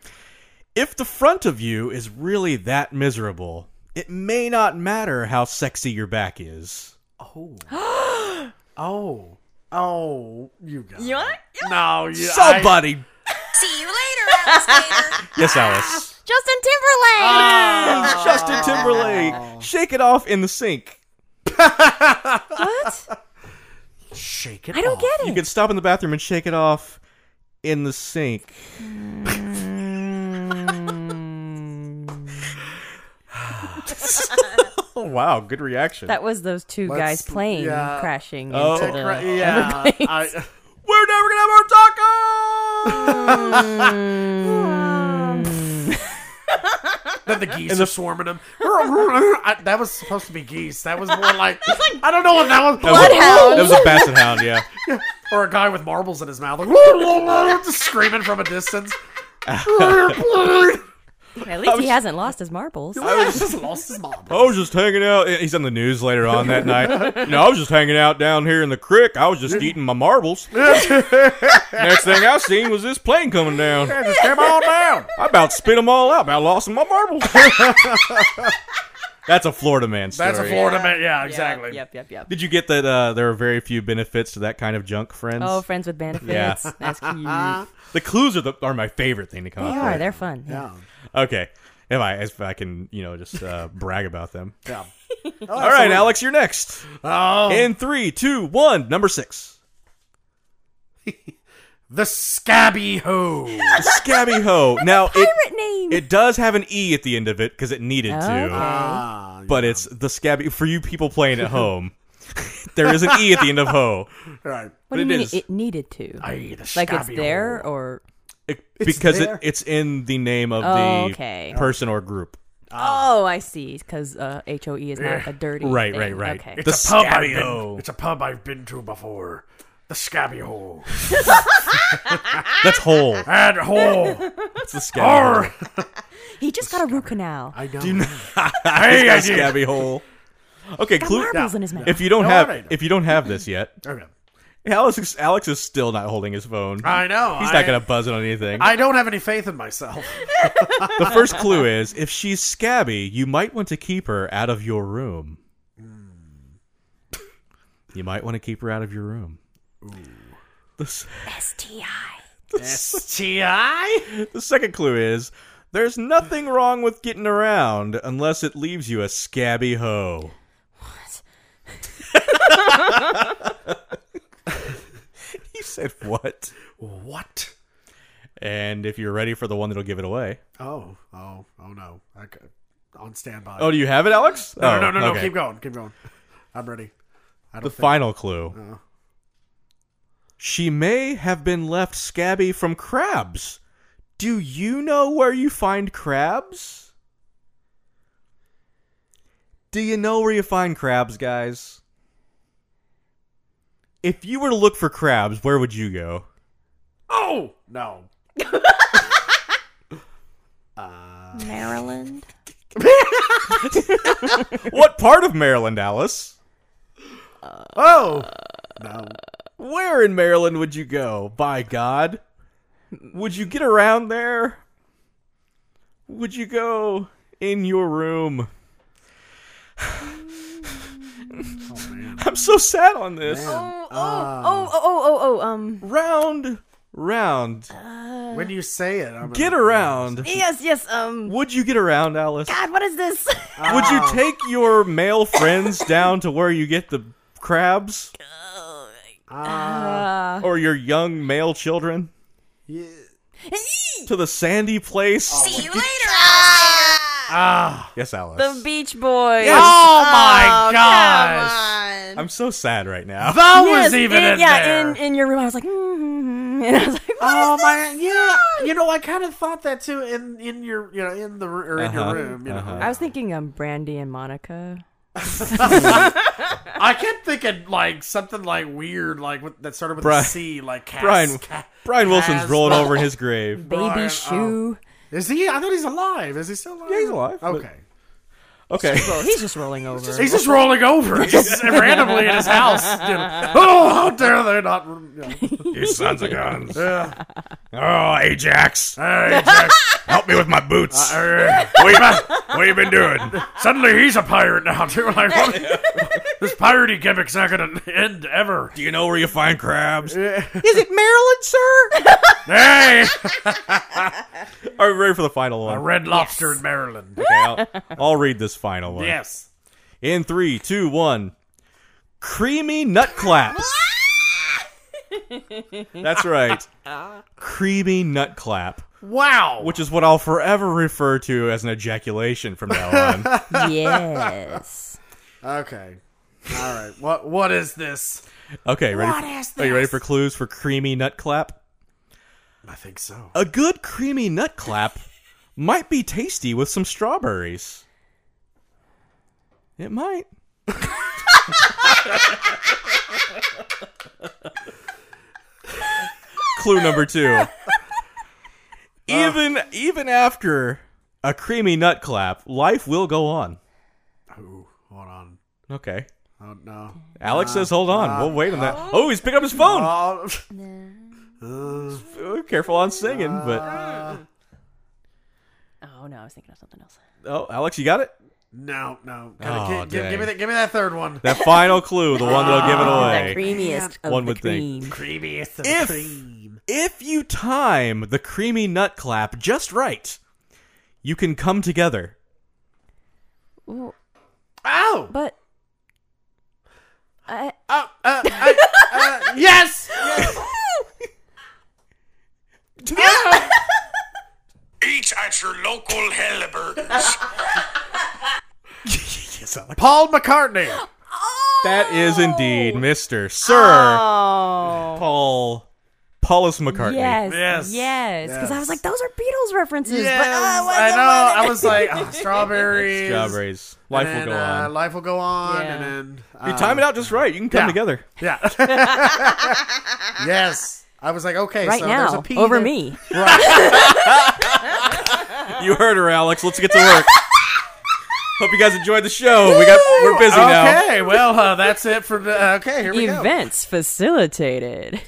Speaker 1: If the front of you is really that miserable, it may not matter how sexy your back is.
Speaker 3: oh. Oh, you
Speaker 2: [LAUGHS]
Speaker 3: got
Speaker 2: You
Speaker 3: it.
Speaker 2: want [LAUGHS] it?
Speaker 3: No, you, I,
Speaker 1: Somebody,
Speaker 6: See you later,
Speaker 2: [LAUGHS]
Speaker 6: alligator.
Speaker 1: yes, Alice,
Speaker 2: Justin
Speaker 1: [LAUGHS]
Speaker 2: Timberlake!
Speaker 1: Justin Timberlake, shake it off in the sink.
Speaker 2: what?
Speaker 3: shake it
Speaker 2: I don't
Speaker 3: off.
Speaker 2: get
Speaker 1: You
Speaker 2: it.
Speaker 1: can stop in the bathroom and shake it off in the sink.
Speaker 2: Mm,
Speaker 1: [LAUGHS] wow, good reaction.
Speaker 2: That was those 2 guys
Speaker 3: Let's-
Speaker 2: playing
Speaker 3: yeah.
Speaker 2: crashing
Speaker 1: Oh.
Speaker 2: into
Speaker 3: Cra-
Speaker 2: the
Speaker 3: yeah.
Speaker 2: Everglades.
Speaker 3: I, we're never gonna have our tacos. then the geese are swarming them. [LAUGHS] I, that was supposed to be geese. That was more [LAUGHS] like, I don't know what that was.
Speaker 1: That was a- That was a basset hound, yeah.
Speaker 3: or a guy with marbles in his mouth, like, [LAUGHS] just screaming from a distance.
Speaker 2: [LAUGHS]
Speaker 3: [LAUGHS]
Speaker 2: At least he hasn't lost his marbles.
Speaker 3: I just lost his marbles.
Speaker 1: I was just hanging out. He's on the news later on that
Speaker 3: [LAUGHS]
Speaker 1: night. No, I was just hanging out down here in the creek. I was just eating my marbles. Next thing I seen was this plane coming down.
Speaker 3: Just came on down.
Speaker 1: I about spit them all out. About lost my marbles. That's a Florida man story.
Speaker 3: That's a Florida man. Yeah, exactly.
Speaker 2: Yep, yep, yep.
Speaker 1: Did you get that? Uh, there are very few benefits to that kind of junk, friends.
Speaker 2: Oh, friends with benefits.
Speaker 1: Yeah.
Speaker 2: That's
Speaker 3: [LAUGHS]
Speaker 2: cute.
Speaker 1: the
Speaker 2: They
Speaker 1: clues are the are my favorite thing to come up
Speaker 2: are.
Speaker 1: with.
Speaker 2: They're fun.
Speaker 3: Yeah.
Speaker 1: Okay, if I if I can you know just
Speaker 2: [LAUGHS]
Speaker 1: uh, brag about them.
Speaker 3: Yeah.
Speaker 1: All right, Alex, you're next.
Speaker 3: Oh,
Speaker 1: In three, two, one. Number six.
Speaker 3: the scabby hoe.
Speaker 1: Scabby
Speaker 2: [LAUGHS]
Speaker 1: Ho. Now it
Speaker 2: Pirate name.
Speaker 1: it does have an e at the end of it because it needed
Speaker 2: Okay.
Speaker 1: to,
Speaker 3: uh,
Speaker 1: but it's the scabby for you people playing at home. [LAUGHS] there is an e at the end of ho
Speaker 3: Right.
Speaker 2: [LAUGHS] what do
Speaker 1: it
Speaker 2: you mean
Speaker 1: is-
Speaker 2: it needed to?
Speaker 3: Aye, the
Speaker 2: like it's
Speaker 3: scabby
Speaker 2: there
Speaker 3: hoe.
Speaker 2: or
Speaker 1: It-
Speaker 3: It's
Speaker 1: because it,
Speaker 3: there.
Speaker 1: it's in the name of
Speaker 2: Oh,
Speaker 1: the
Speaker 2: okay.
Speaker 1: person or group.
Speaker 2: Oh, I see. Because uh, HOE is not a dirty.
Speaker 1: Right,
Speaker 2: thing.
Speaker 1: right, right.
Speaker 2: Okay.
Speaker 3: It's
Speaker 1: The
Speaker 3: a pub I've
Speaker 1: scabby
Speaker 3: been-
Speaker 1: hoe.
Speaker 3: It's a pub I've been to before. The scabby hole.
Speaker 1: That's whole.
Speaker 2: [LAUGHS]
Speaker 3: And hole.
Speaker 1: That's the scabby. [LAUGHS]
Speaker 3: Arr.
Speaker 1: hole.
Speaker 2: he just got a root canal.
Speaker 3: I know.
Speaker 1: That's
Speaker 3: hey, I
Speaker 1: the
Speaker 3: did.
Speaker 1: scabby hole. Okay,
Speaker 2: got
Speaker 1: clue.
Speaker 2: marbles in his
Speaker 1: [LAUGHS]
Speaker 2: mouth.
Speaker 1: If you don't
Speaker 3: No, I
Speaker 1: have
Speaker 3: don't.
Speaker 1: if you don't have this yet,
Speaker 3: [LAUGHS] Okay.
Speaker 1: Alex is, Alex is still not holding his phone.
Speaker 3: I know.
Speaker 1: He's
Speaker 3: I,
Speaker 1: not gonna buzz it on anything.
Speaker 3: I don't have any faith in myself. [LAUGHS]
Speaker 1: the first clue is if she's scabby, you might want to keep her out of your room.
Speaker 3: Hmm.
Speaker 1: [LAUGHS] You might want to keep her out of your room. The, s-
Speaker 2: STI.
Speaker 3: STI?
Speaker 1: the second clue is there's nothing wrong with getting around unless it leaves you a scabby hoe. What? [LAUGHS] you said what?
Speaker 3: What?
Speaker 1: And if you're ready for the one that'll give it away.
Speaker 3: Oh, oh, oh no. Okay. On standby.
Speaker 1: Oh, do you have it, Alex?
Speaker 3: no,
Speaker 1: Oh,
Speaker 3: no, no, no,
Speaker 1: okay.
Speaker 3: Keep going. Keep going. I'm ready. I
Speaker 1: the
Speaker 3: don't think.
Speaker 1: final clue. She may have been left scabby from crabs. Do you know where you find crabs? Do you know where you find crabs, guys? If you were to look for crabs, where would you go?
Speaker 3: Oh! No.
Speaker 2: Maryland.
Speaker 1: what part of Maryland, Alice?
Speaker 3: Oh!
Speaker 1: Uh,
Speaker 3: No.
Speaker 1: Where in Maryland would you go? By God. Would you get around there? Would you go in your room? [SIGHS] I'm so sad on this.
Speaker 2: Oh, oh, oh, oh, oh, oh. [LAUGHS] Um.
Speaker 1: Round, round,
Speaker 3: When you say it, I'm
Speaker 1: get
Speaker 3: gonna-
Speaker 1: around.
Speaker 2: Yes, yes. Um.
Speaker 1: Would you get around, Alice?
Speaker 2: God, what is this?
Speaker 1: Would you take your male friends down to where you get the crabs
Speaker 3: Ah,
Speaker 2: Uh,
Speaker 1: or your young male children
Speaker 3: Yeah.
Speaker 1: to the sandy place?
Speaker 6: See
Speaker 2: [LAUGHS]
Speaker 6: you later, alligator.
Speaker 3: Ah.
Speaker 1: Yes, Alice.
Speaker 2: the Beach Boys.
Speaker 3: Oh my gosh.
Speaker 7: Come on.
Speaker 1: I'm so sad right now.
Speaker 3: That
Speaker 2: Yes,
Speaker 3: was even
Speaker 2: in,
Speaker 3: in,
Speaker 2: yeah,
Speaker 3: there.
Speaker 2: in in your room. I was like, mm-hmm, [LAUGHS] and I was like, what?
Speaker 3: Oh my, yeah. You know, I kind of thought that too. In in your, you know, in the r- or in
Speaker 1: Uh-huh,
Speaker 3: your room, you know.
Speaker 1: uh-huh.
Speaker 2: I was thinking um Brandy and Monica.
Speaker 3: I kept thinking like something like weird, like with, that started with
Speaker 1: Brian-
Speaker 3: a C, like Cass,
Speaker 1: Brian
Speaker 3: Ca-
Speaker 1: Brian Wilson's
Speaker 3: Cas-
Speaker 1: rolling over in his grave.
Speaker 2: Baby
Speaker 3: Brian, oh.
Speaker 2: Shoe.
Speaker 3: Is he? I thought he's alive. Is he still alive?
Speaker 1: Yeah, he's alive, but-
Speaker 3: Okay.
Speaker 1: Okay.
Speaker 2: He's just rolling over.
Speaker 3: He's just rolling over just randomly in his house. you know. Oh, how dare they not? You know.
Speaker 1: you sons of guns.
Speaker 3: Yeah.
Speaker 1: Oh, Ajax.
Speaker 3: Hey, Jack.
Speaker 1: Help me with my boots.
Speaker 3: Hey.
Speaker 1: what, you,
Speaker 3: [LAUGHS]
Speaker 1: what you been doing?
Speaker 3: Suddenly he's a pirate now too. [LAUGHS] Like, what- this piratey gimmick's not gonna end ever.
Speaker 1: Do you know where you find crabs?
Speaker 2: Is it Maryland, sir?
Speaker 3: Hey, [LAUGHS]
Speaker 1: Are we ready for the final
Speaker 3: a
Speaker 1: one?
Speaker 3: red lobster in Maryland.
Speaker 1: Okay, I'll, I'll read this final one.
Speaker 3: Yes.
Speaker 1: In three, two, one. Creamy nut claps. [LAUGHS] That's right. Creamy nut clap,
Speaker 3: Wow.
Speaker 1: which is what I'll forever refer to as an ejaculation from now on.
Speaker 2: yes.
Speaker 3: Okay. All right. What what is this?
Speaker 1: Okay, ready?
Speaker 3: What is
Speaker 1: Are you ready
Speaker 3: this?
Speaker 1: for clues for creamy nut clap?
Speaker 3: I think so.
Speaker 1: A good creamy nut
Speaker 3: [LAUGHS]
Speaker 1: clap might be tasty with some strawberries. It
Speaker 3: [LAUGHS]
Speaker 1: might. Clue number
Speaker 3: [LAUGHS] Oh.
Speaker 1: two. Even even after a creamy nut clap, life will go on.
Speaker 3: Ooh, hold on.
Speaker 1: Okay.
Speaker 3: Oh no.
Speaker 1: Alex says, "Hold on, we'll wait on that."
Speaker 3: ah.
Speaker 1: oh, he's picking up his phone.
Speaker 3: Oh. [LAUGHS]
Speaker 1: Uh, careful on singing, but
Speaker 2: Oh no, I was thinking of something else.
Speaker 1: oh, Alex, you got it.
Speaker 3: no, no.
Speaker 1: Oh,
Speaker 3: Gotta, give, give,
Speaker 1: dang.
Speaker 3: me that, give me that third one.
Speaker 1: That final clue, the one that'll give
Speaker 2: the
Speaker 1: it away.
Speaker 2: creamiest of
Speaker 1: One
Speaker 2: the
Speaker 1: would think.
Speaker 2: cream.
Speaker 3: Creamiest of
Speaker 1: If-
Speaker 3: cream.
Speaker 1: If you time the creamy nut clap just right, you can come together.
Speaker 2: Ooh,
Speaker 3: Oh!
Speaker 2: but I,
Speaker 3: Oh! Uh,
Speaker 1: [LAUGHS]
Speaker 3: I, uh, yes!
Speaker 5: Eat at your local Helleburgers.
Speaker 3: Paul McCartney.
Speaker 1: That is indeed Mr. Sir
Speaker 2: oh
Speaker 1: Paul Paulus McCartney.
Speaker 2: yes,
Speaker 3: Yes.
Speaker 2: yes, yes, because I was like, those are Beatles references.
Speaker 3: Yes,
Speaker 2: but oh, what
Speaker 3: I
Speaker 2: the-
Speaker 3: know. I was like,
Speaker 2: [LAUGHS]
Speaker 3: oh, strawberries.
Speaker 1: Strawberries.
Speaker 3: And
Speaker 1: Life
Speaker 3: then,
Speaker 1: will go
Speaker 3: uh,
Speaker 1: on.
Speaker 3: life will go on,
Speaker 2: Yeah.
Speaker 3: and then um,
Speaker 1: you time it out just right, you can come
Speaker 3: yeah. [LAUGHS]
Speaker 1: together.
Speaker 3: Yeah. yes. I was like, okay,
Speaker 2: right
Speaker 3: so there's a
Speaker 2: now
Speaker 3: P
Speaker 2: over
Speaker 3: there. [LAUGHS]
Speaker 2: me.
Speaker 1: You heard her, Alex. Let's get to
Speaker 3: [LAUGHS]
Speaker 1: work. Hope you guys enjoyed the show. We got we're busy now.
Speaker 3: Okay, well, uh,
Speaker 2: [LAUGHS]
Speaker 3: that's it for. Uh, okay, here we go.
Speaker 2: Events facilitated.